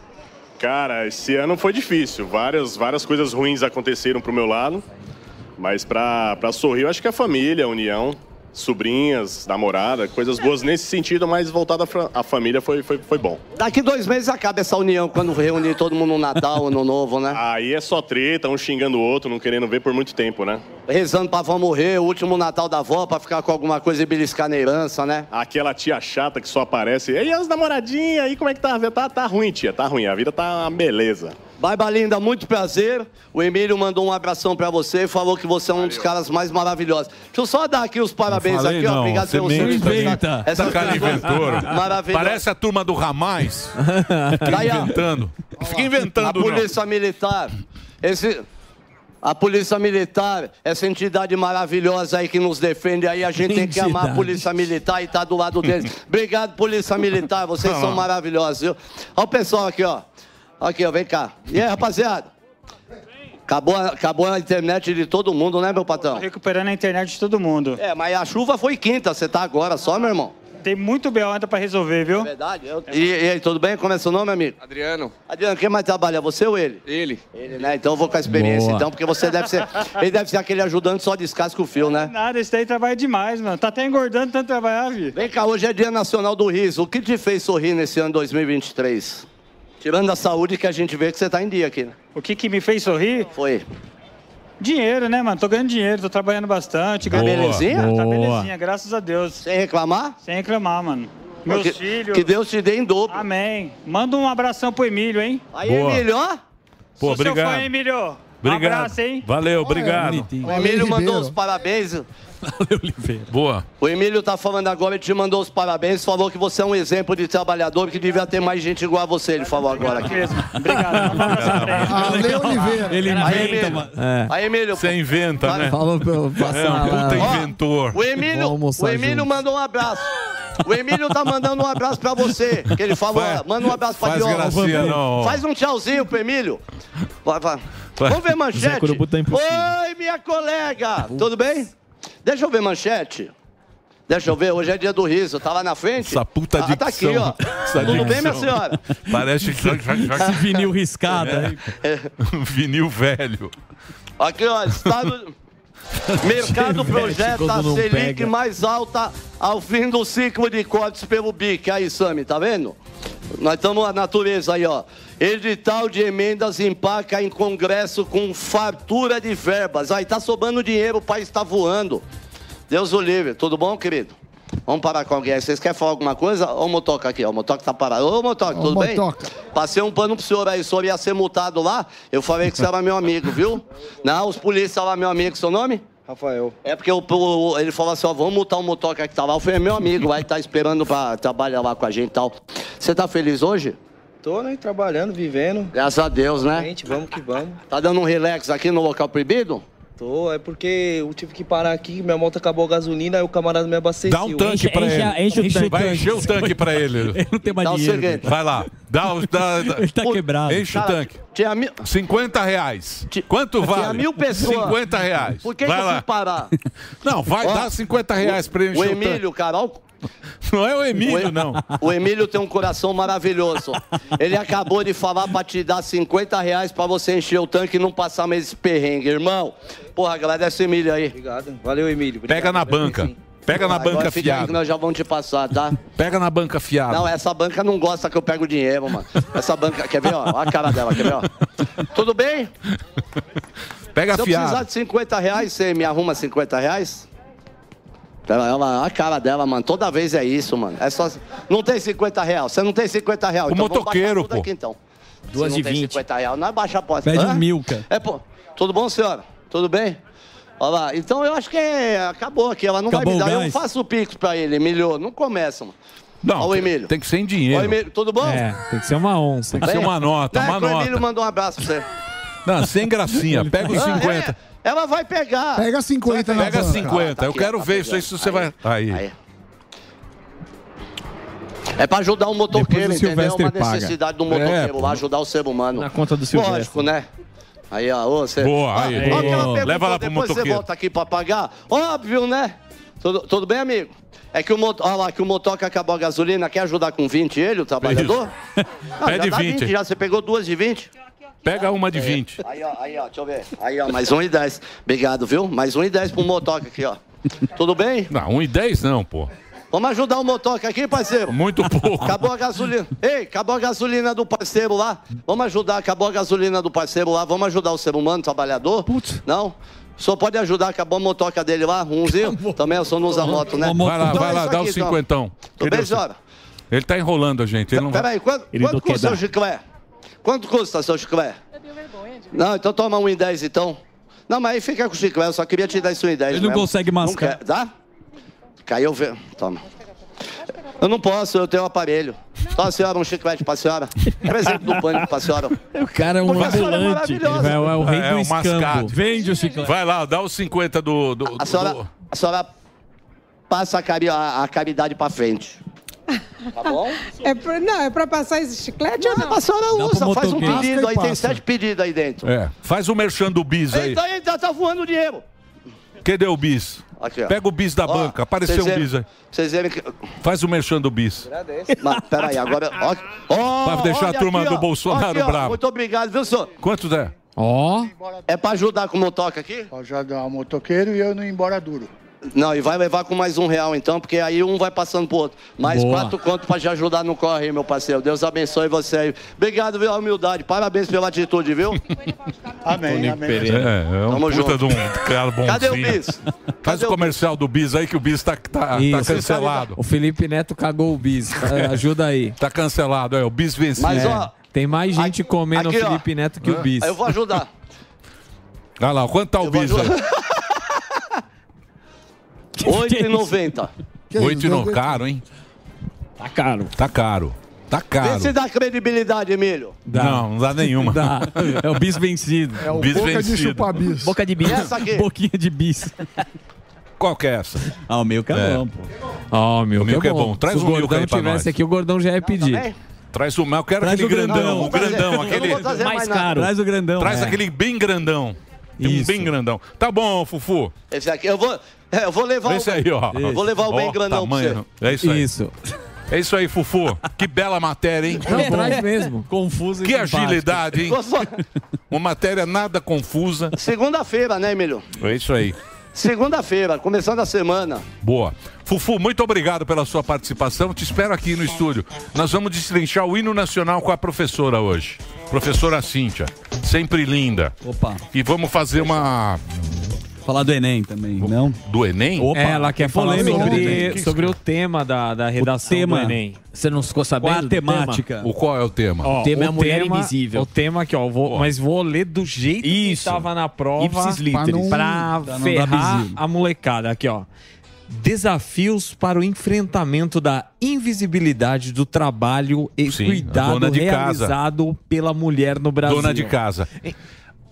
[SPEAKER 12] Cara, esse ano foi difícil. Várias, várias coisas ruins aconteceram pro meu lado. Mas pra, pra sorrir, eu acho que a família, a união, sobrinhas, namorada, coisas boas nesse sentido, mas voltada à fra- à família foi, foi, foi bom.
[SPEAKER 10] Daqui dois meses acaba essa união, quando reunir todo mundo no Natal, Ano Novo, né?
[SPEAKER 12] Aí é só treta, um xingando o outro, não querendo ver por muito tempo, né?
[SPEAKER 10] Rezando pra avó morrer, o último Natal da avó, pra ficar com alguma coisa e beliscar na herança, né?
[SPEAKER 12] Aquela tia chata que só aparece. E aí, as namoradinhas, aí como é que tá a vida? Tá, tá ruim, tia, tá ruim. A vida tá uma beleza.
[SPEAKER 10] Barba Linda, muito prazer. O Emílio mandou um abração pra você e falou que você é um dos caras mais maravilhosos. Deixa eu só dar aqui os parabéns
[SPEAKER 3] Falei
[SPEAKER 10] aqui, ó.
[SPEAKER 3] não,
[SPEAKER 10] Obrigado
[SPEAKER 3] você
[SPEAKER 10] pelo
[SPEAKER 3] mente,
[SPEAKER 10] serviço.
[SPEAKER 3] inventa.
[SPEAKER 10] Essa-
[SPEAKER 3] Tá cara inventor.
[SPEAKER 10] Maravilhoso.
[SPEAKER 3] Parece a turma do Ramais.
[SPEAKER 10] Daí,
[SPEAKER 3] Fica
[SPEAKER 10] ó.
[SPEAKER 3] inventando. Fica inventando,
[SPEAKER 10] A
[SPEAKER 3] não.
[SPEAKER 10] Polícia Militar. Esse. A Polícia Militar, essa entidade maravilhosa aí que nos defende aí, a gente tem que amar a
[SPEAKER 19] Entidade.
[SPEAKER 10] Polícia Militar e estar do lado deles. Obrigado, Polícia Militar, vocês
[SPEAKER 19] Ah lá.
[SPEAKER 10] são maravilhosos, viu? Olha o pessoal aqui, ó. Aqui, ó, vem cá. E aí, rapaziada? Acabou a, acabou a internet de todo mundo, né, meu patrão?
[SPEAKER 20] Recuperando a internet de todo mundo.
[SPEAKER 10] É, mas a chuva foi quinta, você tá agora só, meu irmão?
[SPEAKER 20] Tem muito B.O. ainda pra resolver, viu? É
[SPEAKER 10] verdade. E, e aí, tudo bem? Como é seu nome, amigo? Adriano. Adriano, quem mais trabalha? Você ou ele? Ele. Ele, né? Então eu vou com a experiência,
[SPEAKER 20] Boa.
[SPEAKER 10] então, porque você deve ser. Ele deve ser aquele ajudante só descasca o fio, né?
[SPEAKER 20] Nada, esse daí trabalha demais, mano. Tá até engordando tanto trabalhar, Vi.
[SPEAKER 10] Vem cá, hoje é Dia Nacional do Riso. O que te fez sorrir nesse ano 2023? Tirando a saúde que a gente vê que você tá em dia aqui, né?
[SPEAKER 20] O que que me fez sorrir?
[SPEAKER 10] Foi.
[SPEAKER 20] Dinheiro, né, mano? Tô ganhando dinheiro, tô trabalhando bastante.
[SPEAKER 10] Tá
[SPEAKER 20] ganhando-
[SPEAKER 10] belezinha?
[SPEAKER 20] Tá
[SPEAKER 10] Boa.
[SPEAKER 20] belezinha, graças a Deus. Sem
[SPEAKER 10] reclamar?
[SPEAKER 20] Sem reclamar, mano. Meus
[SPEAKER 10] que,
[SPEAKER 20] filhos.
[SPEAKER 10] Que Deus te dê em dobro.
[SPEAKER 20] Amém. Manda um abração pro Emílio, hein?
[SPEAKER 10] Aí, Boa. Emílio, ó.
[SPEAKER 3] Pô,
[SPEAKER 20] Sou seu fã,
[SPEAKER 3] obrigado.
[SPEAKER 20] hein, Emílio.
[SPEAKER 3] Obrigado.
[SPEAKER 20] Abraço, hein?
[SPEAKER 3] Valeu, obrigado.
[SPEAKER 10] O Emílio mandou os parabéns.
[SPEAKER 3] Boa.
[SPEAKER 10] O Emílio tá falando agora, ele te mandou os parabéns, falou que você é um exemplo de trabalhador, que devia ter mais gente igual a você, ele falou agora aqui.
[SPEAKER 3] Ele
[SPEAKER 10] Aí, Emílio. É. Aí, Emílio.
[SPEAKER 3] Você inventa, né?
[SPEAKER 10] Falou pra eu
[SPEAKER 3] É um puta inventor.
[SPEAKER 10] O Emílio, o Emílio mandou um abraço. O Emílio tá mandando um abraço pra você. Que ele falou,
[SPEAKER 3] Faz-
[SPEAKER 10] manda um abraço pra
[SPEAKER 3] faz
[SPEAKER 10] Diogo.
[SPEAKER 3] gracinha, não.
[SPEAKER 10] Faz um tchauzinho pro Emílio. Vai, vai. Vamos ver
[SPEAKER 3] Zé
[SPEAKER 10] manchete.
[SPEAKER 3] Curubu tá impossível.
[SPEAKER 10] Oi, minha colega. Tudo bem? Deixa eu ver manchete. Deixa eu ver, hoje é dia do riso. Tá lá na frente? Essa
[SPEAKER 3] puta
[SPEAKER 10] Tá aqui, ó.
[SPEAKER 3] Essa
[SPEAKER 10] Tudo bem,
[SPEAKER 3] dicção.
[SPEAKER 10] minha senhora?
[SPEAKER 3] Parece É.
[SPEAKER 10] Esse vinil
[SPEAKER 3] riscado. vinil velho.
[SPEAKER 10] Aqui, ó, estado. Mercado projeta a
[SPEAKER 3] Quando não
[SPEAKER 10] Selic
[SPEAKER 3] pega.
[SPEAKER 10] mais alta ao fim do ciclo de cortes pelo BIC. Aí, Sami, tá vendo? Nós estamos na natureza aí, ó. Edital de emendas empaca em Congresso com fartura de verbas. Aí tá sobrando dinheiro, o país tá voando. Deus o livre. Tudo bom, querido? Vamos parar com alguém aí. Vocês querem falar alguma coisa? Ô, Motoca aqui, ó. O Motoca tá parado. Ô, Motoca,
[SPEAKER 6] Ô,
[SPEAKER 10] tudo bem?
[SPEAKER 6] Motoca.
[SPEAKER 10] Passei um pano pro senhor aí, o senhor ia ser multado lá. Eu falei que você era meu amigo, viu? Não, os polícia lá, meu amigo, seu nome? Rafael. É porque o- o- ele falou assim, ó, vamos multar o motoca que tá lá. Eu falei, meu amigo, vai estar esperando pra trabalhar lá com a gente e tal. Você tá feliz hoje?
[SPEAKER 16] Tô, né, trabalhando, vivendo.
[SPEAKER 10] Graças a Deus, né?
[SPEAKER 16] Gente, vamos que vamos.
[SPEAKER 10] Tá dando um relax aqui no local proibido?
[SPEAKER 16] Tô, é porque eu tive que parar aqui, minha moto acabou a gasolina, aí o camarada me abasteceu.
[SPEAKER 3] Dá um tanque pra ele. Vai encher o tanque pra ele.
[SPEAKER 16] tem mais Dá o dinheiro, seguinte.
[SPEAKER 3] Vai lá. Dá, o- dá, dá. Ele tá quebrado. Enche
[SPEAKER 10] Cara,
[SPEAKER 3] o tanque.
[SPEAKER 10] Tinha mil...
[SPEAKER 3] 50 reais. Quanto
[SPEAKER 10] tinha
[SPEAKER 3] vale?
[SPEAKER 10] mil pessoas.
[SPEAKER 3] 50 reais.
[SPEAKER 10] Por que que
[SPEAKER 3] vai
[SPEAKER 10] eu
[SPEAKER 3] lá.
[SPEAKER 10] fui parar?
[SPEAKER 3] Não, vai
[SPEAKER 10] Ó,
[SPEAKER 3] dar 50 reais pra ele
[SPEAKER 10] O
[SPEAKER 3] encher o
[SPEAKER 10] Emílio, cara, olha o
[SPEAKER 3] Não é o Emílio,
[SPEAKER 10] E-
[SPEAKER 3] não.
[SPEAKER 10] O Emílio tem um coração maravilhoso. Ele acabou de falar pra te dar 50 reais pra você encher o tanque e não passar mais esse perrengue, irmão. Porra, agradece o Emílio aí.
[SPEAKER 16] Obrigado. Valeu, Emílio.
[SPEAKER 3] Pega na banca. Pega na
[SPEAKER 10] Agora
[SPEAKER 3] banca
[SPEAKER 10] fica aí que
[SPEAKER 3] fiada.
[SPEAKER 10] nós já vamos te passar, tá?
[SPEAKER 3] Pega na banca fiada.
[SPEAKER 10] Não, é- essa banca não gosta que eu pego dinheiro, mano. Essa banca, quer ver, ó? Olha a cara dela, quer ver, ó? Tudo bem?
[SPEAKER 3] Pega
[SPEAKER 10] Se eu
[SPEAKER 3] fiado.
[SPEAKER 10] precisar de 50 reais, você me arruma 50 reais? Ela, ela- a cara dela, mano, toda vez é isso, mano. É só. Não tem 50 real. Você não tem 50 real.
[SPEAKER 3] O
[SPEAKER 10] então vamos
[SPEAKER 3] motoqueiro,
[SPEAKER 10] baixar tudo
[SPEAKER 3] pô.
[SPEAKER 10] Aqui, então. Se
[SPEAKER 3] Duas
[SPEAKER 10] não
[SPEAKER 3] e
[SPEAKER 10] tem
[SPEAKER 3] vinte.
[SPEAKER 10] 50 real, não é baixa a porta.
[SPEAKER 3] Pede um
[SPEAKER 10] Hã?
[SPEAKER 3] mil, cara.
[SPEAKER 10] É, pô. Tudo bom, senhora? Tudo bem? Olha lá. Então eu acho que é, acabou aqui. Ela não
[SPEAKER 3] Acabou o
[SPEAKER 10] vai me dar. Eu
[SPEAKER 3] gás?
[SPEAKER 10] faço o pix pra ele, Emilio. Não começa, mano.
[SPEAKER 3] Não,
[SPEAKER 10] Olha o Emílio.
[SPEAKER 3] tem que ser em dinheiro.
[SPEAKER 10] Olha o Emílio, tudo bom?
[SPEAKER 4] É, tem que ser uma onça.
[SPEAKER 3] Tem que ser uma nota,
[SPEAKER 10] É,
[SPEAKER 3] uma
[SPEAKER 10] que O Emílio
[SPEAKER 3] nota.
[SPEAKER 10] mandou um abraço pra você.
[SPEAKER 3] Não, Ah, sem gracinha. Pega os
[SPEAKER 10] Ah,
[SPEAKER 3] 50.
[SPEAKER 10] é, ela vai pegar. Tá,
[SPEAKER 6] Pega 50 na
[SPEAKER 3] Pega
[SPEAKER 6] van.
[SPEAKER 3] 50. Eu quero ver isso aí se você vai. Aí.
[SPEAKER 10] É pra ajudar o motoqueiro,
[SPEAKER 3] Depois o
[SPEAKER 10] entendeu? É
[SPEAKER 3] Sylvester
[SPEAKER 10] Uma
[SPEAKER 3] paga.
[SPEAKER 10] necessidade do motoqueiro
[SPEAKER 3] É,
[SPEAKER 10] lá, ajudar o ser humano.
[SPEAKER 3] Na conta do Sylvester.
[SPEAKER 10] Lógico, né? Aí, ó, ô, você...
[SPEAKER 3] Boa,
[SPEAKER 10] Ó, ó
[SPEAKER 3] aí.
[SPEAKER 10] o que ela
[SPEAKER 3] Boa.
[SPEAKER 10] perguntou,
[SPEAKER 3] Leva lá pro
[SPEAKER 10] depois você
[SPEAKER 3] motoqueiro.
[SPEAKER 10] volta aqui pra pagar. Óbvio, né? Tudo, tudo bem, amigo? É que o, mot... ó lá, que o motoca acabou a gasolina, quer ajudar com 20 ele, o trabalhador? Ah,
[SPEAKER 3] Pede
[SPEAKER 10] já dá
[SPEAKER 3] 20.
[SPEAKER 10] já você pegou duas de É. 20?
[SPEAKER 3] Pega uma de 20.
[SPEAKER 10] Aí, ó, aí, ó, deixa eu ver. Aí, ó, mais um e 10. Obrigado, viu? Mais um e 10 pro motoca aqui, ó. Tudo bem?
[SPEAKER 3] Não, 1 e 10 não, pô.
[SPEAKER 10] Vamos ajudar o motoca aqui, parceiro.
[SPEAKER 3] Muito pouco.
[SPEAKER 10] Acabou a gasolina. Ei, acabou a gasolina do parceiro lá. Vamos ajudar, acabou a gasolina do parceiro lá. Vamos ajudar o ser humano, o trabalhador? Putz. Não? Só pode ajudar, acabou a motoca dele lá, umzinho. Também eu sou não usa moto, né?
[SPEAKER 3] Vai lá,
[SPEAKER 10] Então
[SPEAKER 3] vai
[SPEAKER 10] é
[SPEAKER 3] lá,
[SPEAKER 10] isso
[SPEAKER 3] dá o
[SPEAKER 10] aqui, então.
[SPEAKER 3] cinquentão.
[SPEAKER 10] Tudo bem,
[SPEAKER 3] Cadê o
[SPEAKER 10] senhora?
[SPEAKER 3] Ele tá enrolando a gente. Ele não vai-
[SPEAKER 10] Peraí, quanto, quanto custa seu chiclete? Quanto custa seu chiclete? Eu tenho vergonha. Não, então toma um em 10, então. Não, mas aí fica com o chiclete, eu só queria te dar isso em 10
[SPEAKER 9] Ele não
[SPEAKER 10] mesmo.
[SPEAKER 9] consegue mascar.
[SPEAKER 10] Não quer, dá? Caiu, ve- toma. Eu não posso, eu tenho um aparelho. Toma, senhora, um chiclete pra senhora. Presente do pânico pra senhora.
[SPEAKER 3] O cara é
[SPEAKER 10] um Porque a senhora é ambulante. maravilhosa. Ele é o- é o rei do escambo.
[SPEAKER 3] Vende o chiclete. um Vai lá, dá os 50 do... do,
[SPEAKER 10] A senhora,
[SPEAKER 3] do-
[SPEAKER 10] a senhora passa a, cari- a, a caridade pra frente. Tá bom?
[SPEAKER 21] É pra, não, é pra passar esse chiclete ou não?
[SPEAKER 10] A senhora usa, faz um pedido aí, tem sete pedidos aí dentro.
[SPEAKER 3] É, faz o merchan do bis aí.
[SPEAKER 10] Então ele tá, tá voando dinheiro.
[SPEAKER 3] Cadê o bis?
[SPEAKER 10] Aqui, ó.
[SPEAKER 3] Pega o bis da
[SPEAKER 10] Ó,
[SPEAKER 3] banca. Apareceu
[SPEAKER 10] vocês
[SPEAKER 3] um bis aí.
[SPEAKER 10] verem- Vocês verem que...
[SPEAKER 3] Faz o merchan do bis.
[SPEAKER 10] Mas, peraí, agora... Ó, ó,
[SPEAKER 3] Pra deixar
[SPEAKER 10] olha
[SPEAKER 3] a turma
[SPEAKER 10] aqui,
[SPEAKER 3] do
[SPEAKER 10] ó.
[SPEAKER 3] Bolsonaro
[SPEAKER 10] Aqui, ó,
[SPEAKER 3] brava.
[SPEAKER 10] Muito obrigado, viu, senhor?
[SPEAKER 3] Quanto é? Ó.
[SPEAKER 10] É pra ajudar com o motoca aqui?
[SPEAKER 22] Pra ajudar o um motoqueiro e eu não ir embora duro.
[SPEAKER 10] Não, e vai levar com mais um real então, porque aí um vai passando pro outro. Mais
[SPEAKER 22] Boa.
[SPEAKER 10] quatro conto pra te ajudar no corre, aí, meu parceiro. Deus abençoe você aí. Obrigado, viu, a humildade. Parabéns pela atitude, viu?
[SPEAKER 22] amém,
[SPEAKER 3] É, é um
[SPEAKER 10] Tamo
[SPEAKER 3] puta
[SPEAKER 10] junto.
[SPEAKER 3] de um cara bonzinho.
[SPEAKER 10] Cadê o bis?
[SPEAKER 3] Faz o comercial do bis aí que o bis tá, tá, tá
[SPEAKER 4] Isso.
[SPEAKER 3] cancelado.
[SPEAKER 4] O Felipe Neto cagou o bis. É, Ajuda aí.
[SPEAKER 3] Tá cancelado, é. O bis vencido.
[SPEAKER 4] Mas,
[SPEAKER 3] É.
[SPEAKER 4] ó, Tem mais gente comendo
[SPEAKER 3] aqui,
[SPEAKER 4] o
[SPEAKER 3] ó.
[SPEAKER 4] Felipe Neto que o
[SPEAKER 3] É.
[SPEAKER 4] bis.
[SPEAKER 10] Eu vou ajudar.
[SPEAKER 3] Olha lá, quanto tá o bis aí?
[SPEAKER 10] 8,90.
[SPEAKER 3] Oito e não, caro, hein? Tá caro. Tá caro. Tá
[SPEAKER 10] Vê
[SPEAKER 3] caro.
[SPEAKER 10] se dá credibilidade, Emílio.
[SPEAKER 3] Não, não dá nenhuma.
[SPEAKER 4] Dá.
[SPEAKER 3] É o bis vencido. É
[SPEAKER 10] o boca de chupar bis.
[SPEAKER 3] Boca de
[SPEAKER 10] bis. E essa aqui?
[SPEAKER 3] Boquinha de bis. Qual que é essa?
[SPEAKER 9] Ah, o meu que é,
[SPEAKER 3] É.
[SPEAKER 9] bom, pô.
[SPEAKER 4] Ó, meu,
[SPEAKER 3] O Milk
[SPEAKER 4] que
[SPEAKER 3] é bom. Traz
[SPEAKER 4] Se
[SPEAKER 3] um
[SPEAKER 4] o
[SPEAKER 3] Milk
[SPEAKER 4] Gordão
[SPEAKER 3] aí pra
[SPEAKER 4] tivesse
[SPEAKER 3] nós.
[SPEAKER 4] aqui, o Gordão já ia pedir.
[SPEAKER 3] Traz o meu, eu quero
[SPEAKER 4] Traz
[SPEAKER 3] aquele
[SPEAKER 4] o grandão.
[SPEAKER 3] grandão, o
[SPEAKER 4] Não, não vou
[SPEAKER 3] grandão,
[SPEAKER 4] trazer,
[SPEAKER 3] aquele
[SPEAKER 4] não vou trazer Mais mais nada. caro.
[SPEAKER 3] Traz
[SPEAKER 4] Traz
[SPEAKER 3] o
[SPEAKER 4] o
[SPEAKER 3] grandão. Traz
[SPEAKER 4] é.
[SPEAKER 3] aquele bem grandão. Tem um bem grandão. Tá bom, Fufu.
[SPEAKER 10] Esse aqui, eu vou, é, eu vou levar
[SPEAKER 3] Esse
[SPEAKER 10] o...
[SPEAKER 3] aí, ó.
[SPEAKER 10] Eu Vou levar o
[SPEAKER 3] Ó,
[SPEAKER 10] bem grandão pra
[SPEAKER 3] tamanho.
[SPEAKER 10] você.
[SPEAKER 3] É isso aí.
[SPEAKER 4] Isso.
[SPEAKER 3] É isso aí, Fufu. Que bela matéria,
[SPEAKER 10] É
[SPEAKER 3] hein? Tá
[SPEAKER 4] Não, traz mesmo.
[SPEAKER 3] Confusa
[SPEAKER 4] e
[SPEAKER 3] Que
[SPEAKER 4] simpática.
[SPEAKER 3] agilidade, hein? Uma matéria nada confusa.
[SPEAKER 10] Segunda-feira, né, Emílio?
[SPEAKER 3] É isso aí.
[SPEAKER 10] Segunda-feira, começando a semana.
[SPEAKER 3] Boa. Fufu, muito obrigado pela sua participação. Te espero aqui no estúdio. Nós vamos destrinchar o hino nacional com a professora hoje. Professora Cíntia. Sempre linda.
[SPEAKER 9] Opa.
[SPEAKER 3] E vamos fazer uma.
[SPEAKER 9] Falar do Enem também, não?
[SPEAKER 3] Do Enem?
[SPEAKER 9] Opa,
[SPEAKER 4] É, Ela quer falar
[SPEAKER 9] polêmica né? do Enem.
[SPEAKER 4] sobre,
[SPEAKER 9] Que
[SPEAKER 4] sobre o tema da, da redação
[SPEAKER 9] tema.
[SPEAKER 4] do Enem.
[SPEAKER 8] Você não ficou sabendo?
[SPEAKER 9] Qual a temática?
[SPEAKER 3] O qual é o tema?
[SPEAKER 4] Ó,
[SPEAKER 8] é O tema é a mulher
[SPEAKER 4] tema-
[SPEAKER 8] invisível.
[SPEAKER 4] O tema aqui, ó, vou- mas vou ler do jeito que estava na prova
[SPEAKER 8] Ipsis literis.
[SPEAKER 4] pra
[SPEAKER 8] Pra não dar
[SPEAKER 4] ferrar
[SPEAKER 8] bizil.
[SPEAKER 4] a molecada. Aqui, ó. Desafios para o enfrentamento da invisibilidade do trabalho e
[SPEAKER 3] Sim, a dona
[SPEAKER 4] cuidado
[SPEAKER 3] de casa.
[SPEAKER 4] realizado pela mulher no Brasil.
[SPEAKER 3] Dona de casa.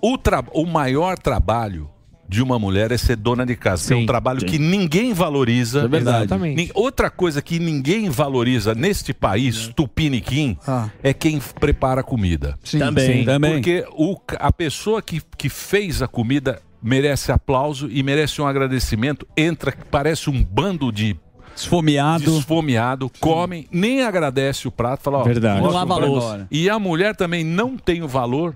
[SPEAKER 3] O, tra- o maior trabalho de uma mulher é ser dona de casa. é um trabalho que ninguém valoriza.
[SPEAKER 4] É verdade. Exatamente.
[SPEAKER 3] Ni- Outra coisa que ninguém valoriza neste
[SPEAKER 4] Uhum.
[SPEAKER 3] país, Tupiniquim,
[SPEAKER 4] Ah.
[SPEAKER 3] é quem f- prepara a comida.
[SPEAKER 9] Sim. Também. Sim, também.
[SPEAKER 3] Porque o ca- a pessoa que, que fez a comida merece aplauso e merece um agradecimento. Entra, que parece um bando de.
[SPEAKER 9] Esfomeado.
[SPEAKER 3] Esfomeado, come, nem agradece o prato, fala, ó,
[SPEAKER 9] Verdade.
[SPEAKER 3] nós
[SPEAKER 9] Não lava
[SPEAKER 3] compramos.
[SPEAKER 9] a louça.
[SPEAKER 3] E a mulher também não tem o valor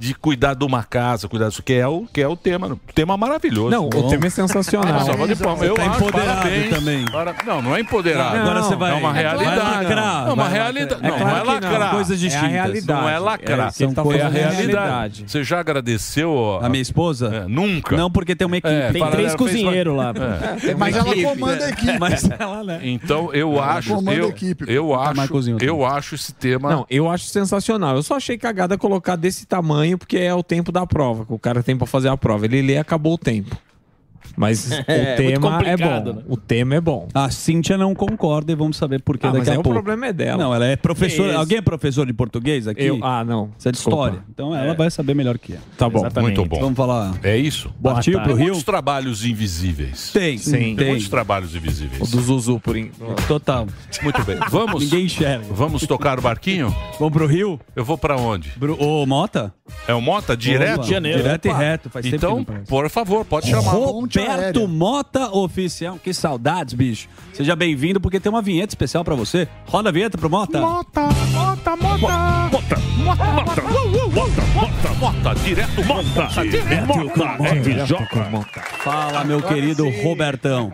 [SPEAKER 3] de cuidar de uma casa, cuidar disso, que é o, que é o tema. O tema maravilhoso.
[SPEAKER 4] Não, o tema é sensacional.
[SPEAKER 3] Salva de palmas.
[SPEAKER 4] Você
[SPEAKER 3] Eu
[SPEAKER 4] tá
[SPEAKER 3] acho,
[SPEAKER 4] empoderado
[SPEAKER 3] parabéns.
[SPEAKER 4] também.
[SPEAKER 3] Para- Não, não é empoderado.
[SPEAKER 4] Não, agora você vai-
[SPEAKER 3] É uma
[SPEAKER 4] vai
[SPEAKER 3] realidade.
[SPEAKER 4] lacrar,
[SPEAKER 3] Não, uma
[SPEAKER 4] vai
[SPEAKER 3] realidade.
[SPEAKER 4] lacrar. É
[SPEAKER 3] Não,
[SPEAKER 4] claro
[SPEAKER 3] não é
[SPEAKER 4] que não,
[SPEAKER 3] lacrar.
[SPEAKER 4] coisas
[SPEAKER 3] É a
[SPEAKER 4] distintas.
[SPEAKER 3] realidade. Não é lacrar.
[SPEAKER 4] É, são
[SPEAKER 9] tá
[SPEAKER 3] Então,
[SPEAKER 4] coisas
[SPEAKER 3] é a
[SPEAKER 4] da
[SPEAKER 3] realidade.
[SPEAKER 4] realidade.
[SPEAKER 3] Você já agradeceu a minha
[SPEAKER 9] esposa?
[SPEAKER 3] É, nunca.
[SPEAKER 9] é.
[SPEAKER 3] É,
[SPEAKER 9] Não, porque tem uma equipe. Tem
[SPEAKER 3] fala-
[SPEAKER 9] três
[SPEAKER 3] ela fez-
[SPEAKER 9] cozinheiros lá, pô.
[SPEAKER 3] É.
[SPEAKER 9] Tem uma Mas ela equipe, comanda né? a equipe. Mas ela, né?
[SPEAKER 3] Então eu
[SPEAKER 4] Ela
[SPEAKER 3] acho,
[SPEAKER 4] comanda a
[SPEAKER 3] eu,
[SPEAKER 4] equipe.
[SPEAKER 3] eu
[SPEAKER 4] Tá mais
[SPEAKER 3] acho,
[SPEAKER 4] cozinho
[SPEAKER 3] eu acho esse tema.
[SPEAKER 4] Não, eu acho sensacional. Eu só achei cagada colocar desse tamanho, porque é o tempo da prova, que o cara tem pra fazer a prova. Ele lê e acabou o tempo. Mas o tema é bom. O tema é bom.
[SPEAKER 9] A Cíntia não concorda e vamos saber por que
[SPEAKER 4] Ah,
[SPEAKER 9] daqui
[SPEAKER 4] mas
[SPEAKER 9] a
[SPEAKER 4] aí o
[SPEAKER 9] pouco.
[SPEAKER 4] problema é dela.
[SPEAKER 9] Não, ela é
[SPEAKER 4] Que
[SPEAKER 9] professora.
[SPEAKER 4] isso.
[SPEAKER 9] Alguém é professor de português aqui?
[SPEAKER 4] Eu- ah, não.
[SPEAKER 9] Isso é de
[SPEAKER 4] Desculpa.
[SPEAKER 9] história. Então ela vai saber melhor que eu.
[SPEAKER 4] Tá bom,
[SPEAKER 3] muito bom.
[SPEAKER 9] Vamos falar.
[SPEAKER 3] É isso?
[SPEAKER 9] Boa Partiu tarde. pro
[SPEAKER 3] Tem
[SPEAKER 9] Rio?
[SPEAKER 3] muitos trabalhos invisíveis.
[SPEAKER 9] Tem, Sim.
[SPEAKER 3] Tem,
[SPEAKER 9] tem.
[SPEAKER 3] muitos trabalhos invisíveis.
[SPEAKER 4] O do Zuzu, por in...
[SPEAKER 9] Total.
[SPEAKER 3] Muito bem. Vamos.
[SPEAKER 9] Ninguém enxerga.
[SPEAKER 3] Vamos tocar o barquinho?
[SPEAKER 9] Vamos pro Rio?
[SPEAKER 3] Eu vou pra onde?
[SPEAKER 9] Ô, Mota?
[SPEAKER 3] É o Mota? Direto?
[SPEAKER 9] Opa, Direto e reto. Faz tempo que
[SPEAKER 3] então,
[SPEAKER 9] não aparece.
[SPEAKER 3] por favor, pode chamar.
[SPEAKER 9] Roberto Mota Oficial. Que saudades, bicho. Seja bem-vindo, porque tem uma vinheta especial pra você. Roda a vinheta pro Mota.
[SPEAKER 3] Mota, Mota,
[SPEAKER 23] Mota,
[SPEAKER 3] Tá. Mota.
[SPEAKER 23] Mota, Mota, Mota, Mota, Mota, direto, Mota, direto, Mota, É,
[SPEAKER 9] Fala, meu querido Robertão.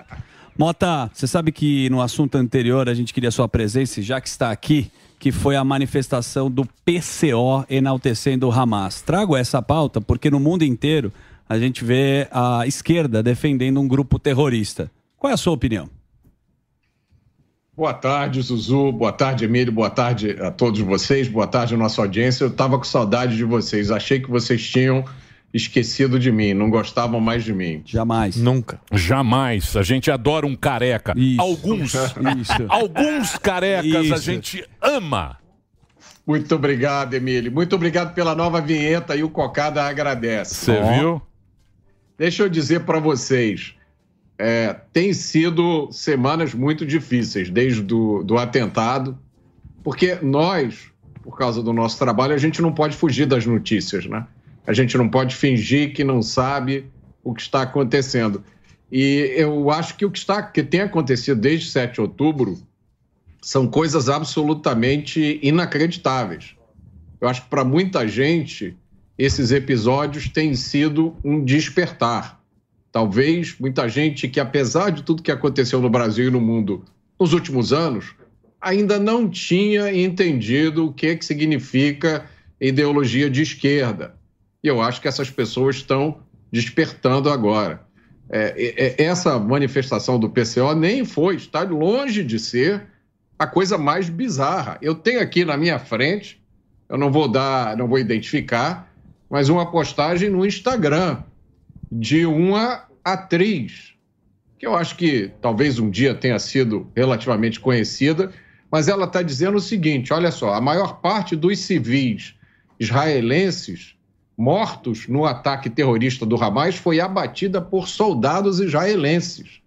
[SPEAKER 9] Mota, você sabe que no assunto anterior a gente queria sua presença, e já que está aqui, que foi a manifestação do PCO enaltecendo o Hamas. Trago essa pauta porque no mundo inteiro a gente vê a esquerda defendendo um grupo terrorista. Qual é a sua opinião?
[SPEAKER 24] Boa tarde, Zuzu. Boa tarde, Emílio. Boa tarde a todos vocês. Boa tarde à nossa audiência. Eu estava com saudade de vocês. Achei que vocês tinham esquecido de mim, não gostavam mais de mim.
[SPEAKER 9] Jamais.
[SPEAKER 3] Nunca. Jamais. A gente adora um careca. Alguns.
[SPEAKER 9] Isso.
[SPEAKER 3] Alguns carecas a
[SPEAKER 24] Isso.
[SPEAKER 3] gente ama.
[SPEAKER 24] Muito obrigado, Emílio. Muito obrigado pela nova vinheta e o Cocada agradece.
[SPEAKER 3] Você viu?
[SPEAKER 24] Deixa eu dizer para vocês, é, tem sido semanas muito difíceis desde do, do atentado, porque nós, por causa do nosso trabalho, a gente não pode fugir das notícias, né? A gente não pode fingir que não sabe o que está acontecendo. E eu acho que o que está, que tem acontecido desde 7 de outubro são coisas absolutamente inacreditáveis. Eu acho que para muita gente esses episódios têm sido um despertar. Talvez muita gente que, apesar de tudo que aconteceu no Brasil e no mundo nos últimos anos, ainda não tinha entendido o que, é que significa ideologia de esquerda. E eu acho que essas pessoas estão despertando agora. É, é, é, essa manifestação do PCO nem foi, está longe de ser a coisa mais bizarra. Eu tenho aqui na minha frente, eu não vou dar, não vou identificar, mas uma postagem no Instagram de uma atriz que eu acho que talvez um dia tenha sido relativamente conhecida, mas ela está dizendo o seguinte: olha só, a maior parte dos civis israelenses mortos no ataque terrorista do Hamas foi abatida por soldados israelenses.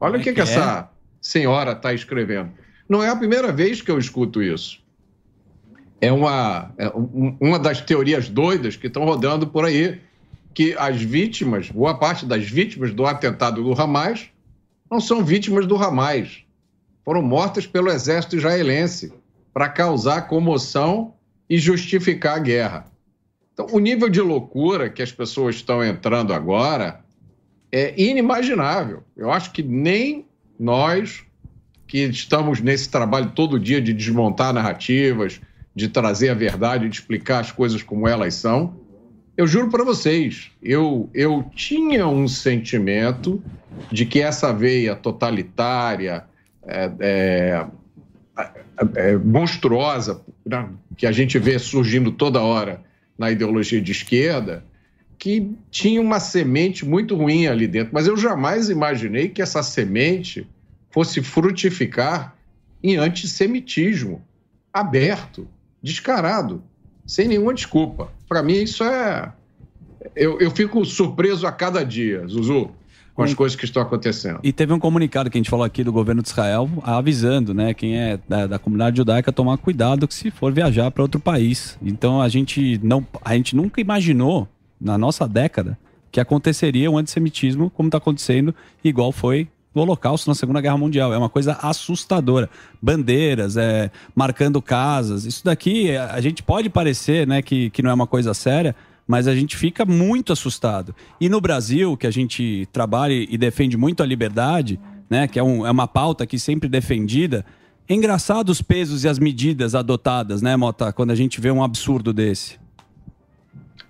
[SPEAKER 24] Olha o que, que
[SPEAKER 2] é?
[SPEAKER 24] essa senhora
[SPEAKER 7] tá
[SPEAKER 24] está tá escrevendo. Não é a primeira vez que eu escuto isso. É uma, é um- uma das teorias doidas que estão rodando por aí, que as vítimas, boa parte das vítimas do atentado do Hamas, não são vítimas do Hamas. Foram mortas pelo exército israelense para causar comoção e justificar a guerra. Então, o nível de loucura que as pessoas estão entrando agora é inimaginável. Eu acho que nem nós, que estamos nesse trabalho todo dia de desmontar narrativas, de trazer a verdade, de explicar as coisas como elas são, eu juro para vocês, eu, eu tinha um sentimento de que essa veia totalitária, é, é, é, monstruosa, né, que a gente vê surgindo toda hora na ideologia de esquerda, que tinha uma semente muito ruim ali dentro. Mas eu jamais imaginei que essa semente fosse frutificar em antissemitismo aberto, descarado, sem nenhuma desculpa. Para mim, isso é. Eu, eu fico surpreso a cada dia, Zuzu, com as coisas que estão acontecendo.
[SPEAKER 9] E teve um comunicado que a gente falou aqui do governo de Israel avisando, né, quem é da, da comunidade judaica tomar cuidado que se for viajar para outro país. Então a gente não, a gente nunca imaginou na nossa década que aconteceria um antissemitismo como está acontecendo, tá igual foi do Holocausto na Segunda Guerra Mundial. É uma coisa assustadora. Bandeiras, é, marcando casas. Isso daqui, é, a gente pode parecer né, que, que não é uma coisa séria, mas a gente fica muito assustado. E no Brasil, que a gente trabalha e defende muito a liberdade, né, que é, um, é uma pauta que sempre defendida, é engraçado os pesos e as medidas adotadas, né, Mota, quando a gente vê um absurdo desse.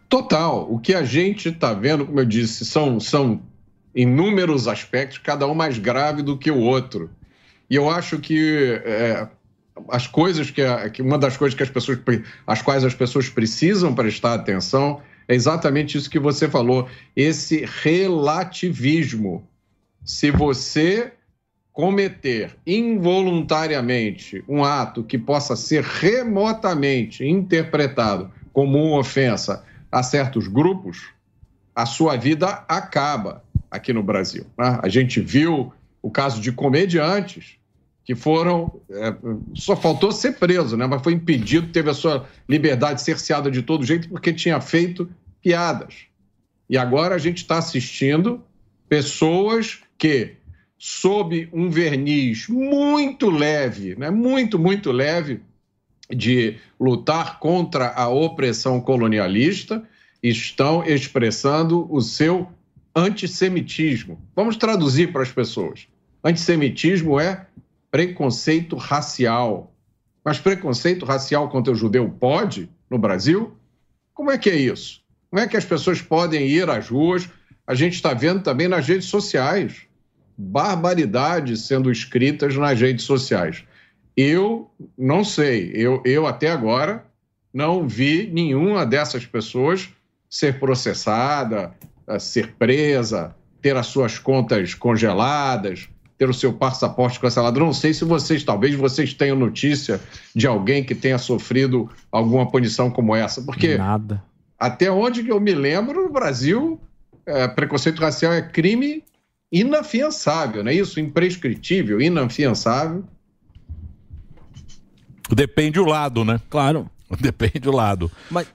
[SPEAKER 24] Total. O que a gente está vendo, como eu disse, são, são inúmeros aspectos, cada um mais grave do que o outro. E eu acho que é, as coisas que, a- que uma das coisas que as pessoas pre- as quais as pessoas precisam prestar atenção é exatamente isso que você falou, esse relativismo. Se você cometer involuntariamente um ato que possa ser remotamente interpretado como uma ofensa a certos grupos, a sua vida acaba aqui no Brasil. né? A gente viu o caso de comediantes que foram. é, só faltou ser preso, né? mas foi impedido, teve a sua liberdade cerceada de todo jeito porque tinha feito piadas. E agora a gente está assistindo pessoas que, sob um verniz muito leve, né? muito, muito leve, de lutar contra a opressão colonialista, estão expressando o seu antissemitismo. Vamos traduzir para as pessoas. Antissemitismo é preconceito racial. Mas preconceito racial contra o judeu pode no Brasil? Como é que é isso? Como é que as pessoas podem ir às ruas? A gente está vendo também nas redes sociais barbaridades sendo escritas nas redes sociais. Eu não sei, eu, eu até agora não vi nenhuma dessas pessoas ser processada, eh, ser presa, ter as suas contas congeladas, ter o seu passaporte cancelado. Não sei se vocês, talvez vocês tenham notícia de alguém que tenha sofrido alguma punição como essa, porque
[SPEAKER 4] Nada.
[SPEAKER 24] até onde que eu me lembro, no Brasil, eh, preconceito racial é crime inafiançável, não é isso? Imprescritível, inafiançável.
[SPEAKER 3] Depende o lado, né?
[SPEAKER 8] Claro.
[SPEAKER 3] Depende o lado.
[SPEAKER 8] Mas,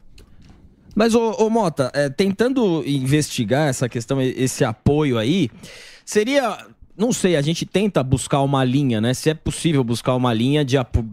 [SPEAKER 8] mas ô, ô, Mota, é, tentando investigar essa questão, e- esse apoio aí, seria. Não sei, a gente tenta buscar uma linha, né? Se é possível buscar uma linha de apo-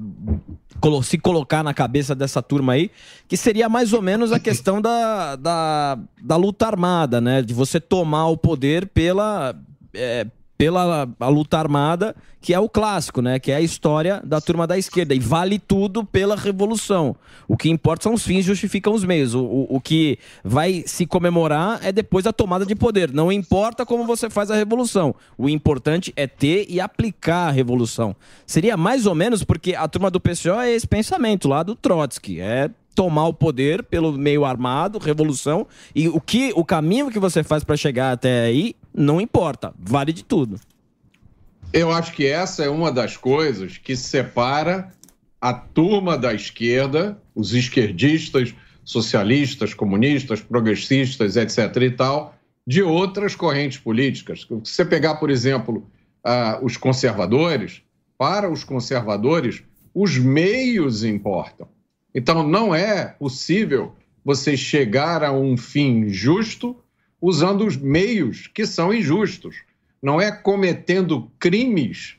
[SPEAKER 8] colo- se colocar na cabeça dessa turma aí, que seria mais ou menos a questão da, da, da luta armada, né? De você tomar o poder pela. é, pela a luta armada, que é o clássico, né? Que é a história da turma da esquerda. E vale tudo pela revolução. O que importa são os fins, justificam os meios. O, o, o que vai se comemorar é depois da tomada de poder. Não importa como você faz a revolução. O importante é ter e aplicar a revolução. Seria mais ou menos porque a turma do PCO é esse pensamento lá do Trotsky. É tomar o poder pelo meio armado, revolução, e o que o caminho que você faz para chegar até aí não importa, vale de tudo.
[SPEAKER 24] Eu acho que essa é uma das coisas que separa a turma da esquerda, os esquerdistas, socialistas, comunistas, progressistas, etc. e tal, de outras correntes políticas. Se você pegar, por exemplo, ah, os conservadores, para os conservadores, os meios importam. Então, não é possível você chegar a um fim justo usando os meios que são injustos. Não é cometendo crimes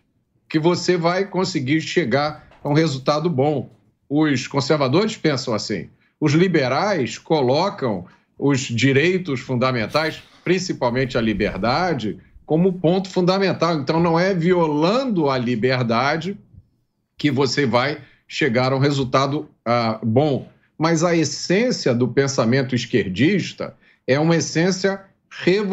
[SPEAKER 24] que você vai conseguir chegar a um resultado bom. Os conservadores pensam assim. Os liberais colocam os direitos fundamentais, principalmente a liberdade, como ponto fundamental. Então, não é violando a liberdade que você vai chegar a um resultado ah, bom. Mas a essência do pensamento esquerdista é uma essência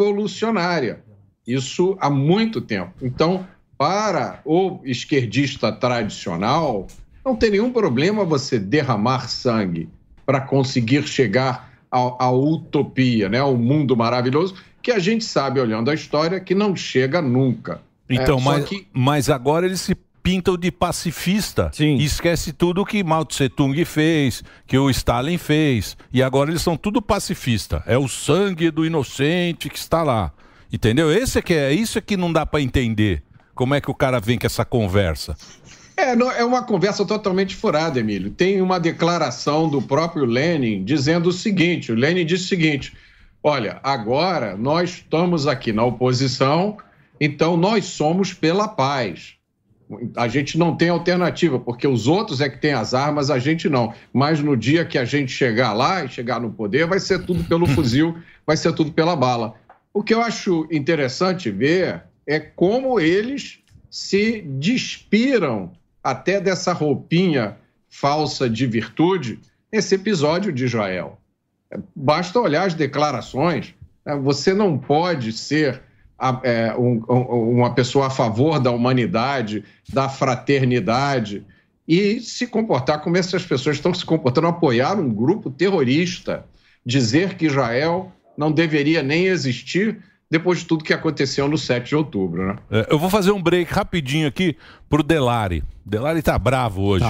[SPEAKER 24] revolucionária. Isso há muito tempo. Então, para o esquerdista tradicional, não tem nenhum problema você derramar sangue para conseguir chegar à, à utopia, né? ao mundo maravilhoso, que a gente sabe, olhando a história, que não chega nunca.
[SPEAKER 3] Então,
[SPEAKER 24] É, só
[SPEAKER 3] mas,
[SPEAKER 24] que
[SPEAKER 3] mas agora eles se pintam de pacifista e esquece tudo que Mao Tse Tung fez, que o Stalin fez. E agora eles são tudo pacifista. É o sangue do inocente que está lá. Entendeu? Esse é que é, isso é que não dá para entender. Como é que o cara vem com essa conversa?
[SPEAKER 24] É, não- é uma conversa totalmente furada, Emílio. Tem uma declaração do próprio Lenin dizendo o seguinte: o Lenin disse o seguinte: olha, agora nós estamos aqui na oposição, Então, nós somos pela paz. A gente não tem alternativa, porque os outros é que têm as armas, a gente não. Mas no dia que a gente chegar lá e chegar no poder, vai ser tudo pelo fuzil, vai ser tudo pela bala. O que eu acho interessante ver é como eles se despiram até dessa roupinha falsa de virtude nesse episódio de Israel. Basta olhar as declarações. né? Você não pode ser a- é, um- um- uma pessoa a favor da humanidade, da fraternidade, e se comportar como essas pessoas estão se comportando, apoiar um grupo terrorista, dizer que Israel não deveria nem existir depois de tudo que aconteceu no 7 de outubro. Né?
[SPEAKER 3] É, eu vou fazer um break rapidinho aqui pro Delari. Delari tá bravo hoje.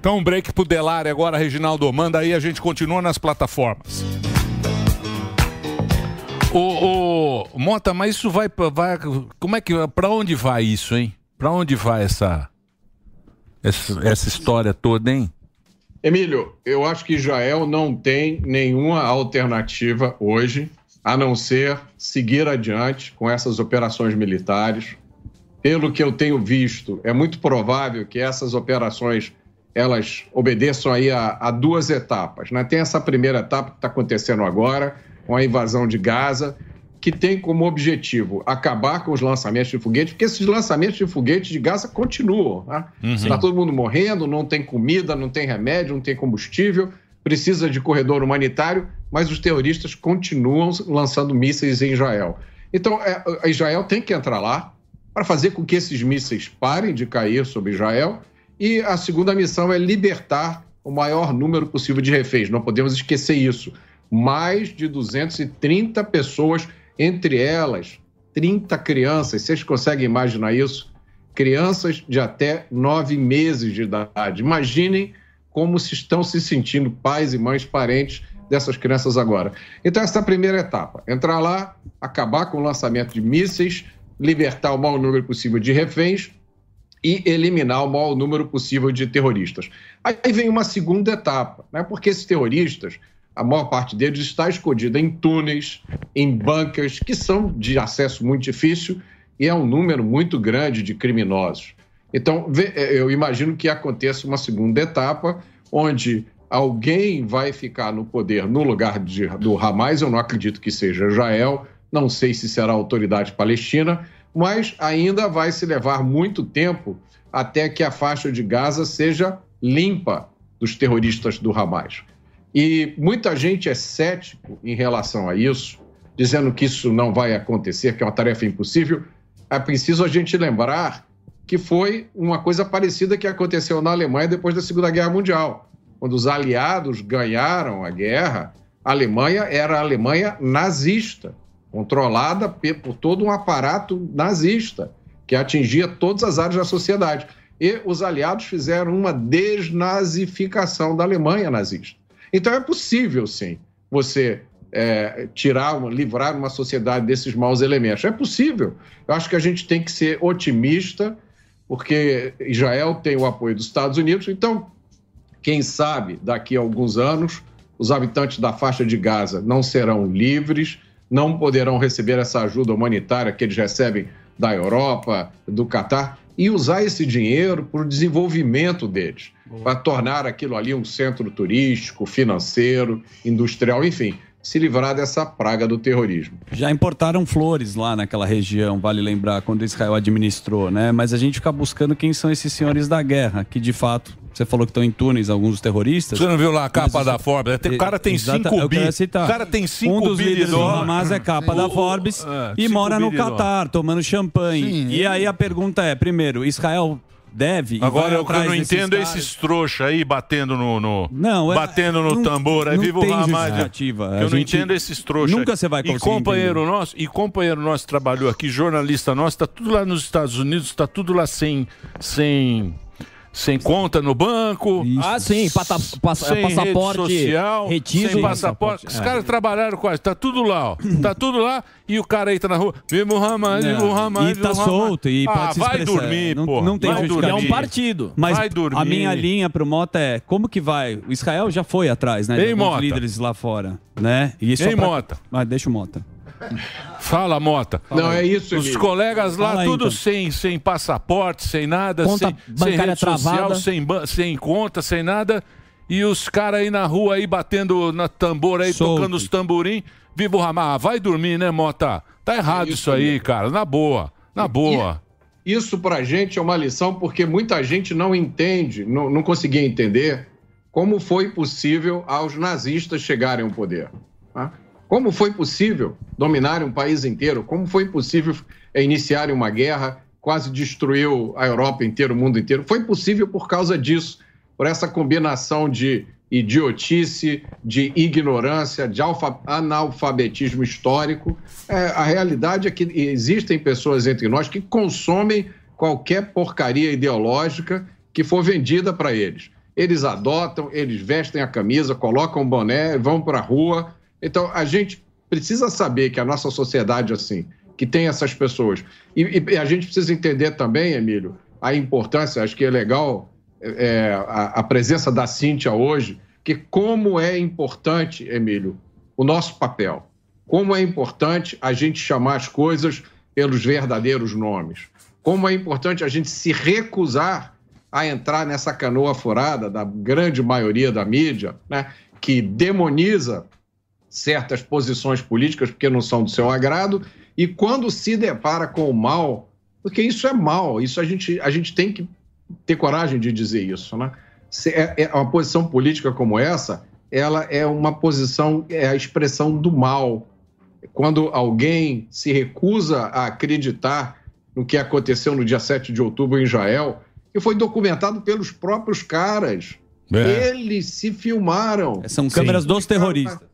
[SPEAKER 3] Então, um break pro Delari agora, Reginaldo. Manda aí, a gente continua nas plataformas. Ô, ô, Mota, mas isso vai, pra- vai. Como é que. Pra onde vai isso, hein? Pra onde vai essa. Essa, essa história toda, hein?
[SPEAKER 24] Emílio, eu acho que Israel não tem nenhuma alternativa hoje a não ser seguir adiante com essas operações militares. Pelo que eu tenho visto, é muito provável que essas operações elas obedeçam aí a, a duas etapas. Né? Tem essa primeira etapa que está acontecendo agora, com a invasão de Gaza, que tem como objetivo acabar com os lançamentos de foguete, porque esses lançamentos de foguete de Gaza continuam. Né?
[SPEAKER 3] Uhum.
[SPEAKER 24] Está todo mundo morrendo, não tem comida, não tem remédio, não tem combustível, precisa de corredor humanitário, mas os terroristas continuam lançando mísseis em Israel. Então, é, a Israel tem que entrar lá para fazer com que esses mísseis parem de cair sobre Israel. E a segunda missão é libertar o maior número possível de reféns. Não podemos esquecer isso. Mais de 230 pessoas, entre elas 30 crianças. Vocês conseguem imaginar isso? crianças de até nove meses de idade. Imaginem como se estão se sentindo pais e mães, parentes dessas crianças agora. Então, essa é a primeira etapa: entrar lá, acabar com o lançamento de mísseis, libertar o maior número possível de reféns e eliminar o maior número possível de terroristas. Aí vem uma segunda etapa, né? porque esses terroristas, a maior parte deles está escondida em túneis, em bancas, que são de acesso muito difícil e é um número muito grande de criminosos. Então, vê- eh, eu imagino que aconteça uma segunda etapa, onde alguém vai ficar no poder no lugar de- do Hamas, eu não acredito que seja Israel, não sei se será a autoridade palestina, mas ainda vai se levar muito tempo até que a faixa de Gaza seja limpa dos terroristas do Hamas. E muita gente é cético em relação a isso, dizendo que isso não vai acontecer, que é uma tarefa impossível. É preciso a gente lembrar que foi uma coisa parecida que aconteceu na Alemanha depois da Segunda Guerra Mundial. Quando os aliados ganharam a guerra, a Alemanha era a Alemanha nazista, controlada pe- por todo um aparato nazista, que atingia todas as áreas da sociedade. E os aliados fizeram uma desnazificação da Alemanha nazista. Então é possível, sim, você é, tirar, uma- livrar uma sociedade desses maus elementos. É possível. Eu acho que a gente tem que ser otimista, porque Israel tem o apoio dos Estados Unidos. Então, quem sabe, daqui a alguns anos, os habitantes da faixa de Gaza não serão livres, não poderão receber essa ajuda humanitária que eles recebem da Europa, do Catar, e usar esse dinheiro para o desenvolvimento deles, para tornar aquilo ali um centro turístico, financeiro, industrial, enfim, se livrar dessa praga do terrorismo.
[SPEAKER 9] Já importaram flores lá naquela região, vale lembrar, quando Israel administrou, né? Mas a gente fica buscando quem são esses senhores da guerra, que de fato, você falou que estão em túneis alguns terroristas.
[SPEAKER 3] Você não viu lá a capa
[SPEAKER 9] Mas
[SPEAKER 3] da
[SPEAKER 9] isso-
[SPEAKER 3] Forbes? Tem- O cara tem
[SPEAKER 9] Exata-
[SPEAKER 3] 5
[SPEAKER 9] eu
[SPEAKER 3] bi.
[SPEAKER 9] quero citar.
[SPEAKER 3] O cara tem 5
[SPEAKER 9] Um dos
[SPEAKER 3] bi de
[SPEAKER 9] líderes do
[SPEAKER 3] dólar.
[SPEAKER 9] Hamas é capa da Forbes
[SPEAKER 3] é,
[SPEAKER 9] e
[SPEAKER 3] cinco
[SPEAKER 9] mora no
[SPEAKER 3] bi de dólar.
[SPEAKER 9] Catar, tomando champanhe.
[SPEAKER 3] Sim,
[SPEAKER 9] e
[SPEAKER 3] é.
[SPEAKER 9] aí a pergunta é, primeiro, Israel deve... e vai
[SPEAKER 3] Agora o que eu
[SPEAKER 9] atrás
[SPEAKER 3] não
[SPEAKER 9] desses
[SPEAKER 3] entendo é
[SPEAKER 9] caras?
[SPEAKER 3] esses trouxa aí batendo no. no-
[SPEAKER 9] Não, é-
[SPEAKER 3] batendo no
[SPEAKER 9] não-
[SPEAKER 3] tambor. Aí
[SPEAKER 9] não
[SPEAKER 3] viva o
[SPEAKER 9] tem
[SPEAKER 3] Ramad.
[SPEAKER 9] justificativa. A
[SPEAKER 3] Eu não
[SPEAKER 9] gente-
[SPEAKER 3] entendo é esses trouxas.
[SPEAKER 9] Nunca você vai
[SPEAKER 3] E
[SPEAKER 9] conseguir
[SPEAKER 3] companheiro nosso, e companheiro nosso trabalhou aqui, jornalista nosso, tá tudo lá nos Estados Unidos, tá tudo lá sem. sem... Sem conta no banco.
[SPEAKER 8] Ah, sim, pata- passa-
[SPEAKER 3] sem rede
[SPEAKER 8] passaporte
[SPEAKER 3] social,
[SPEAKER 8] retido.
[SPEAKER 3] Sem
[SPEAKER 8] Sim,
[SPEAKER 3] passaporte.
[SPEAKER 8] passaporte,
[SPEAKER 3] Os
[SPEAKER 8] é.
[SPEAKER 3] caras trabalharam quase. Tá tudo lá, ó. Tá tudo lá. E o cara entra na rua. Viva o Hamas, viva o
[SPEAKER 9] Não.
[SPEAKER 3] Hamas.
[SPEAKER 9] E
[SPEAKER 3] viva
[SPEAKER 9] tá
[SPEAKER 3] o Hamas."
[SPEAKER 9] solto e
[SPEAKER 3] ah,
[SPEAKER 9] pode se
[SPEAKER 3] vai
[SPEAKER 9] expressar.
[SPEAKER 3] dormir,
[SPEAKER 9] não,
[SPEAKER 3] pô.
[SPEAKER 9] Não tem
[SPEAKER 3] vai
[SPEAKER 9] justificativa.
[SPEAKER 2] É um
[SPEAKER 3] dormir.
[SPEAKER 9] Mas
[SPEAKER 3] vai dormir.
[SPEAKER 9] a minha linha pro Mota é como que vai? O Israel já foi atrás, né?
[SPEAKER 3] Ei,
[SPEAKER 9] alguns
[SPEAKER 3] Mota.
[SPEAKER 9] líderes lá fora, né? E só
[SPEAKER 3] Ei, Mota.
[SPEAKER 9] Mas deixa o Mota.
[SPEAKER 3] Fala, Mota.
[SPEAKER 24] Não, é isso,
[SPEAKER 3] Os
[SPEAKER 24] Emílio.
[SPEAKER 3] colegas lá,
[SPEAKER 24] Fala aí,
[SPEAKER 3] tudo
[SPEAKER 24] então.
[SPEAKER 3] sem, sem passaporte, sem nada,
[SPEAKER 24] Conta
[SPEAKER 3] sem, sem
[SPEAKER 24] bancária
[SPEAKER 3] rede social,
[SPEAKER 24] travada.
[SPEAKER 3] sem, ban- sem conta, sem nada. E os caras aí na rua aí batendo na tambor aí,
[SPEAKER 24] Solto.
[SPEAKER 3] tocando os tamborim. Viva o Ramar. Ah, vai dormir, né, Mota? Tá errado isso, aí, cara. Na boa. Na boa.
[SPEAKER 24] Isso pra gente é uma lição porque muita gente não entende, não, não conseguia entender como foi possível aos nazistas chegarem ao poder. tá? Como foi possível dominarem um país inteiro? Como foi possível eh, iniciarem uma guerra, quase destruiu a Europa inteira, o mundo inteiro? Foi possível por causa disso, por essa combinação de idiotice, de ignorância, de alfa- analfabetismo histórico. É, a realidade é que existem pessoas entre nós que consomem qualquer porcaria ideológica que for vendida para eles. Eles adotam, eles vestem a camisa, colocam o boné, vão para a rua. Então, a gente precisa saber que a nossa sociedade é assim, que tem essas pessoas. E, e a gente precisa entender também, Emílio, a importância, acho que é legal é, a, a presença da Cíntia hoje, que como é importante, Emílio, o nosso papel. Como é importante a gente chamar as coisas pelos verdadeiros nomes. Como é importante a gente se recusar a entrar nessa canoa furada da grande maioria da mídia, né, que demoniza certas posições políticas porque não são do seu agrado, e quando se depara com o mal, porque isso é mal, isso a gente, a gente tem que ter coragem de dizer isso, né? Se é, é uma posição política como essa, ela é uma posição, é a expressão do mal. Quando alguém se recusa a acreditar no que aconteceu no dia 7 de outubro em Israel, que foi documentado pelos próprios caras.
[SPEAKER 9] É.
[SPEAKER 24] Eles se filmaram.
[SPEAKER 9] São câmeras dos terroristas.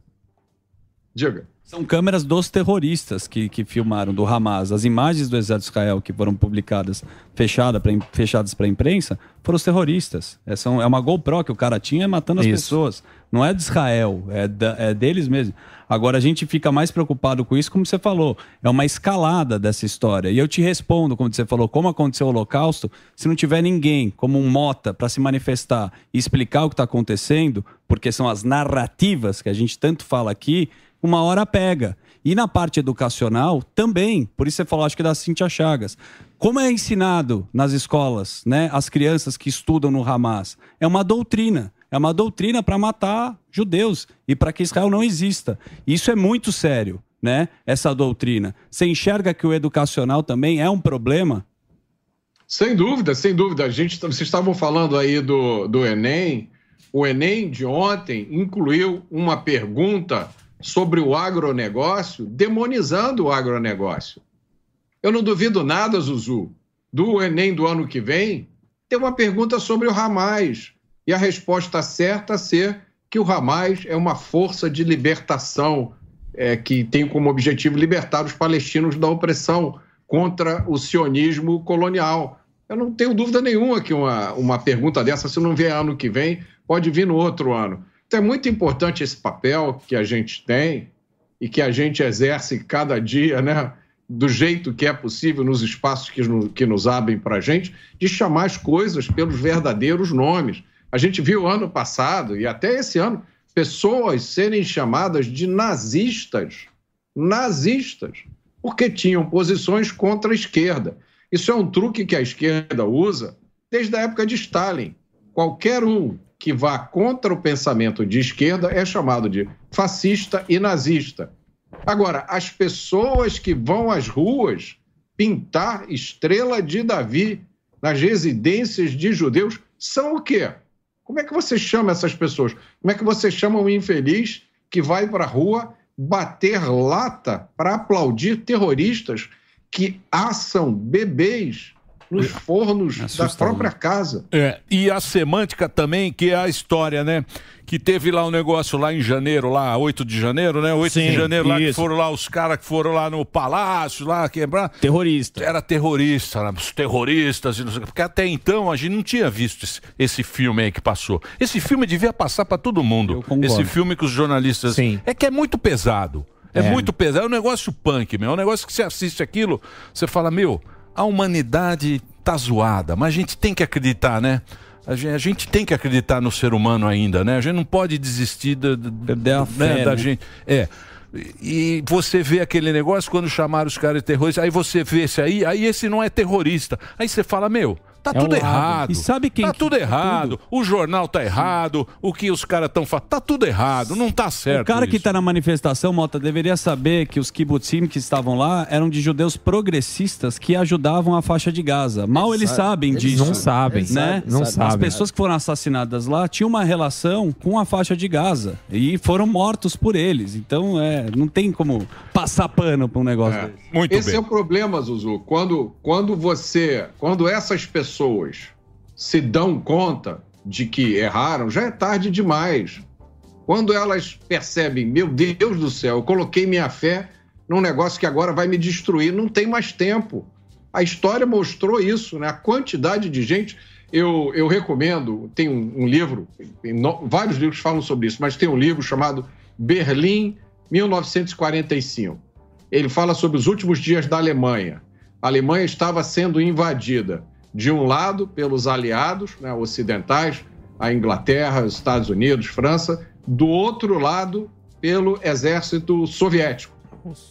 [SPEAKER 24] Diga.
[SPEAKER 9] São câmeras dos terroristas que, que filmaram do Hamas. As imagens do exército de Israel que foram publicadas fechada pra, im- fechadas para a imprensa foram os terroristas. É, são, é uma GoPro que o cara tinha matando as
[SPEAKER 2] Isso.
[SPEAKER 9] pessoas. Não é de Israel, é, da- é deles mesmo. Agora a gente fica mais preocupado com isso, como você falou. É uma escalada dessa história. E eu te respondo, como você falou, como aconteceu o Holocausto, se não tiver ninguém como um mota para se manifestar e explicar o que está acontecendo, porque são as narrativas que a gente tanto fala aqui, uma hora pega. E na parte educacional também, por isso você falou, acho que da Cintia Chagas. Como é ensinado nas escolas, né, as crianças que estudam no Hamas? É uma doutrina. É uma doutrina para matar judeus e para que Israel não exista. Isso é muito sério, né? Essa doutrina. Você enxerga que o educacional também é um problema?
[SPEAKER 24] Sem dúvida, sem dúvida. A gente, vocês estavam falando aí do, do Enem. O Enem de ontem incluiu uma pergunta sobre o agronegócio, demonizando o agronegócio. Eu não duvido nada, Zuzu, do Enem do ano que vem ter uma pergunta sobre o Hamas. E a resposta certa ser que o Hamas é uma força de libertação é, que tem como objetivo libertar os palestinos da opressão contra o sionismo colonial. Eu não tenho dúvida nenhuma que uma, uma pergunta dessa, se não vier ano que vem, pode vir no outro ano. Então é muito importante esse papel que a gente tem e que a gente exerce cada dia, né? Do jeito que é possível, nos espaços que, no- que nos abrem para a gente, de chamar as coisas pelos verdadeiros nomes. A gente viu ano passado e até esse ano pessoas serem chamadas de nazistas. Nazistas. Porque tinham posições contra a esquerda. Isso é um truque que a esquerda usa desde a época de Stalin. Qualquer um que vá contra o pensamento de esquerda é chamado de fascista e nazista. Agora, as pessoas que vão às ruas pintar estrela de Davi nas residências de judeus são o quê? Como é que você chama essas pessoas? Como é que você chama um infeliz que vai para a rua bater lata para aplaudir terroristas que assam bebês nos fornos da própria casa?
[SPEAKER 3] É, e a semântica também, que é a história, né? Que teve lá um negócio lá em janeiro, lá 8 de janeiro, né? 8
[SPEAKER 2] Sim,
[SPEAKER 3] de janeiro, lá que
[SPEAKER 2] isso.
[SPEAKER 3] foram lá os caras que foram lá no palácio, lá quebrar. Terrorista. Era terrorista, né? os terroristas e não sei o quê. Porque até então a gente não tinha visto esse, esse filme aí que passou. Esse filme devia passar para todo mundo. Esse filme que os jornalistas. Sim. É que é muito pesado. É, muito pesado. É um negócio punk, meu. É um negócio que você assiste aquilo, você fala, meu, a humanidade tá zoada, mas a gente tem que acreditar, né? A gen- a gente, tem que acreditar no ser humano ainda, né? A gente não pode desistir da, da,
[SPEAKER 9] fé,
[SPEAKER 3] da
[SPEAKER 9] né?
[SPEAKER 3] gente. É.
[SPEAKER 25] E você vê aquele negócio quando chamaram os caras de terroristas, aí você vê esse aí, aí esse não é terrorista. Aí você fala, meu, tá
[SPEAKER 3] É um
[SPEAKER 25] tudo
[SPEAKER 3] lado.
[SPEAKER 25] errado.
[SPEAKER 3] E
[SPEAKER 25] sabe quem tá tudo errado. O jornal tá errado, o que os caras estão falando, tá tudo errado, não tá certo.
[SPEAKER 9] O cara
[SPEAKER 25] isso.
[SPEAKER 9] que está na manifestação, Mota, deveria saber que os kibbutzim que estavam lá eram de judeus progressistas que ajudavam a faixa de Gaza. Mal
[SPEAKER 4] Eles
[SPEAKER 9] eles
[SPEAKER 4] sabem.
[SPEAKER 9] sabem
[SPEAKER 4] Eles
[SPEAKER 9] disso.
[SPEAKER 4] não sabem.
[SPEAKER 9] né?
[SPEAKER 4] Não sabem.
[SPEAKER 9] As pessoas que foram assassinadas lá tinham uma relação com a faixa de Gaza e foram mortos por eles. Então, é, não tem como passar pano para um negócio desse.
[SPEAKER 24] Esse é o problema, Zuzu. Quando, quando você, quando essas pessoas se dão conta de que erraram, já é tarde demais. Quando elas percebem, meu Deus do céu, eu coloquei minha fé num negócio que agora vai me destruir, não tem mais tempo. A história mostrou isso, né? A quantidade de gente. Eu, eu recomendo, tem um, um livro, tem no- vários livros falam sobre isso, mas tem um livro chamado Berlim 1945. Ele fala sobre os últimos dias da Alemanha. A Alemanha estava sendo invadida, de um lado, pelos aliados né, ocidentais, a Inglaterra, os Estados Unidos, França, do outro lado, pelo exército soviético.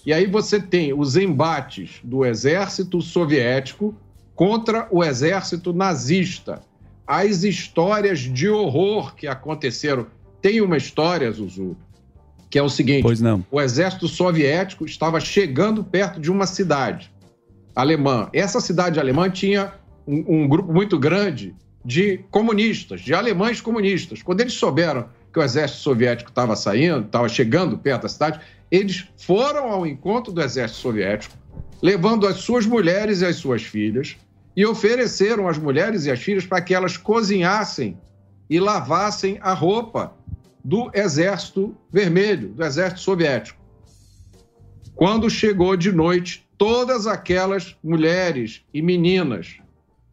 [SPEAKER 24] E aí você tem os embates do exército soviético contra o exército nazista. As histórias de horror que aconteceram. Tem uma história, Zuzu, que é o seguinte:
[SPEAKER 9] Pois não.
[SPEAKER 24] o exército soviético estava chegando perto de uma cidade alemã. Essa cidade alemã tinha um, um grupo muito grande de comunistas, de alemães comunistas. Quando eles souberam que o exército soviético estava saindo, estava chegando perto da cidade, eles foram ao encontro do exército soviético, levando as suas mulheres e as suas filhas, e ofereceram as mulheres e as filhas para que elas cozinhassem e lavassem a roupa do exército vermelho, do exército soviético. Quando chegou de noite, todas aquelas mulheres e meninas,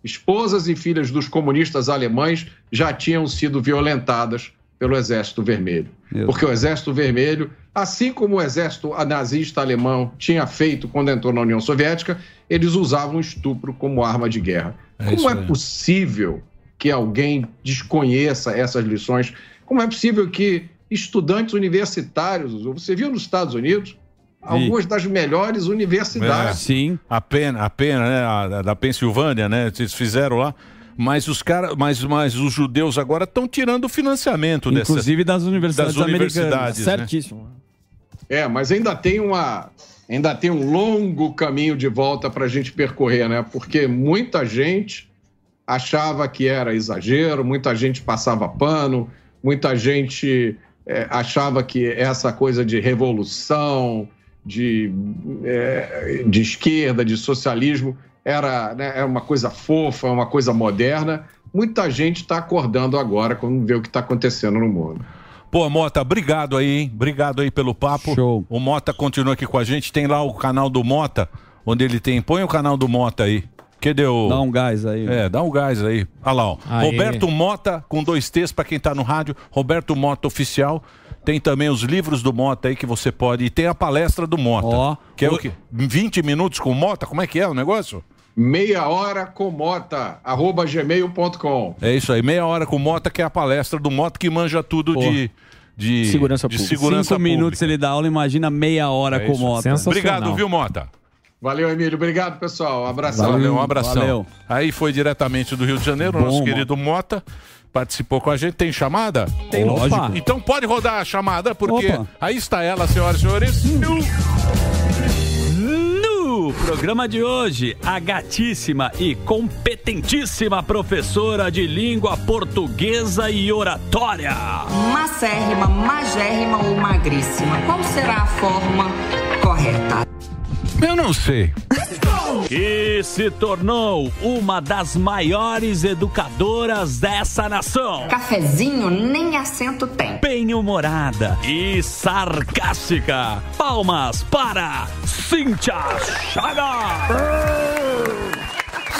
[SPEAKER 24] esposas e filhas dos comunistas alemães, já tinham sido violentadas pelo Exército Vermelho. Porque o Exército Vermelho, assim como o Exército nazista alemão tinha feito quando entrou na União Soviética, eles usavam o estupro como arma de guerra. como é possível que alguém desconheça essas lições? Como é possível que estudantes universitários, você viu nos Estados Unidos, algumas das melhores
[SPEAKER 3] É,
[SPEAKER 24] universidades.
[SPEAKER 9] Sim.
[SPEAKER 3] A pena, a pena, né? a- a da Pensilvânia, né? Eles fizeram lá. Mas os caras, mas, mas os judeus agora estão tirando o financiamento dessa-
[SPEAKER 9] Inclusive das universidades
[SPEAKER 3] é das universidades,
[SPEAKER 9] americanas.
[SPEAKER 3] né?
[SPEAKER 24] É, mas ainda tem uma. Ainda tem um longo caminho de volta para a gente percorrer, né? Porque muita gente achava que era exagero, muita gente passava pano, muita gente é, achava que essa coisa de revolução, de, é, de esquerda, de socialismo, era, né, era uma coisa fofa, é uma coisa moderna. Muita gente está acordando agora quando vê o que está acontecendo no mundo.
[SPEAKER 3] Pô, Mota, obrigado aí, hein? Obrigado aí pelo papo. Show. O Mota continua aqui com a gente. Tem lá o canal do Mota, onde ele tem. Põe o canal do Mota aí. Que deu.
[SPEAKER 9] Dá um gás aí.
[SPEAKER 3] É, dá um gás aí. Olha lá, ó.
[SPEAKER 9] Aê.
[SPEAKER 3] Roberto Mota, com dois T's pra quem tá no rádio. Roberto Mota Oficial. Tem também os livros do Mota aí que você pode. E tem a palestra do Mota. que é o quê? 20 minutos com o Mota? Como é que é o negócio?
[SPEAKER 24] meia hora com mota, arroba gmail.com.
[SPEAKER 3] É isso aí, meia hora com o Mota, que é a palestra do Mota que manja tudo de, de
[SPEAKER 9] Segurança
[SPEAKER 3] de
[SPEAKER 9] pública.
[SPEAKER 3] segurança
[SPEAKER 9] Cinco minutos ele dá aula, imagina meia hora
[SPEAKER 3] É
[SPEAKER 9] com
[SPEAKER 3] isso.
[SPEAKER 9] Mota.
[SPEAKER 3] Obrigado, viu, Mota?
[SPEAKER 24] Valeu, Emílio. Obrigado, pessoal. Um abração.
[SPEAKER 3] Valeu, um abração.
[SPEAKER 24] Valeu.
[SPEAKER 3] Aí foi diretamente do Rio de Janeiro,
[SPEAKER 24] Bom,
[SPEAKER 3] nosso
[SPEAKER 24] Mota.
[SPEAKER 3] querido Mota. Participou com a gente. Tem chamada?
[SPEAKER 9] Tem, lógico. Opa.
[SPEAKER 3] Então pode rodar a chamada, porque
[SPEAKER 9] Opa.
[SPEAKER 3] aí está ela, senhoras e senhores.
[SPEAKER 9] No programa de hoje, a gatíssima e competentíssima professora de língua portuguesa e oratória.
[SPEAKER 5] Macérrima, magérrima ou magríssima? Qual será a forma correta?
[SPEAKER 3] Eu não sei.
[SPEAKER 9] Que se tornou uma das maiores educadoras dessa nação.
[SPEAKER 5] Cafezinho nem acento tem.
[SPEAKER 9] Bem-humorada e sarcástica. Palmas para Cíntia Chagas.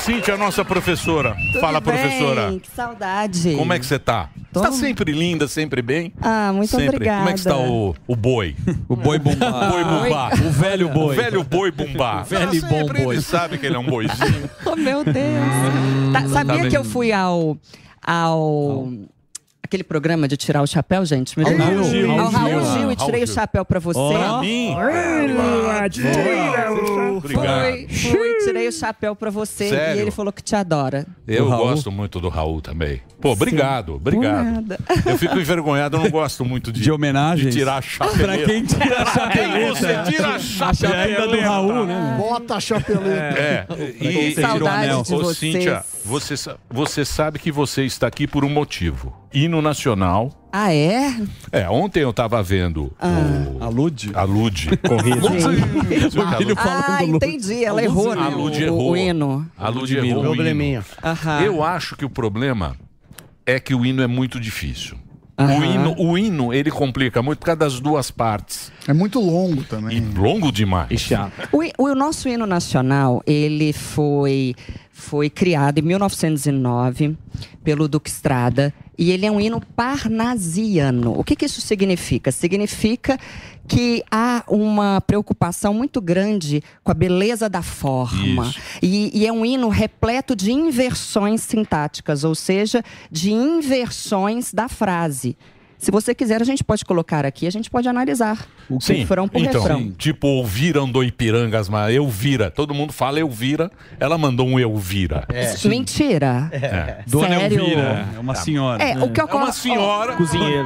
[SPEAKER 3] Cíntia, nossa professora.
[SPEAKER 2] Tudo
[SPEAKER 3] Fala,
[SPEAKER 2] bem?
[SPEAKER 3] professora.
[SPEAKER 2] Que saudade.
[SPEAKER 3] Como é que você tá? Você tá sempre linda, sempre bem?
[SPEAKER 2] Ah, muito
[SPEAKER 3] sempre.
[SPEAKER 2] obrigada.
[SPEAKER 3] Como é que está o, o boi?
[SPEAKER 9] O boi
[SPEAKER 3] bumbá. boi bumbá.
[SPEAKER 2] Oi. O velho
[SPEAKER 3] O
[SPEAKER 2] boi.
[SPEAKER 3] velho boi bumbá.
[SPEAKER 2] O velho
[SPEAKER 3] Ela sempre-
[SPEAKER 2] bom boi.
[SPEAKER 3] Ele sabe que ele é um boizinho. Hum,
[SPEAKER 2] Oh, meu Deus. Tá- sabia
[SPEAKER 3] Tá bem.
[SPEAKER 2] que eu fui ao. ao
[SPEAKER 5] Aquele programa de tirar o chapéu, gente? Me
[SPEAKER 7] Ao
[SPEAKER 5] deu-
[SPEAKER 7] Raul Gil.
[SPEAKER 5] Ao Raul
[SPEAKER 7] Raul
[SPEAKER 5] Gil e
[SPEAKER 7] Gil.
[SPEAKER 5] tirei o chapéu pra você.
[SPEAKER 7] Ó.
[SPEAKER 21] é um
[SPEAKER 7] Pra mim?
[SPEAKER 5] Olha,
[SPEAKER 7] Tira,
[SPEAKER 5] Foi,
[SPEAKER 3] Obrigado.
[SPEAKER 5] foi, tirei o chapéu pra você
[SPEAKER 3] Sério?
[SPEAKER 5] e ele falou que te adora.
[SPEAKER 3] Eu
[SPEAKER 5] O Raul.
[SPEAKER 3] gosto muito do Raul também. Pô, obrigado,
[SPEAKER 5] Sim.
[SPEAKER 3] obrigado.
[SPEAKER 5] Por nada.
[SPEAKER 3] Eu fico envergonhado, eu não gosto muito de, de homenagens. De tirar a chapeleta.
[SPEAKER 9] Pra quem tira a
[SPEAKER 3] Quem
[SPEAKER 9] chapeleta?
[SPEAKER 3] você tira a
[SPEAKER 9] A chapeleta
[SPEAKER 3] chapeleta
[SPEAKER 9] do Raul,
[SPEAKER 6] né? Bota a chapeleta.
[SPEAKER 3] É, e,
[SPEAKER 6] Com saudade de
[SPEAKER 3] Ô,
[SPEAKER 6] vocês.
[SPEAKER 3] Cíntia, você, sa- você sabe que você está aqui por um motivo. Hino Nacional.
[SPEAKER 5] Ah, é?
[SPEAKER 3] É, ontem eu estava vendo o... Ah. A Lud. A Lud. Corrida.
[SPEAKER 5] ah, entendi. Ela errou, né?
[SPEAKER 3] A Lud
[SPEAKER 5] o-
[SPEAKER 3] errou.
[SPEAKER 5] O hino.
[SPEAKER 3] A Lud errou. o
[SPEAKER 5] Probleminha.
[SPEAKER 3] hino.
[SPEAKER 5] Aham.
[SPEAKER 3] Eu acho que o problema é que o hino é muito difícil. O,
[SPEAKER 6] Aham.
[SPEAKER 3] hino, o hino, ele complica muito por causa das duas partes.
[SPEAKER 6] É muito longo também.
[SPEAKER 3] Longo demais. E chato.
[SPEAKER 5] O, hi- o nosso hino nacional, ele foi, foi criado em 1909 pelo Duque Estrada e ele é um hino parnasiano. O que, que isso significa? Significa que há uma preocupação muito grande com a beleza da forma.
[SPEAKER 11] Isso.
[SPEAKER 5] E, e é um hino repleto de inversões sintáticas, ou seja, de inversões da frase. Se você quiser, a gente pode colocar aqui, a gente pode analisar o refrão por
[SPEAKER 3] então,
[SPEAKER 5] refrão.
[SPEAKER 3] tipo, ouviram do Ipirangas, mas Elvira. Todo mundo fala Elvira, ela mandou um Elvira.
[SPEAKER 5] Isso- Mentira.
[SPEAKER 3] É. Tá.
[SPEAKER 5] Dona Sério?
[SPEAKER 9] Elvira, é uma senhora.
[SPEAKER 5] É, o que eu
[SPEAKER 3] É uma senhora. Cozinheira.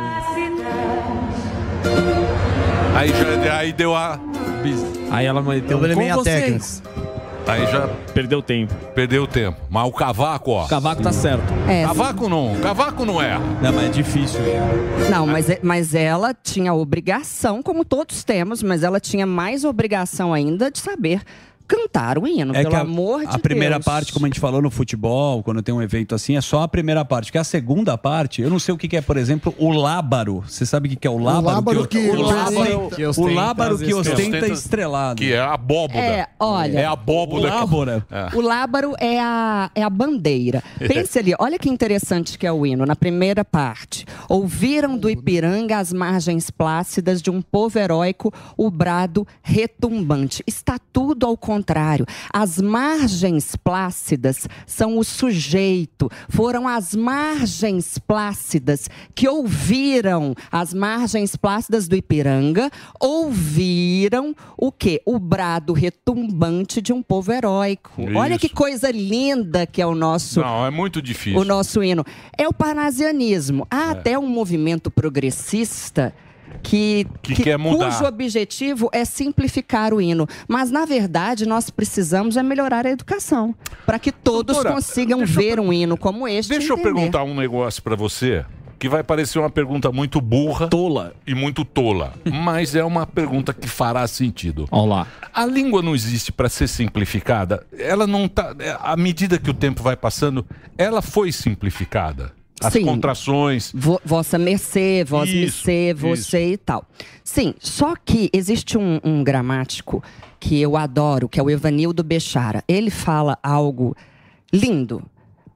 [SPEAKER 3] Aí já aí deu a.
[SPEAKER 4] Aí ela meteu um
[SPEAKER 3] Probleminha
[SPEAKER 4] com
[SPEAKER 3] técnica.
[SPEAKER 4] vocês.
[SPEAKER 3] Aí já.
[SPEAKER 4] Perdeu tempo.
[SPEAKER 3] Perdeu tempo. Mas o cavaco, ó.
[SPEAKER 4] Cavaco tá certo.
[SPEAKER 5] É.
[SPEAKER 3] Cavaco não. Cavaco não é. Não, mas é difícil.
[SPEAKER 5] Não, mas, é- mas ela tinha obrigação, como todos temos, mas ela tinha mais obrigação ainda de saber cantar o hino, pelo
[SPEAKER 9] É a,
[SPEAKER 5] amor de
[SPEAKER 9] a primeira
[SPEAKER 5] Deus.
[SPEAKER 9] parte, como a gente falou no futebol, quando tem um evento assim, é só a primeira parte. Porque a segunda parte, eu não sei o que, que é, por exemplo, o lábaro. Você sabe o que, que é o lábaro?
[SPEAKER 6] lábaro que-
[SPEAKER 9] o lábaro,
[SPEAKER 6] que
[SPEAKER 9] o
[SPEAKER 6] ostenta
[SPEAKER 9] lábaro
[SPEAKER 6] as
[SPEAKER 9] que ostenta
[SPEAKER 6] estrelas.
[SPEAKER 9] estrelado.
[SPEAKER 3] Que é a abóboda.
[SPEAKER 5] É, olha.
[SPEAKER 3] É a abóboda.
[SPEAKER 9] O lábora.
[SPEAKER 5] O lábaro é a, é a bandeira. Pense ali, olha que interessante que é o hino, na primeira parte. Ouviram do Ipiranga as margens plácidas de um povo heróico, o brado retumbante. Está tudo ao contrário. As margens plácidas são o sujeito. Foram as margens plácidas que ouviram as margens plácidas do Ipiranga, ouviram o quê? O brado retumbante de um povo heróico.
[SPEAKER 3] É
[SPEAKER 5] Olha
[SPEAKER 3] Isso.
[SPEAKER 5] que coisa linda que é o nosso
[SPEAKER 3] Não, é muito difícil. É.
[SPEAKER 5] o nosso hino. É o parnasianismo. Há até um movimento progressista que,
[SPEAKER 3] Que quer mudar.
[SPEAKER 5] cujo objetivo é simplificar o hino. Mas, na verdade, nós precisamos é melhorar a educação para que todos
[SPEAKER 3] Doutora,
[SPEAKER 5] consigam ver um hino como este.
[SPEAKER 3] Deixa eu perguntar um negócio pra você, que vai parecer uma pergunta muito burra. Tola. E muito tola. Mas é uma pergunta que fará sentido.
[SPEAKER 4] Olá.
[SPEAKER 3] A língua não existe pra ser simplificada. Ela não tá. é, À medida que o tempo vai passando, ela foi simplificada. As
[SPEAKER 5] Sim.
[SPEAKER 3] contrações.
[SPEAKER 5] Vo- vossa mercê, vós
[SPEAKER 3] Isso,
[SPEAKER 5] mercê, você e tal. Sim, só que existe um, um gramático que eu adoro, que é o Evanildo Bechara. Ele fala algo lindo.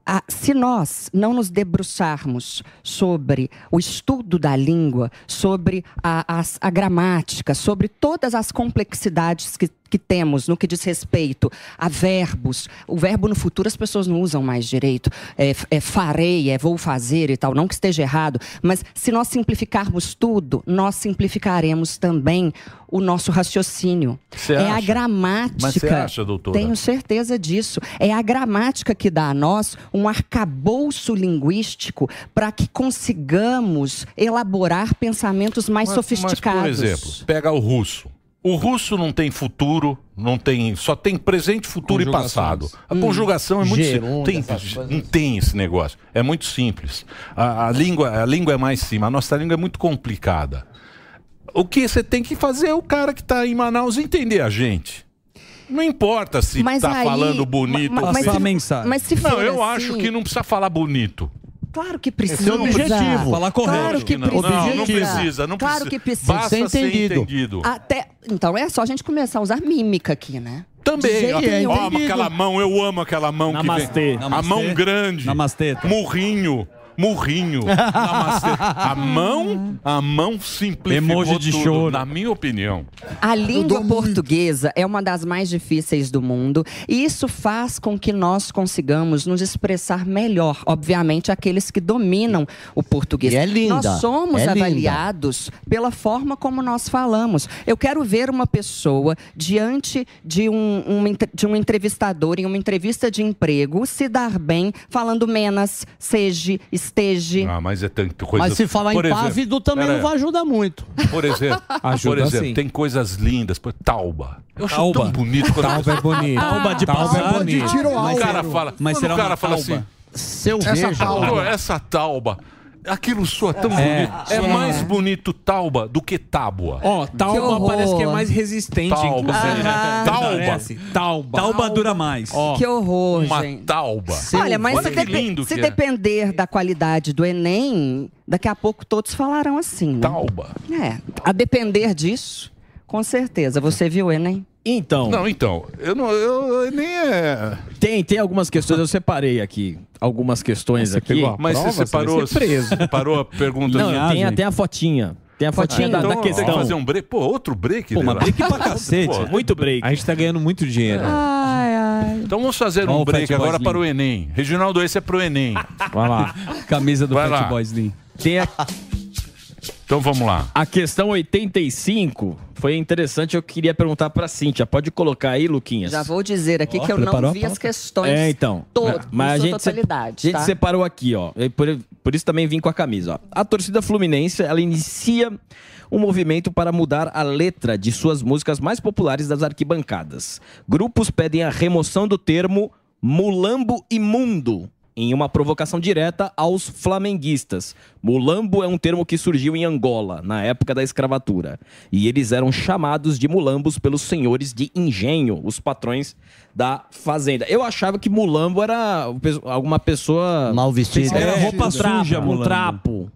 [SPEAKER 5] Ah, se nós não nos debruçarmos sobre o estudo da língua, sobre a, as- a gramática, sobre todas as complexidades que, que temos no que diz respeito a verbos, o verbo no futuro as pessoas não usam mais direito, é, f- é farei, é vou fazer e tal, não que esteja errado, mas se nós simplificarmos tudo, nós simplificaremos também o nosso raciocínio.
[SPEAKER 3] Você
[SPEAKER 5] é a
[SPEAKER 3] acha?
[SPEAKER 5] gramática.
[SPEAKER 3] Mas você acha, doutora?
[SPEAKER 5] Tenho certeza disso. É a gramática que dá a nós um arcabouço linguístico para que consigamos elaborar pensamentos mais
[SPEAKER 3] Mas-
[SPEAKER 5] sofisticados.
[SPEAKER 3] Mas, por exemplo, pega o russo. O russo não tem futuro, não tem, só tem presente, futuro e passado. A
[SPEAKER 23] Hum.
[SPEAKER 3] conjugação é muito
[SPEAKER 23] Gerúndio, essas
[SPEAKER 3] simples. Tem,
[SPEAKER 23] coisas.
[SPEAKER 3] não tem esse negócio. É muito simples. A, a língua, a língua é mais cima. A nossa língua é muito complicada. O que você tem que fazer é o cara que está em Manaus entender a gente. Não importa se
[SPEAKER 5] Mas
[SPEAKER 3] está
[SPEAKER 5] aí-
[SPEAKER 3] falando bonito.
[SPEAKER 5] ma-
[SPEAKER 3] ou
[SPEAKER 5] mas
[SPEAKER 3] feio.
[SPEAKER 5] se- mas se
[SPEAKER 3] não,
[SPEAKER 5] for
[SPEAKER 3] eu
[SPEAKER 5] assim-
[SPEAKER 3] acho que não precisa falar bonito.
[SPEAKER 5] Claro que
[SPEAKER 3] Esse
[SPEAKER 5] precisa.
[SPEAKER 3] é o objetivo. Falar correto.
[SPEAKER 5] Claro que
[SPEAKER 3] Não, não,
[SPEAKER 5] precisa.
[SPEAKER 3] não precisa, não
[SPEAKER 5] claro
[SPEAKER 3] precisa.
[SPEAKER 5] que precisa.
[SPEAKER 3] Basta Ser ser entendido. entendido.
[SPEAKER 5] Até, então é só a gente começar a usar mímica aqui, né? De
[SPEAKER 3] Também.
[SPEAKER 5] jeito
[SPEAKER 3] Ó,
[SPEAKER 7] é
[SPEAKER 5] nenhum.
[SPEAKER 3] ó, aquela mão, eu amo aquela mão
[SPEAKER 9] Namastê.
[SPEAKER 3] que vem. A
[SPEAKER 9] Namastê.
[SPEAKER 3] mão grande.
[SPEAKER 7] tá.
[SPEAKER 9] Namastê.
[SPEAKER 3] Murrinho.
[SPEAKER 23] murrinho na maceta. A mão, a mão simplificou
[SPEAKER 5] Emoji de
[SPEAKER 23] tudo,
[SPEAKER 5] choro.
[SPEAKER 23] na minha opinião.
[SPEAKER 5] A língua portuguesa é uma das mais difíceis do mundo e isso faz com que nós consigamos nos expressar melhor, obviamente, aqueles que dominam o português.
[SPEAKER 7] E é linda,
[SPEAKER 5] Nós somos
[SPEAKER 7] é linda.
[SPEAKER 5] avaliados pela forma como nós falamos. Eu quero ver uma pessoa diante de um, um entre- de um entrevistador em uma entrevista de emprego se dar bem falando menos, seja, esteja.
[SPEAKER 23] Ah, mas é tanta coisa.
[SPEAKER 7] Mas se falar em
[SPEAKER 23] Por exemplo,
[SPEAKER 7] pávido também
[SPEAKER 23] pera
[SPEAKER 7] não vai
[SPEAKER 23] aí.
[SPEAKER 7] ajudar muito.
[SPEAKER 23] Por exemplo,
[SPEAKER 7] Ajuda
[SPEAKER 23] por exemplo
[SPEAKER 7] sim.
[SPEAKER 23] tem coisas lindas. Por... Tauba. Eu acho
[SPEAKER 7] Tauba.
[SPEAKER 23] tão bonito. Quando...
[SPEAKER 7] Tauba é bonito. Tauba de
[SPEAKER 23] Tauba
[SPEAKER 7] passar.
[SPEAKER 23] bonito.
[SPEAKER 7] Tiro
[SPEAKER 23] O
[SPEAKER 7] alto.
[SPEAKER 23] cara fala,
[SPEAKER 7] Mas
[SPEAKER 23] mas
[SPEAKER 7] será
[SPEAKER 23] o cara
[SPEAKER 7] uma
[SPEAKER 23] fala
[SPEAKER 7] tauba?
[SPEAKER 23] assim...
[SPEAKER 7] Se eu
[SPEAKER 23] essa
[SPEAKER 7] vejo-
[SPEAKER 23] Tauba,
[SPEAKER 7] Tauba.
[SPEAKER 23] Essa tauba. Aquilo soa tão
[SPEAKER 4] É,
[SPEAKER 23] bonito. É,
[SPEAKER 4] é.
[SPEAKER 23] mais bonito tauba do que tábua.
[SPEAKER 4] Ó,
[SPEAKER 23] Que
[SPEAKER 4] Tauba
[SPEAKER 23] horror.
[SPEAKER 4] parece que é mais resistente,
[SPEAKER 23] Tauba.
[SPEAKER 4] inclusive. né?
[SPEAKER 23] Aham. Tauba.
[SPEAKER 4] Parece. Tauba.
[SPEAKER 9] Tauba dura mais.
[SPEAKER 5] Que horror,
[SPEAKER 23] Uma
[SPEAKER 5] gente.
[SPEAKER 23] tauba.
[SPEAKER 5] Olha, mas se,
[SPEAKER 23] Olha que
[SPEAKER 5] depe-
[SPEAKER 23] lindo
[SPEAKER 5] se
[SPEAKER 23] que é.
[SPEAKER 5] depender da qualidade do Enem, daqui a pouco todos falarão assim. Né?
[SPEAKER 23] Tauba.
[SPEAKER 5] É. A depender disso, com certeza. Você viu o Enem?
[SPEAKER 8] Então.
[SPEAKER 23] Não, então. Eu não. Eu, eu nem é.
[SPEAKER 8] Tem, tem algumas questões, eu separei aqui. Algumas questões aqui.
[SPEAKER 23] Mas você separou, separou a pergunta
[SPEAKER 8] Não,
[SPEAKER 23] do-
[SPEAKER 8] tem até a fotinha. Tem a fotinha
[SPEAKER 23] Ah,
[SPEAKER 8] da,
[SPEAKER 23] então
[SPEAKER 8] da
[SPEAKER 23] tem que
[SPEAKER 8] questão.
[SPEAKER 23] fazer um break. Pô, outro break?
[SPEAKER 8] Pô, mas
[SPEAKER 23] Dela?
[SPEAKER 8] break pra cacete.
[SPEAKER 23] Pô,
[SPEAKER 8] Muito break.
[SPEAKER 4] A gente tá ganhando muito dinheiro.
[SPEAKER 5] Ai, ai.
[SPEAKER 23] né? Então vamos fazer
[SPEAKER 4] Ó,
[SPEAKER 23] um
[SPEAKER 4] o
[SPEAKER 23] break
[SPEAKER 4] Fat Boy
[SPEAKER 23] agora
[SPEAKER 4] Slim.
[SPEAKER 23] para o Enem. Reginaldo, esse é pro Enem.
[SPEAKER 4] Vai lá.
[SPEAKER 9] Camisa
[SPEAKER 23] do Vai
[SPEAKER 8] Fat
[SPEAKER 23] lá.
[SPEAKER 8] Boy
[SPEAKER 9] Slim.
[SPEAKER 8] Tem a...
[SPEAKER 23] Então vamos lá.
[SPEAKER 8] A questão 85 foi interessante, eu queria perguntar pra Cíntia. Pode colocar aí, Luquinhas?
[SPEAKER 5] Já vou dizer aqui
[SPEAKER 8] Ó,
[SPEAKER 5] que eu não
[SPEAKER 8] preparou a
[SPEAKER 5] vi
[SPEAKER 8] pauta?
[SPEAKER 5] as questões
[SPEAKER 8] É, então.
[SPEAKER 5] todas,
[SPEAKER 8] Mas a
[SPEAKER 5] em sua
[SPEAKER 8] gente se-
[SPEAKER 5] totalidade.
[SPEAKER 8] A gente
[SPEAKER 5] tá?
[SPEAKER 8] separou aqui, ó. E Por, por isso também vim com a camisa, ó. A torcida fluminense, ela inicia um movimento para mudar a letra de suas músicas mais populares das arquibancadas. Grupos pedem a remoção do termo mulambo imundo. Em uma provocação direta aos flamenguistas. Mulambo é um termo que surgiu em Angola, na época da escravatura. E eles eram chamados de mulambos pelos senhores de engenho, os patrões da fazenda. Eu achava que mulambo era o peso- alguma pessoa. Mal
[SPEAKER 7] vestida.
[SPEAKER 8] Era
[SPEAKER 7] É,
[SPEAKER 8] roupa
[SPEAKER 7] um trapo,
[SPEAKER 8] suja,
[SPEAKER 7] um
[SPEAKER 8] um trapo.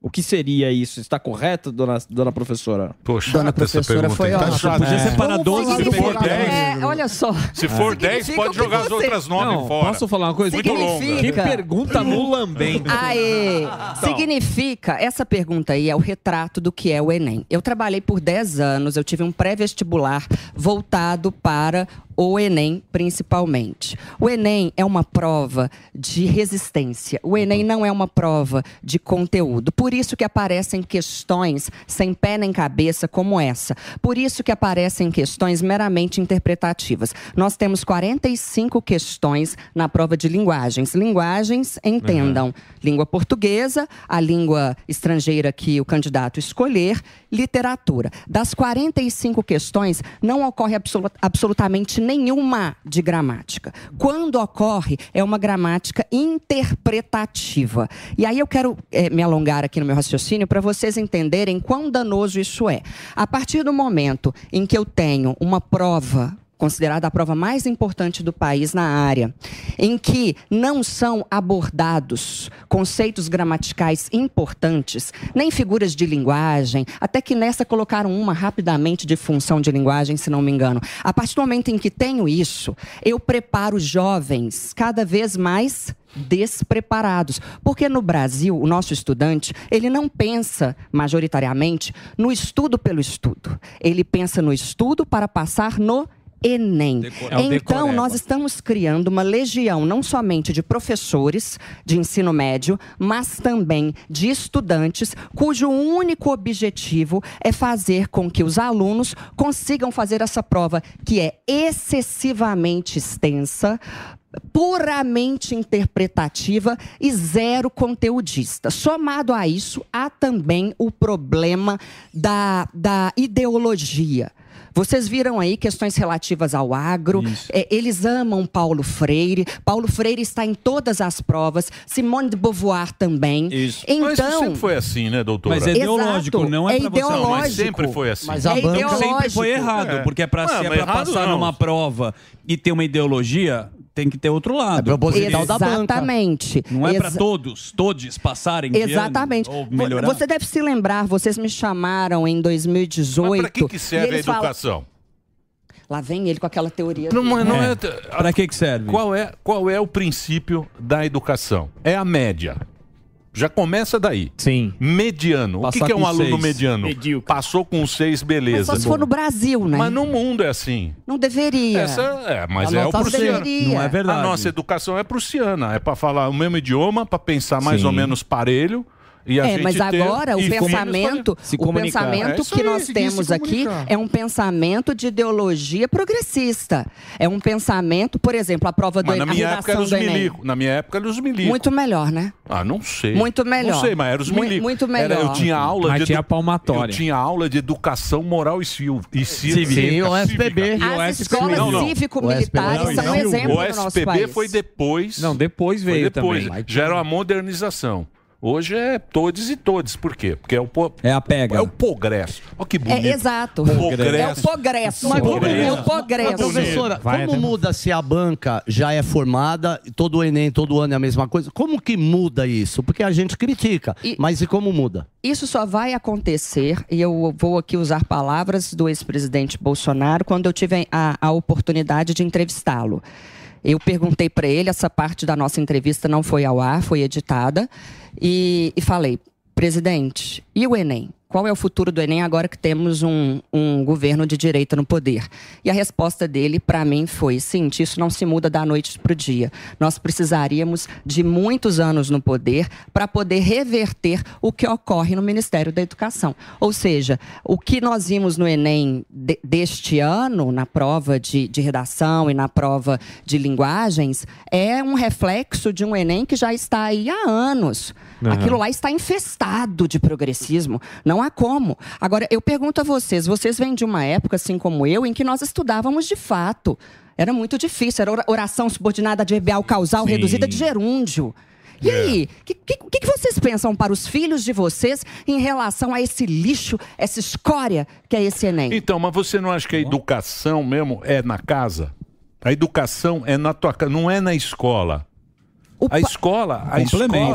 [SPEAKER 8] O que seria isso? Está correto, dona, dona professora?
[SPEAKER 23] Poxa,
[SPEAKER 7] Dona chata essa professora pergunta, foi hein? ótima. Tá chata. Podia separar
[SPEAKER 5] Como
[SPEAKER 8] 12
[SPEAKER 5] significa-
[SPEAKER 8] se for 10.
[SPEAKER 5] É, olha só.
[SPEAKER 23] É. Se for 10,
[SPEAKER 5] Significa o
[SPEAKER 23] pode
[SPEAKER 5] que
[SPEAKER 23] jogar as
[SPEAKER 5] você-
[SPEAKER 23] outras 9
[SPEAKER 4] Não,
[SPEAKER 23] fora.
[SPEAKER 4] posso falar uma coisa?
[SPEAKER 23] Muito longa.
[SPEAKER 4] Que pergunta mulambenta.
[SPEAKER 5] Aê!
[SPEAKER 4] Então.
[SPEAKER 5] Significa, essa pergunta aí é o retrato do que é o Enem. Eu trabalhei por 10 anos, eu tive um pré-vestibular voltado para o Enem, principalmente. O Enem é uma prova de resistência. O Enem não é uma prova de conteúdo. Por isso que aparecem questões sem pé nem cabeça como essa. Por isso que aparecem questões meramente interpretativas. Nós temos 45 questões na prova de linguagens. Linguagens, entendam, língua portuguesa, a língua estrangeira que o candidato escolher, literatura. Das 45 questões, não ocorre absolu- absolutamente nenhuma de gramática. Quando ocorre, é uma gramática interpretativa. E aí eu quero eh, me alongar aqui no meu raciocínio para vocês entenderem quão danoso isso é. A partir do momento em que eu tenho uma prova considerada a prova mais importante do país na área, em que não são abordados conceitos gramaticais importantes, nem figuras de linguagem, até que nessa colocaram uma rapidamente de função de linguagem, se não me engano. A partir do momento em que tenho isso, eu preparo jovens cada vez mais despreparados, porque no Brasil o nosso estudante, ele não pensa majoritariamente no estudo pelo estudo. Ele pensa no estudo para passar no Enem.
[SPEAKER 1] É o
[SPEAKER 5] então,
[SPEAKER 1] decoreba.
[SPEAKER 5] nós estamos criando uma legião não somente de professores de ensino médio, mas também de estudantes cujo único objetivo é fazer com que os alunos consigam fazer essa prova que é excessivamente extensa, puramente interpretativa e zero conteudista. Somado a isso, há também o problema da, da ideologia. Vocês viram aí questões relativas ao agro. É, eles amam Paulo Freire. Paulo Freire está em todas as provas. Simone de Beauvoir também. Isso.
[SPEAKER 23] Mas isso
[SPEAKER 5] Então,
[SPEAKER 23] sempre foi assim, né, doutora?
[SPEAKER 9] Mas é Exato. ideológico, não é É pra você- ideológico.
[SPEAKER 23] Mas sempre foi assim.
[SPEAKER 9] Mas
[SPEAKER 5] É
[SPEAKER 9] sempre foi errado, porque é pra,
[SPEAKER 23] Não,
[SPEAKER 9] ser,
[SPEAKER 23] mas
[SPEAKER 9] é pra
[SPEAKER 23] errado
[SPEAKER 9] passar
[SPEAKER 23] não.
[SPEAKER 9] numa prova e ter uma ideologia, tem que ter outro lado. É
[SPEAKER 5] proposital da banca. Exatamente.
[SPEAKER 9] Não é pra
[SPEAKER 5] Exa-
[SPEAKER 9] todos, todos passarem de ano
[SPEAKER 5] Exatamente.
[SPEAKER 9] ou
[SPEAKER 5] Vo-
[SPEAKER 9] melhorar.
[SPEAKER 5] Você tá deve se lembrar, vocês me chamaram em 2018. Mas para
[SPEAKER 23] O que serve a educação?
[SPEAKER 5] Lá vem ele com aquela teoria.
[SPEAKER 23] Não, mas não é.
[SPEAKER 5] dele. né?
[SPEAKER 23] Para que, serve? Qual é, qual é o princípio da educação? É a média.
[SPEAKER 3] Já começa daí.
[SPEAKER 4] Sim.
[SPEAKER 3] Mediano. o
[SPEAKER 4] Passar
[SPEAKER 3] que, que é
[SPEAKER 4] com
[SPEAKER 3] um aluno
[SPEAKER 4] seis.
[SPEAKER 3] mediano? Passou com seis,
[SPEAKER 5] Mas
[SPEAKER 3] beleza.
[SPEAKER 5] só se for no Brasil, né?
[SPEAKER 3] Mas no mundo é assim.
[SPEAKER 5] Não deveria.
[SPEAKER 3] Essa é, mas é o prussiano. A nossa educação é prussiana. É para falar o mesmo idioma, para pensar mais
[SPEAKER 26] Sim.
[SPEAKER 3] ou menos parelho. E a
[SPEAKER 5] é,
[SPEAKER 3] gente
[SPEAKER 5] mas
[SPEAKER 3] ter-
[SPEAKER 5] agora o
[SPEAKER 3] e com-
[SPEAKER 5] pensamento,
[SPEAKER 3] se
[SPEAKER 5] o
[SPEAKER 3] comunicar. É
[SPEAKER 5] pensamento
[SPEAKER 3] isso
[SPEAKER 5] que
[SPEAKER 3] aí,
[SPEAKER 5] nós
[SPEAKER 3] seguir se
[SPEAKER 5] temos aqui
[SPEAKER 3] comunicar.
[SPEAKER 5] é um pensamento de ideologia progressista. É um pensamento, por exemplo, a prova do
[SPEAKER 3] Mas
[SPEAKER 5] Enem,
[SPEAKER 3] na
[SPEAKER 5] a
[SPEAKER 3] minha época era
[SPEAKER 5] redação
[SPEAKER 3] os
[SPEAKER 5] do Enem.
[SPEAKER 3] milico. Na minha época era os milico.
[SPEAKER 5] Muito melhor, né?
[SPEAKER 3] Ah, não sei.
[SPEAKER 5] Muito melhor.
[SPEAKER 3] Não sei, mas era os
[SPEAKER 5] Mui-
[SPEAKER 3] milico.
[SPEAKER 5] muito
[SPEAKER 3] Era- eu
[SPEAKER 5] melhor.
[SPEAKER 3] tinha aula
[SPEAKER 4] Mas
[SPEAKER 3] de
[SPEAKER 4] tinha
[SPEAKER 3] edu-
[SPEAKER 4] palmatória.
[SPEAKER 3] Eu tinha aula de educação moral e civil. E cívica.
[SPEAKER 4] Cívica. Sim, o SPB.
[SPEAKER 3] Cívica.
[SPEAKER 4] As As escolas escolas não.
[SPEAKER 5] cívico-militares
[SPEAKER 3] Não,
[SPEAKER 5] são
[SPEAKER 3] não.
[SPEAKER 5] um exemplo
[SPEAKER 3] O
[SPEAKER 5] no nosso
[SPEAKER 3] SPB
[SPEAKER 5] país.
[SPEAKER 3] foi depois.
[SPEAKER 4] Não, depois
[SPEAKER 3] Foi
[SPEAKER 4] veio
[SPEAKER 3] depois.
[SPEAKER 4] também.
[SPEAKER 3] Já era uma modernização. Hoje é todos e todos. Por quê? Porque é o po-
[SPEAKER 9] é a pega.
[SPEAKER 3] É o progresso. Olha que bonito.
[SPEAKER 5] É, exato. É o progresso.
[SPEAKER 10] Mas como-
[SPEAKER 5] É o progresso.
[SPEAKER 10] Mas, professora,
[SPEAKER 27] Vai,
[SPEAKER 10] como
[SPEAKER 27] né?
[SPEAKER 10] muda se a banca já é formada, todo o Enem, todo ano é a mesma coisa? Como que muda isso? Porque a gente critica, mas e como muda?
[SPEAKER 5] Isso só vai acontecer, e eu vou aqui usar palavras do ex-presidente Bolsonaro, quando eu tive a, a oportunidade de entrevistá-lo. Eu perguntei para ele, essa parte da nossa entrevista não foi ao ar, foi editada, e, e falei: presidente, e o Enem? Qual é o futuro do Enem agora que temos um, um governo de direita no poder? E a resposta dele, para mim, foi: Cintia, isso não se muda da noite para o dia. Nós precisaríamos de muitos anos no poder para poder reverter o que ocorre no Ministério da Educação. Ou seja, o que nós vimos no Enem de- deste ano, na prova de, de redação e na prova de linguagens, é um reflexo de um Enem que já está aí há anos.
[SPEAKER 24] Aham.
[SPEAKER 5] Aquilo lá está infestado de progressismo. Não há como. Agora, eu pergunto a vocês: vocês vêm de uma época, assim como eu, em que nós estudávamos de fato. Era muito difícil, era ora- oração subordinada adverbial causal
[SPEAKER 24] Sim. É.
[SPEAKER 5] reduzida de gerúndio. E aí, o que, que, que vocês pensam para os filhos de vocês em relação a esse lixo, essa escória que é esse Enem?
[SPEAKER 3] Então, mas você não acha que a educação mesmo é na casa? A educação é na tua casa, não é na escola. A escola, a
[SPEAKER 9] Complementa,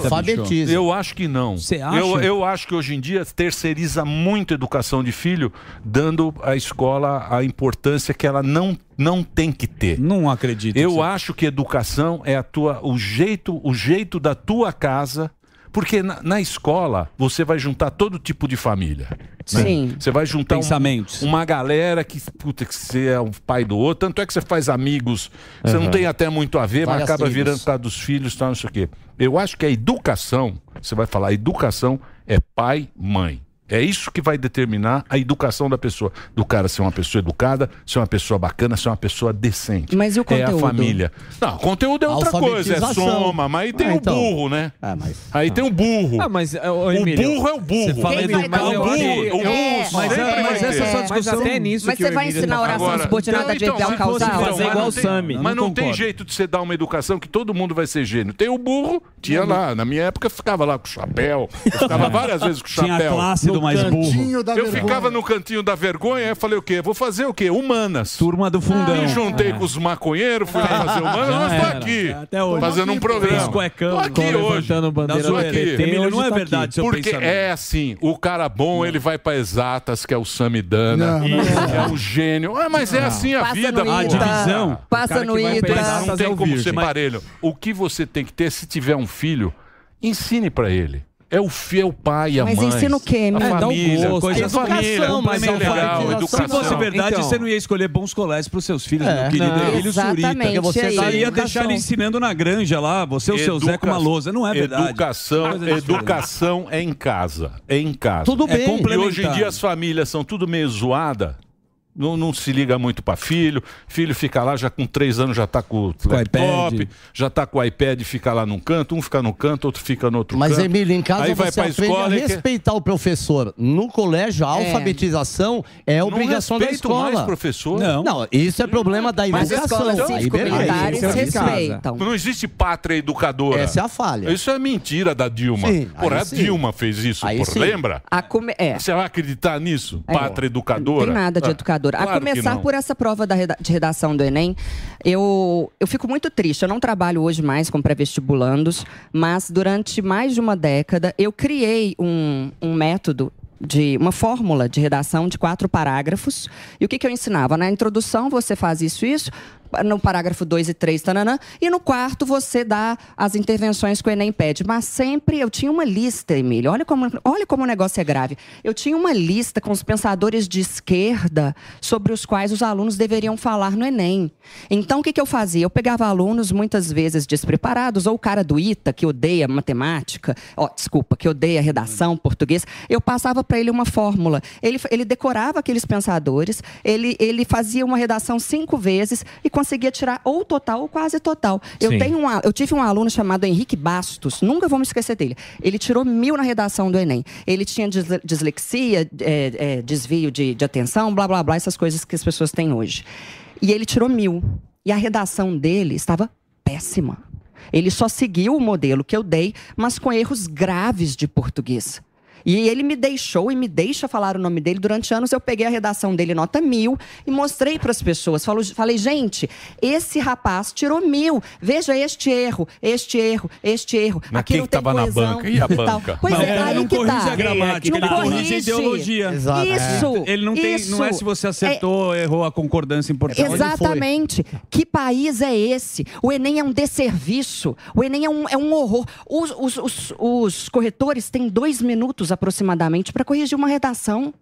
[SPEAKER 3] escola,
[SPEAKER 9] bicho. Alfabetiza.
[SPEAKER 3] Eu acho que não.
[SPEAKER 9] acha?
[SPEAKER 3] Eu, eu acho que hoje em dia terceiriza muito a educação de filho, dando à escola a importância que ela não, não tem que ter.
[SPEAKER 9] Não acredito.
[SPEAKER 3] Eu acho que educação é a tua, o jeito, o jeito da tua casa. Porque na, na escola você vai juntar todo tipo de família. né?
[SPEAKER 9] Sim.
[SPEAKER 3] Você vai juntar um-
[SPEAKER 9] Pensamentos.
[SPEAKER 3] uma galera que, puta, que você é um pai do outro. Tanto é que você faz amigos. Você não
[SPEAKER 9] Aham.
[SPEAKER 3] tem até muito a ver, mas
[SPEAKER 9] Várias
[SPEAKER 3] acaba
[SPEAKER 9] tribos.
[SPEAKER 3] virando por causa dos filhos, tal, não sei o quê. Eu acho que a educação, você vai falar, a educação é pai, mãe. É isso que vai determinar a educação da pessoa. Do cara ser uma pessoa educada, ser uma pessoa bacana, ser uma pessoa decente.
[SPEAKER 5] Mas e o
[SPEAKER 3] É a
[SPEAKER 5] conteúdo?
[SPEAKER 3] família. Não, conteúdo é outra coisa, é
[SPEAKER 9] Alfabetização.
[SPEAKER 3] soma, mas aí tem
[SPEAKER 9] Ah,
[SPEAKER 3] o
[SPEAKER 9] então.
[SPEAKER 3] burro, né? Aí tem o burro.
[SPEAKER 4] Ah, mas, ô,
[SPEAKER 3] o
[SPEAKER 4] Emílio,
[SPEAKER 3] burro é o burro.
[SPEAKER 4] você fala Quem educar, vai dar o
[SPEAKER 3] o burro,
[SPEAKER 4] burro?
[SPEAKER 3] o burro
[SPEAKER 4] É,
[SPEAKER 3] sempre
[SPEAKER 4] mas-
[SPEAKER 3] vai
[SPEAKER 4] mas
[SPEAKER 3] ter.
[SPEAKER 4] essa é só discussão- Mas até nisso Mas que você o vai Emílio ensinar tá falando. oração subordinada adverbial
[SPEAKER 3] então, se fosse
[SPEAKER 4] causal?
[SPEAKER 3] fazer
[SPEAKER 4] Mas
[SPEAKER 3] igual
[SPEAKER 4] não
[SPEAKER 3] o
[SPEAKER 4] tem-
[SPEAKER 3] Sami,
[SPEAKER 4] não
[SPEAKER 3] Mas não
[SPEAKER 4] concordo.
[SPEAKER 3] tem jeito de você dar uma educação que todo mundo vai ser gênio. Tem o burro,
[SPEAKER 9] Uhum.
[SPEAKER 3] tinha lá. Na minha época eu ficava lá com o chapéu. Eu ficava várias vezes com o chapéu.
[SPEAKER 9] É. Tinha a classe do No mais burro. cantinho da
[SPEAKER 3] Eu
[SPEAKER 9] vergonha.
[SPEAKER 3] ficava no cantinho da vergonha e falei o quê? Vou fazer o quê? Humanas.
[SPEAKER 9] Turma do fundão. É.
[SPEAKER 3] Me juntei com os maconheiros, fui lá fazer humanas, mas tô
[SPEAKER 9] era.
[SPEAKER 3] aqui.
[SPEAKER 9] Até hoje.
[SPEAKER 3] Fazendo um programa.
[SPEAKER 9] Fez cuecão,
[SPEAKER 3] Tô aqui
[SPEAKER 9] tô
[SPEAKER 3] hoje.
[SPEAKER 9] levantando bandeira
[SPEAKER 3] Tô
[SPEAKER 9] do
[SPEAKER 3] aqui.
[SPEAKER 9] PT, Emílio, não hoje é tá verdade aqui. seu
[SPEAKER 3] Porque
[SPEAKER 9] pensamento.
[SPEAKER 3] é assim, o cara bom, ele vai pra exatas, que é o Samidana.
[SPEAKER 9] Não,
[SPEAKER 3] Isso,
[SPEAKER 9] não.
[SPEAKER 3] que é o gênio. Ah, mas é
[SPEAKER 9] Não.
[SPEAKER 3] assim a
[SPEAKER 9] Passa
[SPEAKER 3] vida,
[SPEAKER 9] no Ita. A divisão. Passa O cara no que vai pra Ita. exatas
[SPEAKER 3] Não
[SPEAKER 9] é
[SPEAKER 3] tem
[SPEAKER 9] o
[SPEAKER 3] como ser
[SPEAKER 9] virgem.
[SPEAKER 3] parelho. O que você tem que ter, se tiver um filho, ensine pra ele. É o filho, é o pai, a
[SPEAKER 5] Mas
[SPEAKER 3] mãe.
[SPEAKER 5] ensina o quê,
[SPEAKER 3] a
[SPEAKER 5] meu?
[SPEAKER 9] um
[SPEAKER 3] família,
[SPEAKER 5] É, dá o
[SPEAKER 3] coisa
[SPEAKER 5] gosto.
[SPEAKER 3] família,
[SPEAKER 5] Educação,
[SPEAKER 3] coisa
[SPEAKER 5] mas não
[SPEAKER 3] é legal,
[SPEAKER 5] faz
[SPEAKER 3] educação.
[SPEAKER 9] Se fosse verdade,
[SPEAKER 3] Então,
[SPEAKER 9] você não ia escolher bons colégios para os seus filhos,
[SPEAKER 3] É.
[SPEAKER 9] meu querido.
[SPEAKER 3] Não.
[SPEAKER 9] Emílio Surita.
[SPEAKER 3] Exatamente,
[SPEAKER 9] Porque
[SPEAKER 5] é
[SPEAKER 9] você
[SPEAKER 3] aí.
[SPEAKER 9] só ia
[SPEAKER 3] Educação.
[SPEAKER 9] deixar ele ensinando na granja lá, você e o seu
[SPEAKER 3] Educa-
[SPEAKER 9] Zé com uma lousa. Não é verdade.
[SPEAKER 3] Educação,
[SPEAKER 9] Coisa diferente.
[SPEAKER 3] educação é em casa. É em casa.
[SPEAKER 9] Tudo
[SPEAKER 3] É
[SPEAKER 9] bem.
[SPEAKER 3] complementar. e hoje em
[SPEAKER 9] complementar.
[SPEAKER 3] dia as famílias são tudo meio zoada. Não, não se liga muito para filho. Filho fica lá, já com três anos já tá com o laptop,
[SPEAKER 10] iPad.
[SPEAKER 3] já tá com o iPad e fica lá num canto. Um fica no canto, outro fica no outro
[SPEAKER 10] Mas,
[SPEAKER 3] canto.
[SPEAKER 10] Emílio, em casa
[SPEAKER 3] Aí
[SPEAKER 10] você
[SPEAKER 3] vai pra
[SPEAKER 10] aprende
[SPEAKER 3] escola
[SPEAKER 10] a
[SPEAKER 3] e quer-
[SPEAKER 10] respeitar o professor. No colégio, a
[SPEAKER 3] É.
[SPEAKER 10] alfabetização é
[SPEAKER 3] Não
[SPEAKER 10] obrigação da
[SPEAKER 3] respeito
[SPEAKER 10] escola.
[SPEAKER 3] mais professor?
[SPEAKER 10] Não. Não, isso é problema da
[SPEAKER 3] Mas
[SPEAKER 10] educação.
[SPEAKER 3] escolas
[SPEAKER 10] Aí, beleza.
[SPEAKER 3] cívico-militares
[SPEAKER 10] Isso é de casa.
[SPEAKER 3] Não existe pátria educadora.
[SPEAKER 10] Essa é a falha.
[SPEAKER 3] Isso é mentira da Dilma.
[SPEAKER 10] Sim,
[SPEAKER 3] Porra,
[SPEAKER 10] aí
[SPEAKER 3] a
[SPEAKER 10] sim.
[SPEAKER 3] Dilma fez isso,
[SPEAKER 10] Aí
[SPEAKER 3] por,
[SPEAKER 10] sim. É.
[SPEAKER 3] lembra?
[SPEAKER 5] A come- é.
[SPEAKER 3] Você vai acreditar nisso? Pátria educadora?
[SPEAKER 5] Não tem nada de
[SPEAKER 3] Ah,
[SPEAKER 5] educador.
[SPEAKER 3] claro
[SPEAKER 5] a
[SPEAKER 3] que
[SPEAKER 5] começar
[SPEAKER 3] não.
[SPEAKER 5] por essa prova da reda- de redação do Enem, eu, eu fico muito triste. Eu não trabalho hoje mais com pré-vestibulandos, mas durante mais de uma década eu criei um, um método de uma fórmula de redação de quatro parágrafos. E o que, que eu ensinava? Na introdução você faz isso, isso. no parágrafo 2 e 3, tananã, e no quarto você dá as intervenções que o Enem pede. Mas sempre eu tinha uma lista, Emílio, olha como, olha como o negócio é grave. Eu tinha uma lista com os pensadores de esquerda sobre os quais os alunos deveriam falar no Enem. Então, o que, que eu fazia? Eu pegava alunos muitas vezes despreparados, ou o cara do ITA, que odeia matemática, ó, desculpa, que odeia redação, português, eu passava para ele uma fórmula. Ele, ele decorava aqueles pensadores, ele, ele fazia uma redação cinco vezes e conseguia tirar ou total ou quase total. Eu,
[SPEAKER 13] Sim.
[SPEAKER 5] tenho um a- eu tive um aluno chamado Henrique Bastos, nunca vou me esquecer dele. Ele tirou mil na redação do Enem. Ele tinha dis- dislexia, é, é, desvio de, de atenção, blá, blá, blá, essas coisas que as pessoas têm hoje. E ele tirou mil. E a redação dele estava péssima. Ele só seguiu o modelo que eu dei, mas com erros graves de português. E ele me deixou e me deixa falar o nome dele. Durante anos eu peguei a redação dele, nota mil, e mostrei para as pessoas. Falo- falei, gente, esse rapaz tirou mil. Veja este erro, este erro, este erro.
[SPEAKER 3] Mas
[SPEAKER 5] Aqui
[SPEAKER 3] quem
[SPEAKER 5] não
[SPEAKER 3] que
[SPEAKER 5] tem
[SPEAKER 3] tava na
[SPEAKER 5] coesão
[SPEAKER 3] banca? E a
[SPEAKER 5] e tal.
[SPEAKER 3] banca?
[SPEAKER 5] Pois
[SPEAKER 3] Mas
[SPEAKER 5] é,
[SPEAKER 3] ele
[SPEAKER 5] aí
[SPEAKER 3] não
[SPEAKER 5] que tá.
[SPEAKER 3] corrige a gramática,
[SPEAKER 5] Não
[SPEAKER 3] ele corrige a
[SPEAKER 5] corrige.
[SPEAKER 3] ideologia.
[SPEAKER 9] Exato.
[SPEAKER 5] Isso,
[SPEAKER 9] É. Ele não tem, não é
[SPEAKER 5] isso. É
[SPEAKER 9] se você acertou, errou a concordância importante.
[SPEAKER 5] Exatamente. Que país é esse? O Enem é um desserviço. O Enem é um, é um horror. Os, os- os- os corretores têm dois minutos aproximadamente para corrigir uma redação.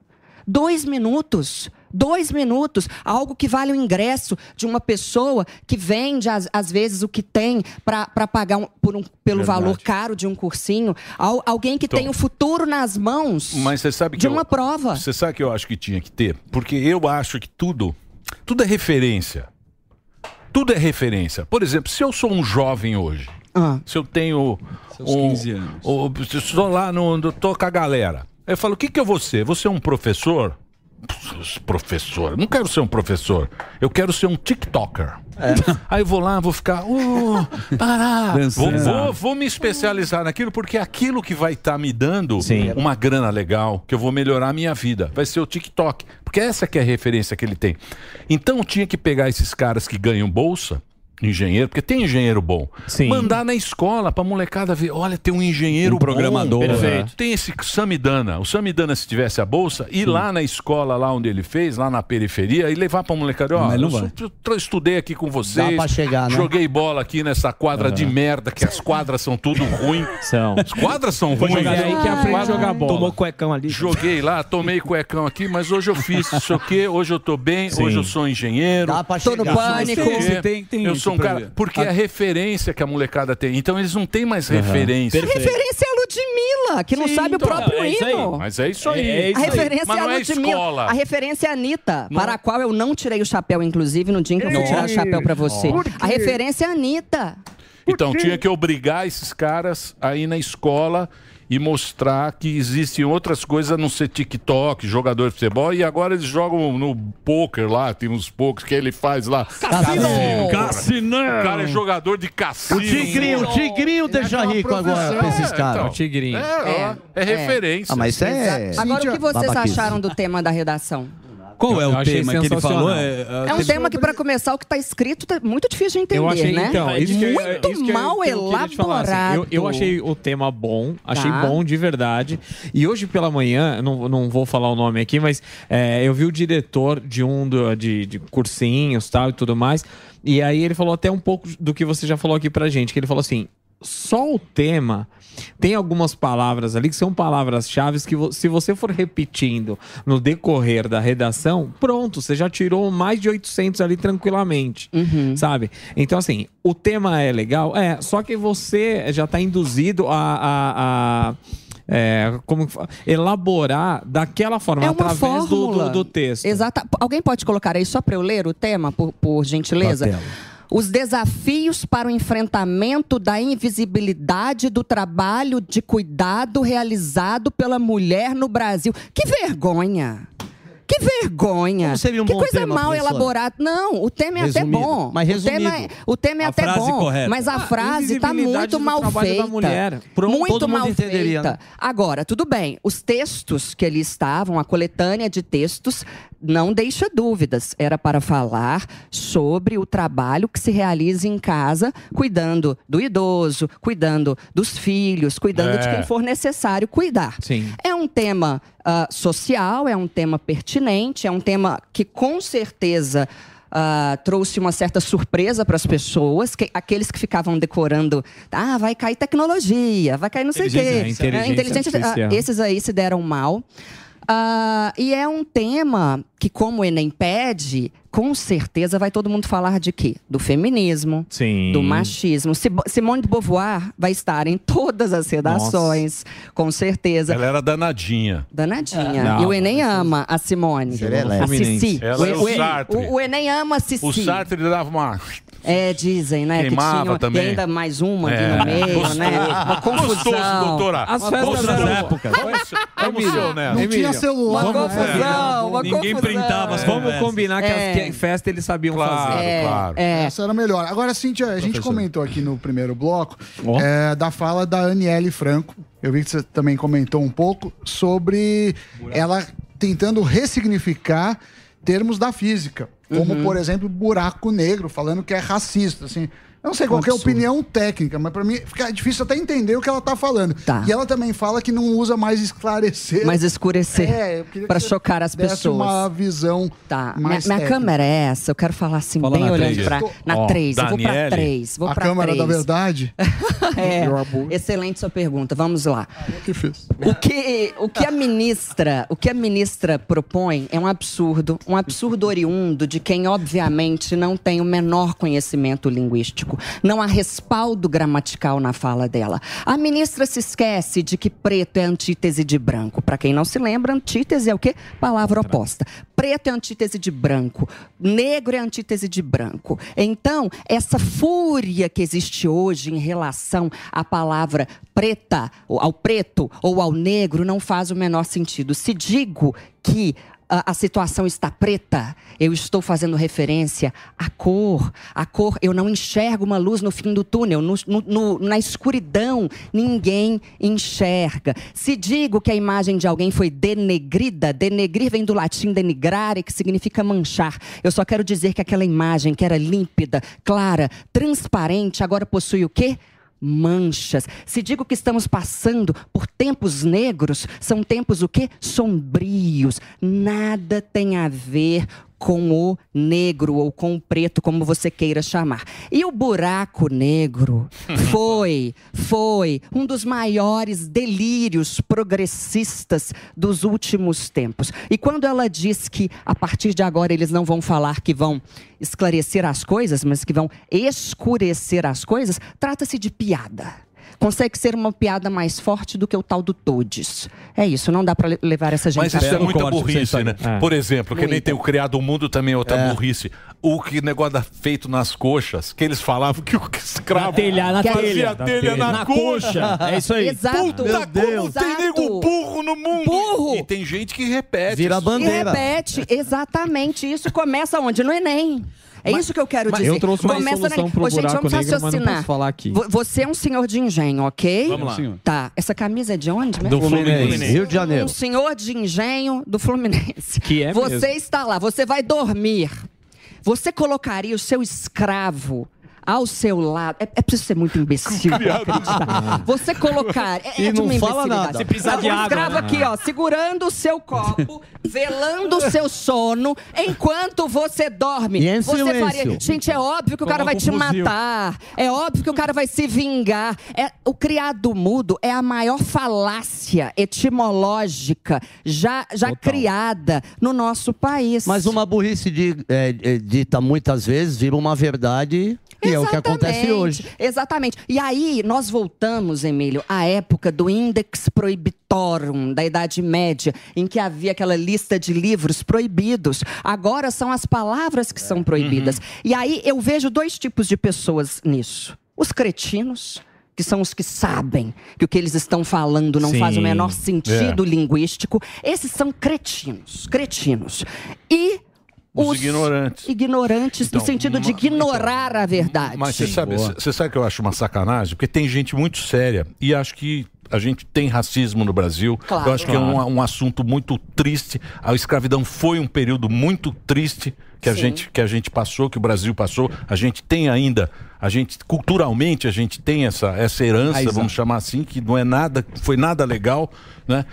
[SPEAKER 5] Dois minutos. Dois minutos, algo que vale o ingresso de uma pessoa que vende, às, às vezes, o que tem para pagar um- por um- pelo
[SPEAKER 3] Verdade.
[SPEAKER 5] valor caro de um cursinho. Al- alguém que
[SPEAKER 3] Então-
[SPEAKER 5] tem o futuro nas mãos.
[SPEAKER 3] Mas você sabe que
[SPEAKER 5] De
[SPEAKER 3] eu-
[SPEAKER 5] uma prova.
[SPEAKER 3] Você sabe que eu acho que tinha que ter, porque eu acho que tudo, tudo é referência. Tudo é referência. Por exemplo, se eu sou um jovem hoje,
[SPEAKER 5] Ah.
[SPEAKER 3] se eu tenho um, 15 anos, se eu sou lá no, no tô com a galera, eu falo, o que que eu vou ser? Você é um professor? Putz, Professor, eu não quero ser um professor. Eu quero ser um TikToker.
[SPEAKER 9] É.
[SPEAKER 3] Aí eu vou lá, vou ficar. "Oh, pará. Vou,
[SPEAKER 23] Dançando.
[SPEAKER 3] vou, vou me especializar naquilo, porque é aquilo que vai estar me dando uma grana legal, que eu vou melhorar a minha vida, vai ser o TikTok. Porque essa que é a referência que ele tem. Então tinha que pegar esses caras que ganham bolsa, engenheiro, porque tem engenheiro bom. Mandar na escola pra molecada ver, olha, tem um engenheiro
[SPEAKER 9] Um programador,
[SPEAKER 3] bom.
[SPEAKER 9] Perfeito. né?
[SPEAKER 3] Tem esse Samidana. O Samidana, se tivesse a bolsa, ir lá na escola, lá onde ele fez, lá na periferia, e levar pra molecada, ó,
[SPEAKER 9] Mas não
[SPEAKER 3] eu
[SPEAKER 9] vai.
[SPEAKER 3] sou- eu estudei aqui com vocês.
[SPEAKER 11] Dá pra chegar, né?
[SPEAKER 3] Joguei bola aqui nessa quadra de merda, que as quadras são tudo ruim. São. As quadras são
[SPEAKER 8] Foi
[SPEAKER 3] ruins.
[SPEAKER 8] jogar aí que aprende
[SPEAKER 7] Ah,
[SPEAKER 8] a jogar bola. Tomou
[SPEAKER 3] cuecão ali. Joguei lá, tomei cuecão aqui, mas hoje eu fiz isso aqui, hoje eu tô bem,
[SPEAKER 9] Sim.
[SPEAKER 3] hoje eu sou engenheiro.
[SPEAKER 9] Dá pra Tô no chegar. pânico.
[SPEAKER 3] Não sei o
[SPEAKER 9] Tem-
[SPEAKER 3] quê.
[SPEAKER 9] tem- tem
[SPEAKER 3] eu
[SPEAKER 9] isso
[SPEAKER 3] sou um
[SPEAKER 9] pra
[SPEAKER 3] cara...
[SPEAKER 9] ver.
[SPEAKER 3] Porque a referência que a molecada tem. Então eles não têm mais referência.
[SPEAKER 5] A referência é a Ludmilla, que não sabe o próprio
[SPEAKER 3] é isso aí.
[SPEAKER 5] hino.
[SPEAKER 3] Mas é isso aí.
[SPEAKER 5] a referência
[SPEAKER 3] Mas
[SPEAKER 5] é a
[SPEAKER 3] não é
[SPEAKER 5] Ludmilla.
[SPEAKER 3] escola.
[SPEAKER 5] A referência é a Anitta,
[SPEAKER 3] Não.
[SPEAKER 5] para a qual eu não tirei o chapéu, inclusive, no dia em que eu fui
[SPEAKER 3] Ei,
[SPEAKER 5] tirar o chapéu para você.
[SPEAKER 3] por quê?
[SPEAKER 5] A referência é a Anitta.
[SPEAKER 3] Então, tinha que obrigar esses caras a ir na escola e mostrar que existem outras coisas a não ser TikTok, jogador de futebol, e agora eles jogam no poker lá, tem uns pokers que ele faz lá. Cassino!
[SPEAKER 9] Cassino!
[SPEAKER 3] O cara é jogador de cassino.
[SPEAKER 11] O tigrinho, o
[SPEAKER 3] é
[SPEAKER 11] tigrinho deixa rico agora pra esses caras.
[SPEAKER 3] então. O tigrinho. É, ó, é referência.
[SPEAKER 11] Ah, mas isso é.
[SPEAKER 5] Exato. Agora, o que vocês
[SPEAKER 11] babaquice.
[SPEAKER 5] acharam do tema da redação?
[SPEAKER 9] Qual é
[SPEAKER 4] Eu
[SPEAKER 9] o
[SPEAKER 4] achei
[SPEAKER 9] tema que ele
[SPEAKER 4] sensacional.
[SPEAKER 9] falou?
[SPEAKER 5] É um
[SPEAKER 9] teve-
[SPEAKER 5] tema que, para começar, o que está escrito tá muito difícil de entender,
[SPEAKER 4] Eu achei,
[SPEAKER 5] né?
[SPEAKER 4] então, isso que eu-
[SPEAKER 5] muito
[SPEAKER 4] isso que eu-
[SPEAKER 5] mal
[SPEAKER 4] que eu queria te falar,
[SPEAKER 5] elaborado.
[SPEAKER 4] assim, eu, eu achei o tema bom, achei
[SPEAKER 5] Tá.
[SPEAKER 4] bom de verdade. E hoje pela manhã, eu não, não vou falar o nome aqui, mas é, eu vi o diretor de um do- de, de cursinhos tal e tudo mais. E aí ele falou até um pouco do que você já falou aqui pra gente, que ele falou assim. Só o tema tem algumas palavras ali que são palavras-chave que, vo- se você for repetindo no decorrer da redação, pronto, você já tirou mais de 800 ali tranquilamente, sabe? Então, assim, o tema é legal, é, só que você já está induzido a. a- a- é, como que fala? elaborar daquela forma,
[SPEAKER 5] É uma
[SPEAKER 4] através do,
[SPEAKER 5] fórmula.
[SPEAKER 4] do, do texto.
[SPEAKER 5] Exata. P- Alguém pode colocar aí só para eu ler o tema, por, por gentileza?
[SPEAKER 4] Na tela.
[SPEAKER 5] Os desafios para o enfrentamento da invisibilidade do trabalho de cuidado realizado pela mulher no Brasil. Que vergonha! Que vergonha!
[SPEAKER 11] Como seria um
[SPEAKER 5] que
[SPEAKER 11] bom
[SPEAKER 5] coisa
[SPEAKER 11] tema,
[SPEAKER 5] mal
[SPEAKER 11] professora?
[SPEAKER 5] elaborada. Não, o tema é
[SPEAKER 11] Resumido,
[SPEAKER 5] até bom.
[SPEAKER 11] mas
[SPEAKER 5] o tema é,
[SPEAKER 11] resumido.
[SPEAKER 5] o tema é
[SPEAKER 11] A
[SPEAKER 5] até
[SPEAKER 11] frase
[SPEAKER 5] bom,
[SPEAKER 11] correta.
[SPEAKER 5] mas a
[SPEAKER 11] Ah,
[SPEAKER 5] frase está
[SPEAKER 11] invisibilidade
[SPEAKER 5] muito
[SPEAKER 11] do
[SPEAKER 5] mal
[SPEAKER 11] trabalho da
[SPEAKER 5] feita.
[SPEAKER 11] mulher. Pronto,
[SPEAKER 5] muito
[SPEAKER 11] todo mundo
[SPEAKER 5] mal
[SPEAKER 11] entenderia,
[SPEAKER 5] feita.
[SPEAKER 11] né?
[SPEAKER 5] Agora, tudo bem, os textos que ali estavam, a coletânea de textos, não deixa dúvidas. Era para falar sobre o trabalho que se realiza em casa, cuidando do idoso, cuidando dos filhos, cuidando de
[SPEAKER 14] É.
[SPEAKER 5] quem for necessário cuidar.
[SPEAKER 4] Sim.
[SPEAKER 5] É um tema ah, social, é um tema pertinente, é um tema que com certeza ah, trouxe uma certa surpresa para as pessoas, que, aqueles que ficavam decorando, ah, vai cair tecnologia, vai cair não sei o quê.
[SPEAKER 2] Inteligência, né? Inteligência
[SPEAKER 5] ah,
[SPEAKER 2] artificial.
[SPEAKER 5] esses aí se deram mal. Ah, e é um tema que, como o Enem pede, com certeza vai todo mundo falar de quê? Do feminismo,
[SPEAKER 4] Sim.
[SPEAKER 5] do machismo. Sib- Simone de Beauvoir vai estar em todas as redações, com
[SPEAKER 2] É
[SPEAKER 5] certeza.
[SPEAKER 3] Ela era danadinha.
[SPEAKER 5] Danadinha.
[SPEAKER 3] Não,
[SPEAKER 5] e o Enem ama a Simone.
[SPEAKER 3] Serelepe.
[SPEAKER 5] A Cici.
[SPEAKER 3] Ela
[SPEAKER 5] o,
[SPEAKER 3] é o
[SPEAKER 5] o-
[SPEAKER 3] Sartre.
[SPEAKER 5] o- o Enem ama a Cici.
[SPEAKER 3] O Sartre dava uma.
[SPEAKER 5] É, dizem, né?
[SPEAKER 3] Queimava
[SPEAKER 5] que tinha,
[SPEAKER 3] também.
[SPEAKER 5] E ainda mais uma
[SPEAKER 3] É.
[SPEAKER 5] ali no meio,
[SPEAKER 3] Gostoso.
[SPEAKER 5] né? Uma confusão.
[SPEAKER 3] Gostoso, doutora.
[SPEAKER 5] Uma
[SPEAKER 3] As festas
[SPEAKER 5] confusão.
[SPEAKER 3] das épocas.
[SPEAKER 5] Como o seu, né?
[SPEAKER 4] Não tinha celular,
[SPEAKER 5] Uma
[SPEAKER 4] né?
[SPEAKER 5] confusão, uma
[SPEAKER 4] Ninguém
[SPEAKER 5] confusão.
[SPEAKER 4] printava as
[SPEAKER 5] Vamos
[SPEAKER 4] Vamos combinar que
[SPEAKER 5] É.
[SPEAKER 4] as que- festa eles sabiam fazer.
[SPEAKER 6] Essa era melhor. Agora, Cintia, a gente comentou aqui no primeiro bloco é, da fala da Aniele Franco. Eu vi que você também comentou um pouco sobre ela tentando ressignificar termos da física. Como,
[SPEAKER 15] Uhum.
[SPEAKER 6] por exemplo, buraco negro, falando que é racista, assim. Eu não sei qual que é a opinião técnica, mas pra mim fica difícil até entender o que ela tá falando. E ela também fala que não usa mais esclarecer.
[SPEAKER 5] Mas escurecer
[SPEAKER 6] É, eu queria que
[SPEAKER 5] pra
[SPEAKER 6] você
[SPEAKER 5] chocar as
[SPEAKER 6] desse
[SPEAKER 5] pessoas.
[SPEAKER 6] uma visão
[SPEAKER 5] tá. Minha,
[SPEAKER 6] mais
[SPEAKER 5] minha
[SPEAKER 6] técnica.
[SPEAKER 5] câmera é essa, eu quero falar assim,
[SPEAKER 6] Fala
[SPEAKER 5] bem
[SPEAKER 6] na
[SPEAKER 5] olhando
[SPEAKER 6] três.
[SPEAKER 5] pra.
[SPEAKER 6] Ó,
[SPEAKER 5] Na 3, eu vou pra
[SPEAKER 6] Daniele.
[SPEAKER 5] 3. Vou
[SPEAKER 6] A
[SPEAKER 5] pra
[SPEAKER 6] câmera da
[SPEAKER 5] três.
[SPEAKER 6] verdade?
[SPEAKER 5] É,
[SPEAKER 6] Meu amor. Ah, é
[SPEAKER 5] excelente sua pergunta. Vamos lá.
[SPEAKER 6] que fiz?
[SPEAKER 5] O que, o que a ministra, o que a ministra propõe é um absurdo, um absurdo oriundo de quem obviamente não tem o menor conhecimento linguístico. Não há respaldo gramatical na fala dela. A ministra se esquece de que preto é antítese de branco. Para quem não se lembra, antítese é o quê? Palavra oposta. Preto é antítese de branco, negro é antítese de branco. Então, essa fúria que existe hoje em relação à palavra preta, ou ao preto ou ao negro, não faz o menor sentido. Se digo que ah, a situação está preta, eu estou fazendo referência à cor. A cor, eu não enxergo uma luz no fim do túnel, no- no- no- na escuridão, ninguém enxerga. Se digo que a imagem de alguém foi denegrida, denegrir vem do latim denigrare, que significa manchar. Eu só quero dizer que aquela imagem que era límpida, clara, transparente, agora possui o quê? manchas. Se digo que estamos passando por tempos negros, são tempos o quê? Sombrios. Nada tem a ver com o negro ou com o preto, como você queira chamar. E o buraco negro foi, foi um dos maiores delírios progressistas dos últimos tempos. E quando ela diz que a partir de agora eles não vão falar que vão esclarecer as coisas, mas que vão escurecer as coisas, trata-se de piada. Consegue ser uma piada mais forte do que o tal do Todes. É isso, não dá para levar essa gente um
[SPEAKER 3] Mas
[SPEAKER 5] a
[SPEAKER 3] isso é
[SPEAKER 5] sério.
[SPEAKER 3] muita burrice, né? Por exemplo, que nem
[SPEAKER 5] É. Muita.
[SPEAKER 3] tem o Criado o Mundo também é outra burrice. O que negócio da- feito nas coxas, que eles falavam que o escravo
[SPEAKER 2] Na telha, na
[SPEAKER 3] fazia
[SPEAKER 2] telha.
[SPEAKER 3] a telha na,
[SPEAKER 2] Na
[SPEAKER 3] coxa.
[SPEAKER 2] coxa. É isso aí. Exato.
[SPEAKER 3] Puta,
[SPEAKER 2] Meu
[SPEAKER 3] como
[SPEAKER 2] Deus.
[SPEAKER 3] tem nego burro no mundo.
[SPEAKER 5] Burro.
[SPEAKER 3] E tem gente que repete.
[SPEAKER 5] Vira
[SPEAKER 3] isso.
[SPEAKER 5] E repete, exatamente. Isso começa onde? No Enem. É isso que eu quero
[SPEAKER 4] mas
[SPEAKER 5] dizer.
[SPEAKER 4] eu trouxe uma
[SPEAKER 5] Começa no
[SPEAKER 4] solução
[SPEAKER 5] Enem.
[SPEAKER 4] pro
[SPEAKER 5] Ô, gente,
[SPEAKER 4] buraco
[SPEAKER 5] vamos
[SPEAKER 4] negro, mas não
[SPEAKER 5] raciocinar.
[SPEAKER 4] posso falar aqui.
[SPEAKER 5] Vo- Você é um senhor de engenho, ok?
[SPEAKER 4] Vamos lá. Sim.
[SPEAKER 5] Tá. Essa camisa é de onde
[SPEAKER 4] Do Fluminense. Fluminense. Rio de Janeiro.
[SPEAKER 5] Um senhor de engenho do Fluminense.
[SPEAKER 4] Que é
[SPEAKER 5] Você
[SPEAKER 4] mesmo.
[SPEAKER 5] está lá, você vai dormir. Você colocaria o seu escravo ao seu lado. É, é preciso ser muito imbecil pra
[SPEAKER 2] Viado.
[SPEAKER 5] acreditar. Você colocar. É,
[SPEAKER 2] E
[SPEAKER 5] é de
[SPEAKER 2] não
[SPEAKER 5] uma
[SPEAKER 2] fala nada.
[SPEAKER 5] imbecilidade.
[SPEAKER 2] Se precisar de
[SPEAKER 5] um
[SPEAKER 2] água,
[SPEAKER 5] escravo
[SPEAKER 2] né?
[SPEAKER 5] aqui, ó, segurando o seu copo, velando o seu sono, enquanto você dorme.
[SPEAKER 2] E em
[SPEAKER 5] você
[SPEAKER 2] silêncio.
[SPEAKER 5] Gente, é óbvio que o cara
[SPEAKER 2] Coloca
[SPEAKER 5] vai
[SPEAKER 2] um
[SPEAKER 5] te
[SPEAKER 2] fuzil.
[SPEAKER 5] matar. É óbvio que o cara vai se vingar. É- O criado mudo é a maior falácia etimológica já, já criada no nosso país.
[SPEAKER 10] Mas uma burrice de- é, é, dita muitas vezes vira uma verdade e é o que acontece
[SPEAKER 5] Exatamente,
[SPEAKER 10] hoje.
[SPEAKER 5] Exatamente. E aí, nós voltamos, Emílio, à época do Index Prohibitorum, da Idade Média, em que havia aquela lista de livros proibidos. Agora são as palavras que são proibidas. E aí, eu vejo dois tipos de pessoas nisso: os cretinos. Que são os que sabem que o que eles estão falando não
[SPEAKER 2] Sim,
[SPEAKER 5] faz o menor
[SPEAKER 2] é.
[SPEAKER 5] sentido linguístico. Esses são cretinos, cretinos. E
[SPEAKER 3] Os
[SPEAKER 5] os,
[SPEAKER 3] ignorantes.
[SPEAKER 5] Ignorantes,
[SPEAKER 3] Então,
[SPEAKER 5] no sentido de ignorar a verdade.
[SPEAKER 3] Mas você sabe, você sabe que eu acho uma sacanagem? Porque tem gente muito séria e acho que a gente tem racismo no Brasil.
[SPEAKER 5] Claro.
[SPEAKER 3] eu acho que é
[SPEAKER 5] Claro.
[SPEAKER 3] um, um assunto muito triste. A escravidão foi um período muito triste que a,
[SPEAKER 5] Sim.
[SPEAKER 3] gente, que a gente passou, que o Brasil passou. A gente tem ainda, a gente culturalmente a gente tem essa, essa herança,
[SPEAKER 19] Ah, exato.
[SPEAKER 3] vamos chamar assim, que não é nada, foi nada legal, né?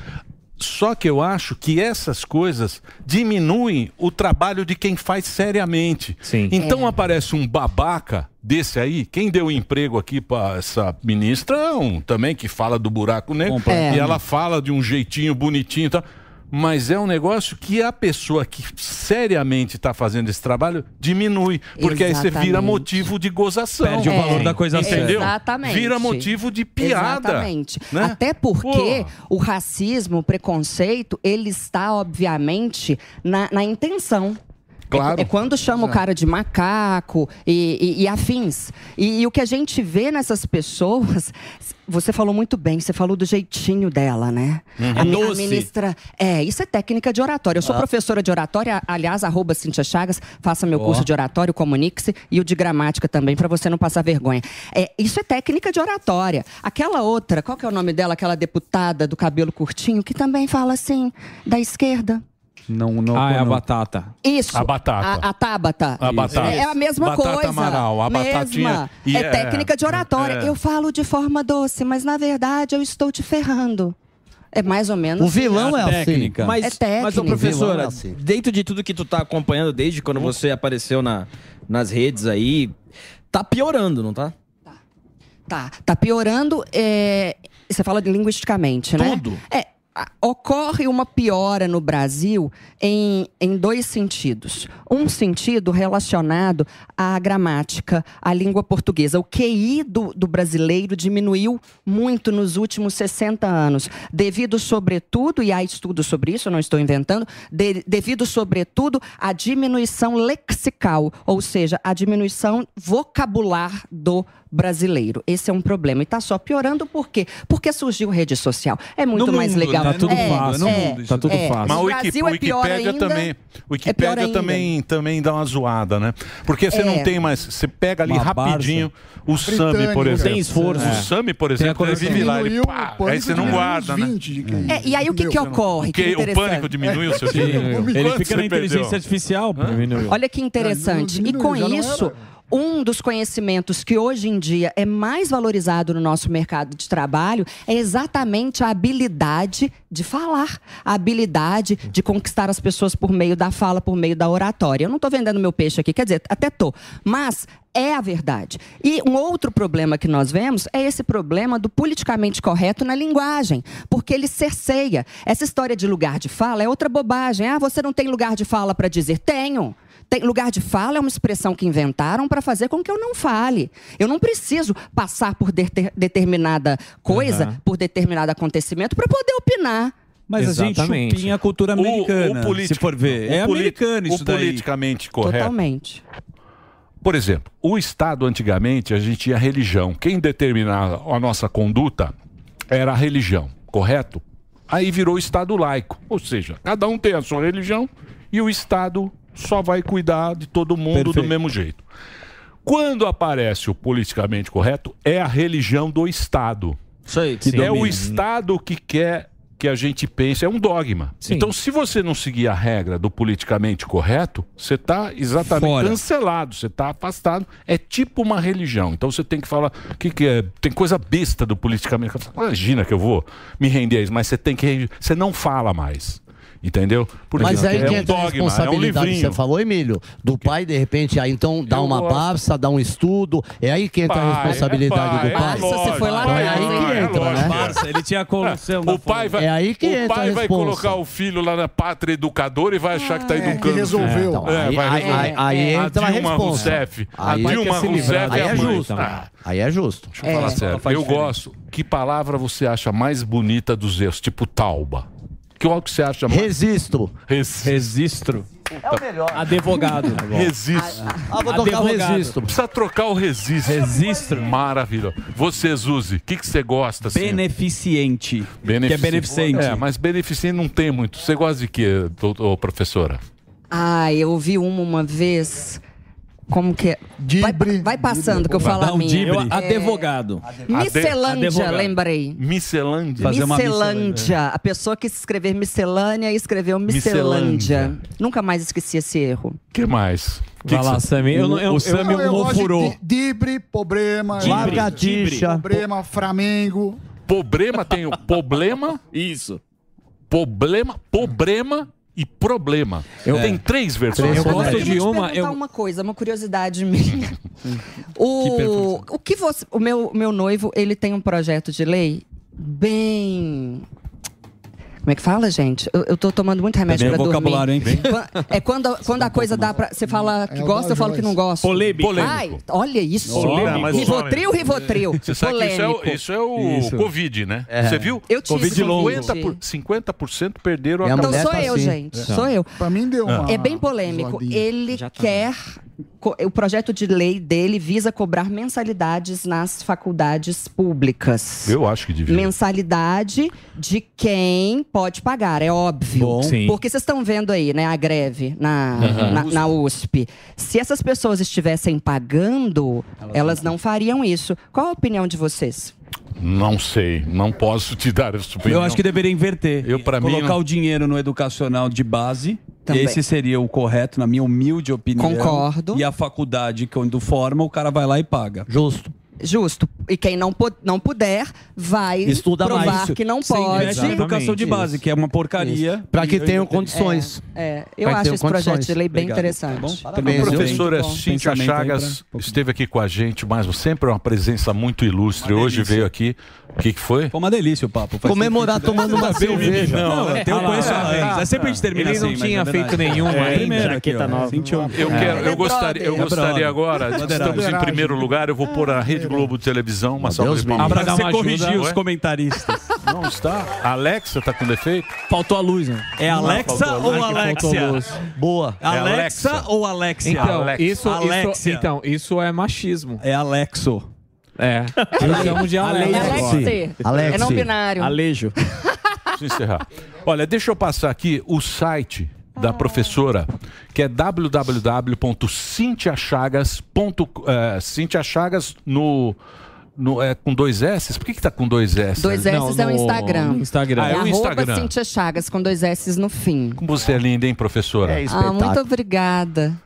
[SPEAKER 3] Só que eu acho que essas coisas diminuem o trabalho de quem faz seriamente. Então
[SPEAKER 19] É.
[SPEAKER 3] aparece um babaca desse aí. Quem deu emprego aqui para essa ministra é um também que fala do buraco negro.
[SPEAKER 19] É.
[SPEAKER 3] E ela fala de um jeitinho bonitinho e tal. Mas é um negócio que a pessoa que seriamente está fazendo esse trabalho diminui. Porque aí você vira
[SPEAKER 19] Exatamente. É.
[SPEAKER 3] motivo de gozação.
[SPEAKER 19] Perde o valor da coisa
[SPEAKER 3] Entendeu?
[SPEAKER 5] Exatamente.
[SPEAKER 3] Vira motivo de piada.
[SPEAKER 5] Exatamente.
[SPEAKER 3] né?
[SPEAKER 5] Até porque o racismo, o preconceito, ele está, obviamente, na, na intenção.
[SPEAKER 1] Claro.
[SPEAKER 5] É, é quando chama o
[SPEAKER 1] Exato.
[SPEAKER 5] cara de macaco e, e- e afins. E, e o que a gente vê nessas pessoas. Você falou muito bem, você falou do jeitinho dela, né?
[SPEAKER 1] Uhum.
[SPEAKER 5] A, minha
[SPEAKER 1] Doce.
[SPEAKER 5] ministra. É, isso é técnica de oratória. Eu sou
[SPEAKER 1] Ah.
[SPEAKER 5] professora de oratória, aliás, arroba Cintia Chagas, faça meu
[SPEAKER 1] Ó.
[SPEAKER 5] curso de oratório, comunique-se e o de gramática também, para você não passar vergonha. É, isso é técnica de oratória. Aquela outra, qual que é o nome dela? Aquela deputada do cabelo curtinho, que também fala assim, da esquerda.
[SPEAKER 4] Não, não, ah, é a
[SPEAKER 19] não.
[SPEAKER 4] batata.
[SPEAKER 5] Isso. A, a Tábata.
[SPEAKER 19] A batata.
[SPEAKER 5] É, é a mesma
[SPEAKER 19] Batata
[SPEAKER 5] coisa.
[SPEAKER 19] Amaral, a batatinha.
[SPEAKER 5] mesma.
[SPEAKER 19] E
[SPEAKER 5] é,
[SPEAKER 19] é-
[SPEAKER 5] técnica de oratória.
[SPEAKER 19] é.
[SPEAKER 5] Eu falo de forma doce, mas na verdade eu estou te ferrando. É mais ou menos.
[SPEAKER 10] O vilão
[SPEAKER 5] assim.
[SPEAKER 10] é assim. técnica.
[SPEAKER 8] Mas,
[SPEAKER 5] é técnica.
[SPEAKER 8] mas ô, professora,
[SPEAKER 5] é assim.
[SPEAKER 8] dentro de tudo que tu tá acompanhando desde
[SPEAKER 10] Uhum.
[SPEAKER 8] quando você apareceu na, nas redes aí, tá piorando, não tá?
[SPEAKER 5] Tá, tá piorando. é, Você fala de linguisticamente, né? Tudo. É. a- Ocorre uma piora no Brasil em, em dois sentidos. Um sentido relacionado à gramática, à língua portuguesa. O QI do, do brasileiro diminuiu muito nos últimos 60 anos, devido, sobretudo, e há estudos sobre isso, eu não estou inventando, de- devido, sobretudo, à diminuição lexical, ou seja, à diminuição vocabular do brasileiro. Esse é um problema. E está só piorando por quê? Porque surgiu rede social. É muito
[SPEAKER 3] No
[SPEAKER 5] mais
[SPEAKER 3] mundo,
[SPEAKER 5] legal.
[SPEAKER 3] né? Tá tudo
[SPEAKER 5] é,
[SPEAKER 3] fácil, no
[SPEAKER 5] é,
[SPEAKER 3] mundo isso tudo.
[SPEAKER 5] é.
[SPEAKER 3] Mas
[SPEAKER 5] No
[SPEAKER 3] o Wiki-
[SPEAKER 5] Brasil é pior
[SPEAKER 3] Wikipédia
[SPEAKER 5] ainda.
[SPEAKER 3] também,
[SPEAKER 5] É pior
[SPEAKER 3] Wikipédia
[SPEAKER 5] ainda.
[SPEAKER 3] também, também dá uma zoada, né? Porque você
[SPEAKER 5] É.
[SPEAKER 3] não tem mais, você pega ali
[SPEAKER 19] Uma
[SPEAKER 3] rapidinho o
[SPEAKER 19] Britânico,
[SPEAKER 3] Sami, por
[SPEAKER 19] né?
[SPEAKER 3] exemplo.
[SPEAKER 19] Tem esforço.
[SPEAKER 3] O Sami, por exemplo, ele vive lá, ele pá, aí você não guarda, né?
[SPEAKER 5] É, e aí o que, que ocorre?
[SPEAKER 3] Porque
[SPEAKER 5] Que
[SPEAKER 3] o
[SPEAKER 5] interessante.
[SPEAKER 3] pânico diminuiu o seu
[SPEAKER 4] Sim,
[SPEAKER 3] dinheiro.
[SPEAKER 4] Ele
[SPEAKER 3] Quanto
[SPEAKER 4] fica na
[SPEAKER 3] você
[SPEAKER 4] inteligência
[SPEAKER 3] perdeu?
[SPEAKER 4] artificial. Diminuiu.
[SPEAKER 5] Olha que interessante. E com isso, um dos conhecimentos que hoje em dia é mais valorizado no nosso mercado de trabalho é exatamente a habilidade de falar, a habilidade de conquistar as pessoas por meio da fala, por meio da oratória. Eu não estou vendendo meu peixe aqui, quer dizer, até tô, mas é a verdade. E um outro problema que nós vemos é esse problema do politicamente correto na linguagem, porque ele cerceia. Essa história de lugar de fala é outra bobagem. Ah, você não tem lugar de fala para dizer tenho. Tem- lugar de fala é uma expressão que inventaram para fazer com que eu não fale. Eu não preciso passar por deter- determinada coisa,
[SPEAKER 19] Aham.
[SPEAKER 5] por determinado acontecimento, para poder opinar.
[SPEAKER 9] Mas a gente chupinha a cultura americana, se for ver.
[SPEAKER 3] o
[SPEAKER 9] é
[SPEAKER 3] politi-
[SPEAKER 9] americano isso
[SPEAKER 3] o
[SPEAKER 9] daí.
[SPEAKER 3] politicamente correto.
[SPEAKER 5] Totalmente.
[SPEAKER 3] Por exemplo, o Estado antigamente a gente tinha religião. Quem determinava a nossa conduta era a religião, correto? Aí virou Estado laico, ou seja, cada um tem a sua religião e o Estado só vai cuidar de todo mundo do mesmo jeito. Quando aparece o politicamente correto, é a religião do Estado.
[SPEAKER 8] Isso aí.
[SPEAKER 3] é
[SPEAKER 8] que domina. né?
[SPEAKER 3] o Estado que quer que a gente pense, é um dogma. Então, se você não seguir a regra do politicamente correto, você está exatamente
[SPEAKER 19] Fora.
[SPEAKER 3] cancelado, você está afastado. É tipo uma religião. Então, você tem que falar, o que, que é? Tem coisa besta do politicamente correto. Imagina que eu vou me render a isso, mas você tem que. Você não fala mais. Entendeu? Porque
[SPEAKER 10] Mas aí
[SPEAKER 3] é
[SPEAKER 10] que
[SPEAKER 3] um
[SPEAKER 10] entra a
[SPEAKER 3] dogma, é um
[SPEAKER 10] responsabilidade que
[SPEAKER 3] livrinho.
[SPEAKER 10] você falou, Emílio. Do pai, de repente, aí então dá
[SPEAKER 3] Eu
[SPEAKER 10] uma
[SPEAKER 3] gosto.
[SPEAKER 10] barça, dá um estudo. É aí que entra a
[SPEAKER 3] Pai,
[SPEAKER 10] responsabilidade
[SPEAKER 3] é
[SPEAKER 10] do
[SPEAKER 3] pai,
[SPEAKER 10] pai.
[SPEAKER 3] é lógico,
[SPEAKER 10] É aí que
[SPEAKER 3] é
[SPEAKER 10] entra,
[SPEAKER 3] lógico.
[SPEAKER 10] né?
[SPEAKER 4] Ele tinha corrupção.
[SPEAKER 3] O pai vai,
[SPEAKER 10] É aí que
[SPEAKER 3] o
[SPEAKER 10] entra
[SPEAKER 3] pai
[SPEAKER 10] a
[SPEAKER 3] vai
[SPEAKER 10] responsa.
[SPEAKER 3] colocar o filho lá na pátria educadora e vai achar que está educando.
[SPEAKER 10] resolveu.
[SPEAKER 3] o filho.
[SPEAKER 10] Então, aí- aí- aí- aí
[SPEAKER 3] a
[SPEAKER 10] entra a
[SPEAKER 3] Dilma
[SPEAKER 10] responsa.
[SPEAKER 3] Rousseff. A
[SPEAKER 10] Aí-
[SPEAKER 3] Dilma
[SPEAKER 10] Aí é
[SPEAKER 3] Rousseff é a mãe.
[SPEAKER 10] justo.
[SPEAKER 3] Ah,
[SPEAKER 10] Aí é justo.
[SPEAKER 3] deixa eu falar sério. Eu gosto. Que palavra você acha mais bonita dos erros? Tipo tauba. Que o que você acha mais?
[SPEAKER 10] Registro.
[SPEAKER 3] Registro.
[SPEAKER 10] É o melhor.
[SPEAKER 4] Advogado.
[SPEAKER 3] Registro.
[SPEAKER 10] Tá Ah, vou tocar o
[SPEAKER 3] Advogado.
[SPEAKER 10] registro.
[SPEAKER 3] Precisa trocar o registro. Registro. Maravilha. Você, Zuzi, o que, que você gosta? Assim?
[SPEAKER 9] Beneficiente.
[SPEAKER 3] Benefici-
[SPEAKER 9] Que é beneficente.
[SPEAKER 3] É, mas beneficente não tem muito. Você gosta de quê, do- ô, professora?
[SPEAKER 5] Ah, eu ouvi uma uma vez. Como que é? Vai, vai passando que eu falo a minha. É,
[SPEAKER 8] advogado.
[SPEAKER 5] Miscelândia, lembrei.
[SPEAKER 3] Miscelândia.
[SPEAKER 5] Miscelândia. A pessoa que escrever miscelânea escreveu miscelândia.
[SPEAKER 3] Miscelândia.
[SPEAKER 5] Nunca mais esqueci esse erro.
[SPEAKER 3] O que mais? Que
[SPEAKER 4] Vai
[SPEAKER 3] que
[SPEAKER 4] lá,
[SPEAKER 3] você- é
[SPEAKER 4] Sammy. Eu não- eu- eu- Sammy
[SPEAKER 3] um
[SPEAKER 6] Não, eu gosto é um de di- Dibre, problema.
[SPEAKER 3] Dibre. Largatixa.
[SPEAKER 6] Problema, Flamengo.
[SPEAKER 3] Problema tem o problema.
[SPEAKER 8] Isso.
[SPEAKER 3] Problema, problema e problema.
[SPEAKER 4] Eu-
[SPEAKER 3] Tem
[SPEAKER 4] É.
[SPEAKER 3] três versões.
[SPEAKER 4] Eu gosto
[SPEAKER 5] Agora, queria te perguntar uma coisa, uma curiosidade minha. o, o que você, o meu, meu noivo, ele tem um projeto de lei bem Como é que fala, gente? Eu, eu tô tomando muito remédio
[SPEAKER 9] Também é
[SPEAKER 5] pra dormir.
[SPEAKER 9] vocabulário, hein? Bem-
[SPEAKER 5] Quan- É quando, quando a coisa dá pra. Você fala que
[SPEAKER 9] É o
[SPEAKER 5] gosta, eu falo
[SPEAKER 9] Joyce.
[SPEAKER 5] que não gosta.
[SPEAKER 3] Polêmico. Polêmico.
[SPEAKER 5] Ai, olha isso.
[SPEAKER 3] Polêmico. Ah, mas-
[SPEAKER 5] Rivotril, Rivotril.
[SPEAKER 3] Você sabe que isso é o,
[SPEAKER 5] Polêmico.
[SPEAKER 3] isso é o
[SPEAKER 5] Isso.
[SPEAKER 3] Covid, né?
[SPEAKER 5] É.
[SPEAKER 3] Você viu?
[SPEAKER 5] Eu tive Covid longo.
[SPEAKER 3] 50%, por, 50 perderam a
[SPEAKER 5] Então
[SPEAKER 3] cabeça.
[SPEAKER 5] sou eu,
[SPEAKER 3] É.
[SPEAKER 5] gente. Sou eu.
[SPEAKER 6] Pra mim deu
[SPEAKER 3] uma
[SPEAKER 5] É bem polêmico.
[SPEAKER 3] zoadinha.
[SPEAKER 5] Ele quer. co- O projeto de lei dele visa cobrar mensalidades nas faculdades públicas.
[SPEAKER 3] Eu acho que devia.
[SPEAKER 5] Mensalidade de quem pode pagar, é óbvio.
[SPEAKER 3] Bom. Sim.
[SPEAKER 5] Porque vocês estão vendo aí, né, a greve na,
[SPEAKER 3] Aham.
[SPEAKER 5] na, na USP. Se essas pessoas estivessem pagando, elas não fariam isso. Qual a opinião de vocês?
[SPEAKER 3] Não sei, não posso te dar essa opinião.
[SPEAKER 9] Eu acho que deveria inverter.
[SPEAKER 3] Eu, pra mim,
[SPEAKER 9] Colocar
[SPEAKER 3] não-
[SPEAKER 9] o dinheiro no educacional de base.
[SPEAKER 3] Também.
[SPEAKER 9] Esse seria o correto, na minha humilde opinião.
[SPEAKER 5] Concordo.
[SPEAKER 9] E a faculdade, quando forma, o cara vai lá e paga.
[SPEAKER 11] Justo.
[SPEAKER 5] Justo. E quem não, pu- não puder, vai
[SPEAKER 9] Estuda
[SPEAKER 5] provar
[SPEAKER 9] mais.
[SPEAKER 5] que não
[SPEAKER 9] Você
[SPEAKER 5] pode.
[SPEAKER 9] investe na educação de base, que é uma porcaria.
[SPEAKER 11] Pra que
[SPEAKER 9] E eu
[SPEAKER 11] tenham
[SPEAKER 9] ainda tenho-
[SPEAKER 11] condições.
[SPEAKER 5] É, eu
[SPEAKER 11] Pra que
[SPEAKER 5] acho
[SPEAKER 11] tenham
[SPEAKER 5] esse projeto
[SPEAKER 11] condições.
[SPEAKER 5] de lei bem
[SPEAKER 11] Obrigado.
[SPEAKER 5] interessante.
[SPEAKER 3] a Tá professora Cíntia
[SPEAKER 9] um
[SPEAKER 3] Chagas esteve aqui com a gente, mas sempre uma presença muito ilustre. Hoje veio aqui. O que, que foi? Foi
[SPEAKER 9] uma delícia o papo.
[SPEAKER 3] Faz
[SPEAKER 11] Comemorar
[SPEAKER 3] tempo que-
[SPEAKER 11] tomando uma cerveja.
[SPEAKER 9] um Não, eu tenho-
[SPEAKER 3] Ah,
[SPEAKER 9] conheço há anos. É sempre a gente termina
[SPEAKER 4] ah, Ele não
[SPEAKER 9] assim, mas
[SPEAKER 3] né?
[SPEAKER 4] tinha
[SPEAKER 9] é
[SPEAKER 4] feito
[SPEAKER 9] verdade.
[SPEAKER 4] nenhuma
[SPEAKER 9] É,
[SPEAKER 4] ainda.
[SPEAKER 9] primeiro aqui,
[SPEAKER 4] Jaqueta
[SPEAKER 9] ó.
[SPEAKER 4] nova.
[SPEAKER 9] Sentiu?
[SPEAKER 3] Eu, quero, eu
[SPEAKER 9] É
[SPEAKER 3] gostaria, eu
[SPEAKER 9] brother.
[SPEAKER 3] gostaria
[SPEAKER 9] É
[SPEAKER 3] agora,
[SPEAKER 9] brother.
[SPEAKER 3] estamos em primeiro lugar, eu vou pôr a Rede Globo de Televisão, uma salva de palmas.
[SPEAKER 9] Pra dar uma corrigir os
[SPEAKER 3] Ué?
[SPEAKER 9] comentaristas.
[SPEAKER 3] Não está. Alexa tá com defeito?
[SPEAKER 4] Faltou a luz, né?
[SPEAKER 9] É
[SPEAKER 3] Não, faltou É
[SPEAKER 9] Alexa
[SPEAKER 3] a luz.
[SPEAKER 9] ou Alexia?
[SPEAKER 11] Boa.
[SPEAKER 9] Alexa, ou Alexia?
[SPEAKER 4] Então,
[SPEAKER 9] Alexa.
[SPEAKER 4] Isso, isso,
[SPEAKER 9] Alexia.
[SPEAKER 4] então, isso é machismo.
[SPEAKER 9] É Alexo.
[SPEAKER 4] É. Eu chamo de Alexa.
[SPEAKER 5] Alexi.
[SPEAKER 4] Alexi.
[SPEAKER 5] É não binário.
[SPEAKER 9] Alejo.
[SPEAKER 3] Preciso encerrar. Olha, deixa eu passar aqui o site
[SPEAKER 5] Ah.
[SPEAKER 3] da professora, que é www.cintiachagas.com. Uh, Cintia Chagas no. no é, com dois S? Por que, que tá com dois S?
[SPEAKER 5] Dois S é o Instagram.
[SPEAKER 3] Ah, é o
[SPEAKER 5] arroba
[SPEAKER 3] Instagram.
[SPEAKER 5] Cintia Chagas, com dois S no fim.
[SPEAKER 3] Como você é linda, hein, professora?
[SPEAKER 5] Ah, muito obrigada.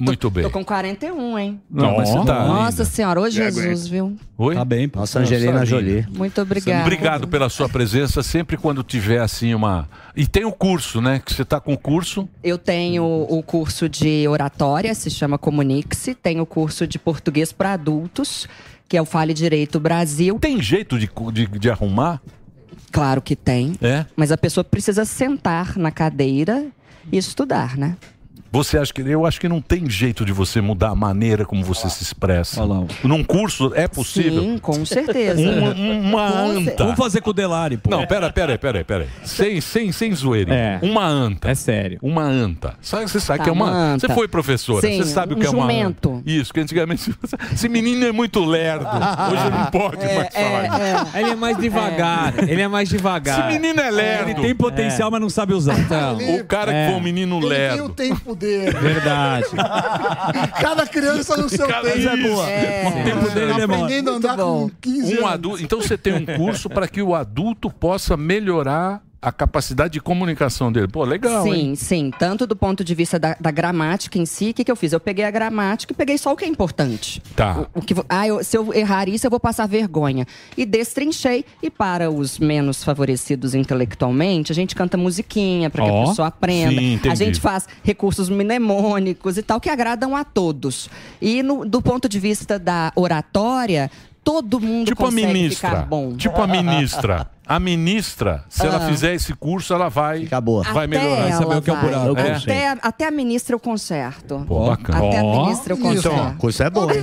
[SPEAKER 3] Muito bem.
[SPEAKER 5] Tô com 41, hein?
[SPEAKER 3] Não, mas você tá
[SPEAKER 5] Nossa
[SPEAKER 3] linda.
[SPEAKER 5] senhora, ô Jesus,
[SPEAKER 3] aguento.
[SPEAKER 5] viu?
[SPEAKER 3] Oi? Tá
[SPEAKER 9] bem.
[SPEAKER 11] Nossa, Angelina Jolie.
[SPEAKER 5] Muito obrigada.
[SPEAKER 3] Obrigado pela sua presença. Sempre quando tiver assim uma. E tem o curso, né? Que você tá com o curso.
[SPEAKER 5] Eu tenho o curso de oratória, se chama Comunique-se. Tenho o curso de português para adultos, que é o Fale Direito Brasil.
[SPEAKER 3] Tem jeito de, cu- de, de arrumar?
[SPEAKER 5] Claro que tem.
[SPEAKER 3] É?
[SPEAKER 5] Mas a pessoa precisa sentar na cadeira e estudar, né?
[SPEAKER 3] Você acha que. Eu acho que não tem jeito de você mudar a maneira como você se expressa. Num curso é possível?
[SPEAKER 5] Sim, com certeza.
[SPEAKER 3] Uma, uma
[SPEAKER 5] Com cer-
[SPEAKER 3] anta.
[SPEAKER 9] Vamos fazer com o Delari, pô.
[SPEAKER 3] Não, pera, pera, aí, pera, aí, pera. aí. Sem, sem, sem zoeira. Uma anta. É sério. Uma anta. Sabe, você sabe
[SPEAKER 5] Tá,
[SPEAKER 3] que é uma,
[SPEAKER 5] uma anta.
[SPEAKER 3] Você foi professora,
[SPEAKER 5] Sim,
[SPEAKER 3] você sabe o
[SPEAKER 5] um
[SPEAKER 3] que é uma
[SPEAKER 5] jumento.
[SPEAKER 3] anta. Isso, que antigamente esse menino é muito lerdo. Hoje não pode mais falar. isso.
[SPEAKER 4] Ele é mais devagar. Ele é mais devagar.
[SPEAKER 3] Esse menino é lerdo.
[SPEAKER 9] Ele tem potencial, mas não sabe usar.
[SPEAKER 3] o cara
[SPEAKER 4] é.
[SPEAKER 3] que foi um menino
[SPEAKER 6] E o
[SPEAKER 3] lerdo.
[SPEAKER 6] tempo dele.
[SPEAKER 5] um
[SPEAKER 4] Verdade.
[SPEAKER 6] Cada criança no seu
[SPEAKER 3] Cada
[SPEAKER 6] tempo.
[SPEAKER 3] isso.
[SPEAKER 6] É.
[SPEAKER 3] O tempo
[SPEAKER 5] Tá
[SPEAKER 3] dele demora.
[SPEAKER 6] Aprendendo a andar com 15
[SPEAKER 3] Um
[SPEAKER 6] anos.
[SPEAKER 3] adulto, então você tem um curso para que o adulto possa melhorar a capacidade de comunicação dele. Pô, legal,
[SPEAKER 5] sim,
[SPEAKER 3] hein?
[SPEAKER 5] sim. Tanto do ponto de vista da, da gramática em si, o que, que eu fiz? Eu peguei a gramática e peguei só o que é importante.
[SPEAKER 3] Tá.
[SPEAKER 5] O que, vo- ah, eu- se eu errar isso, eu vou passar vergonha. E destrinchei. E para os menos favorecidos intelectualmente, a gente canta musiquinha para que
[SPEAKER 1] Ó.
[SPEAKER 5] a pessoa aprenda.
[SPEAKER 1] Sim, entendi.
[SPEAKER 5] a gente faz recursos mnemônicos e tal, que agradam a todos. E no- do ponto de vista da oratória, todo mundo
[SPEAKER 3] Tipo a
[SPEAKER 5] consegue ficar
[SPEAKER 3] ministra.
[SPEAKER 5] bom.
[SPEAKER 3] Tipo a ministra. A ministra, se ela
[SPEAKER 5] Ah.
[SPEAKER 3] fizer esse curso, ela vai. Acabou. Vai
[SPEAKER 5] Até
[SPEAKER 3] melhorar.
[SPEAKER 5] ela vai.
[SPEAKER 3] É.
[SPEAKER 5] Até, até a ministra eu conserto.
[SPEAKER 3] Pô, bacana.
[SPEAKER 5] Até a ministra eu conserto.
[SPEAKER 3] Então,
[SPEAKER 11] Isso é bom, hein?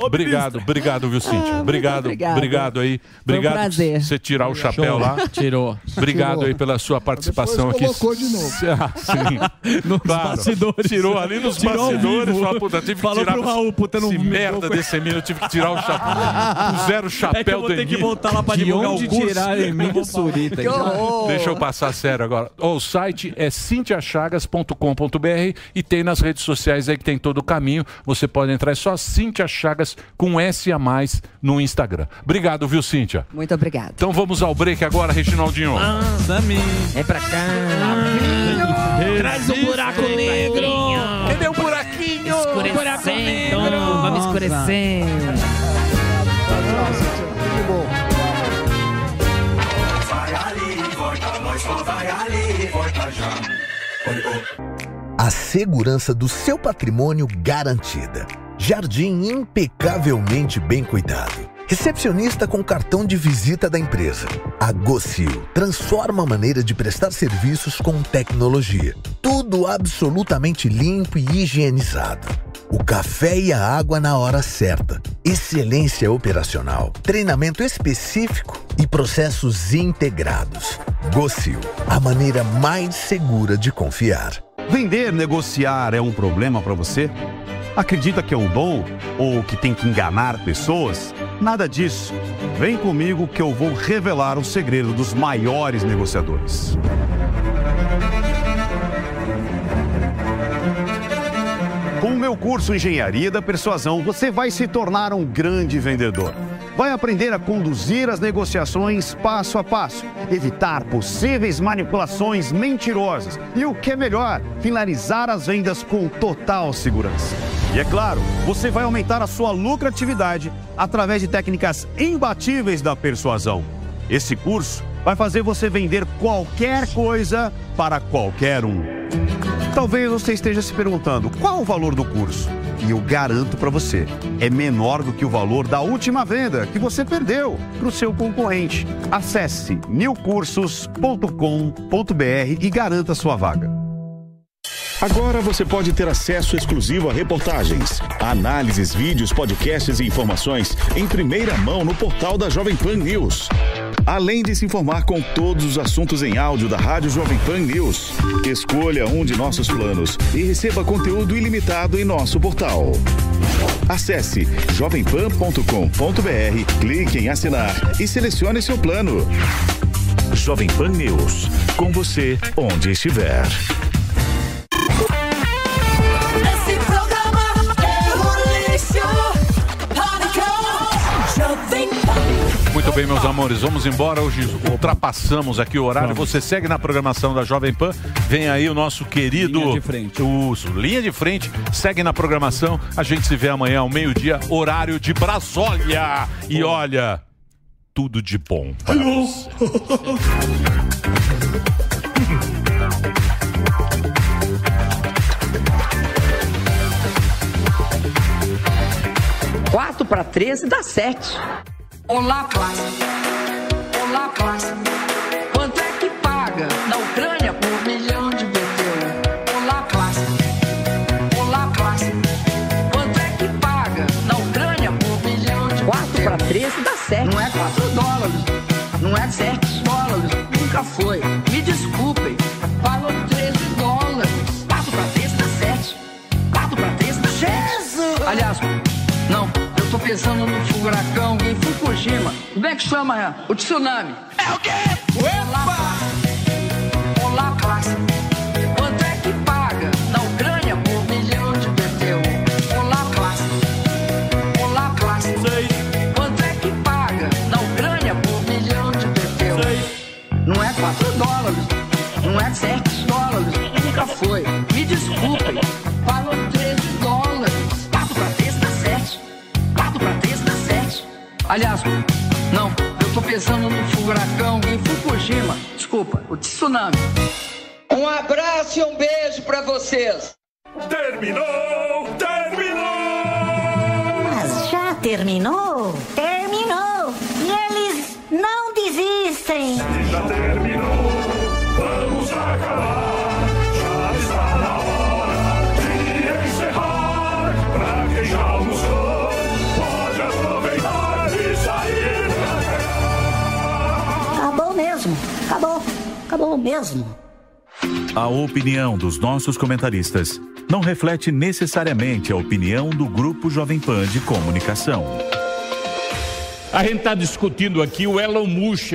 [SPEAKER 3] Obrigado, obrigado, viu, Cíntia? obrigado,
[SPEAKER 5] obrigada.
[SPEAKER 3] obrigado aí.
[SPEAKER 5] Foi um
[SPEAKER 3] Obrigado
[SPEAKER 5] prazer.
[SPEAKER 3] por você tirar o chapéu lá.
[SPEAKER 4] Tirou.
[SPEAKER 3] Obrigado
[SPEAKER 4] Tirou.
[SPEAKER 3] aí pela sua participação aqui.
[SPEAKER 4] Depois colocou de novo.
[SPEAKER 3] Ah, sim.
[SPEAKER 4] Nos
[SPEAKER 3] Claro.
[SPEAKER 4] bastidores.
[SPEAKER 3] Tirou ali nos
[SPEAKER 4] Tirou ao
[SPEAKER 3] bastidores.
[SPEAKER 4] vivo.
[SPEAKER 3] Falou, puta, tive
[SPEAKER 4] Falou
[SPEAKER 3] que tirar
[SPEAKER 4] pro Raul, puta, não
[SPEAKER 3] esse
[SPEAKER 4] me
[SPEAKER 3] merda
[SPEAKER 4] dou-
[SPEAKER 3] desse menino, eu tive que tirar o chapéu. Puseram o chapéu
[SPEAKER 9] É que eu vou ter
[SPEAKER 3] do
[SPEAKER 9] que
[SPEAKER 3] Emílio.
[SPEAKER 9] voltar lá pra
[SPEAKER 4] De
[SPEAKER 9] divulgar
[SPEAKER 4] onde
[SPEAKER 9] o curso.
[SPEAKER 4] tirar Emílio Surita? Que horror!
[SPEAKER 3] Deixa eu passar sério agora. Ó, o site é cintiachagas.com.br e tem nas redes sociais aí que tem todo o caminho. Você pode entrar, é só Cintia Chagas com S a mais no Instagram. Obrigado, viu, Cíntia?
[SPEAKER 5] Muito obrigada.
[SPEAKER 3] Então vamos ao break agora, Reginaldinho.
[SPEAKER 1] É pra cá.
[SPEAKER 2] um
[SPEAKER 1] Traz o buraco negro. Cadê o buraquinho? Escurecendo. Vamos escurecendo.
[SPEAKER 6] Que bom.
[SPEAKER 1] Vai ali, volta, nós
[SPEAKER 13] só um, vai ali e volta já.
[SPEAKER 14] A segurança do seu patrimônio garantida. Jardim impecavelmente bem cuidado. Recepcionista com cartão de visita da empresa. A Gocil transforma a maneira de prestar serviços com tecnologia. Tudo absolutamente limpo e higienizado. O café e a água na hora certa. Excelência operacional. Treinamento específico e processos integrados. Gocil, a maneira mais segura de confiar.
[SPEAKER 15] Vender, negociar é um problema para você? Acredita que é um dom ou que tem que enganar pessoas? Nada disso. Vem comigo que eu vou revelar o segredo dos maiores negociadores. Com o meu curso Engenharia da Persuasão, você vai se tornar um grande vendedor. Vai aprender a conduzir as negociações passo a passo, evitar possíveis manipulações mentirosas e, o que é melhor, finalizar as vendas com total segurança. E é claro, você vai aumentar a sua lucratividade através de técnicas imbatíveis da persuasão. Esse curso vai fazer você vender qualquer coisa para qualquer um. Talvez você esteja se perguntando qual o valor do curso. E eu garanto para você, é menor do que o valor da última venda que você perdeu para o seu concorrente. Acesse milcursos.com.br e garanta sua vaga.
[SPEAKER 19] Agora você pode ter acesso exclusivo a reportagens, análises, vídeos, podcasts e informações em primeira mão no portal da Jovem Pan News. Além de se informar com todos os assuntos em áudio da Rádio Jovem Pan News, escolha um de nossos planos e receba conteúdo ilimitado em nosso portal. Acesse jovempan.com.br, clique em assinar e selecione seu plano. Jovem Pan News, com você onde estiver.
[SPEAKER 1] Esse programa é um lixo. Pânico. Jovem Pan.
[SPEAKER 3] Muito bem, meus amores, vamos embora. Hoje ultrapassamos aqui o horário. Você segue na programação da Jovem Pan. Vem aí o nosso querido. Linha de frente. Linha de frente. Segue na programação. A gente se vê amanhã ao meio-dia, horário de Brasólia. E olha, tudo de bom.
[SPEAKER 2] Quatro para 13 dá sete. Olá, Plácido. Olá, Plácido. Quanto é que paga na Ucrânia por milhão de BTU? Olá, Plácido. Olá, Plácido. Quanto é que paga na Ucrânia por milhão de BTU? 4 para 13 dá 7. Não é 4 dólares. Não é 7 dólares. Nunca foi. Me desculpem. Falou 13 dólares. 4 para 13 dá 7. 4 para 13 dá 7. Jesus! Aliás, não. Eu tô pensando no furacão em Fukushima. Como é que chama é? o tsunami? É o quê? Olá, Olá, Plácido. Quanto é que paga na Ucrânia por milhão de BTU? Olá, Plácido. Olá, Plácido. Quanto é que paga na Ucrânia por milhão de BTU? Não é 4 dólares. Não é 7 dólares. Nunca foi. Me desculpem. Falou 13 dólares. 4 pra 13 dá 7. 4 pra 13 dá 7. Aliás, não. Eu tô pensando no furacão em Fukushima. Desculpa, o tsunami. Um abraço e um beijo pra vocês.
[SPEAKER 1] Terminou, terminou.
[SPEAKER 28] Mas já terminou? Terminou! E eles não desistem!
[SPEAKER 1] Já terminou, vamos acabar. Já está na hora de encerrar. Pra quem já almoçou, pode aproveitar e sair pra cá.
[SPEAKER 28] Acabou mesmo! Acabou! Acabou mesmo!
[SPEAKER 19] A opinião dos nossos comentaristas não reflete necessariamente a opinião do Grupo Jovem Pan de Comunicação.
[SPEAKER 29] A gente tá está discutindo aqui o Elon Musk.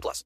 [SPEAKER 17] plus.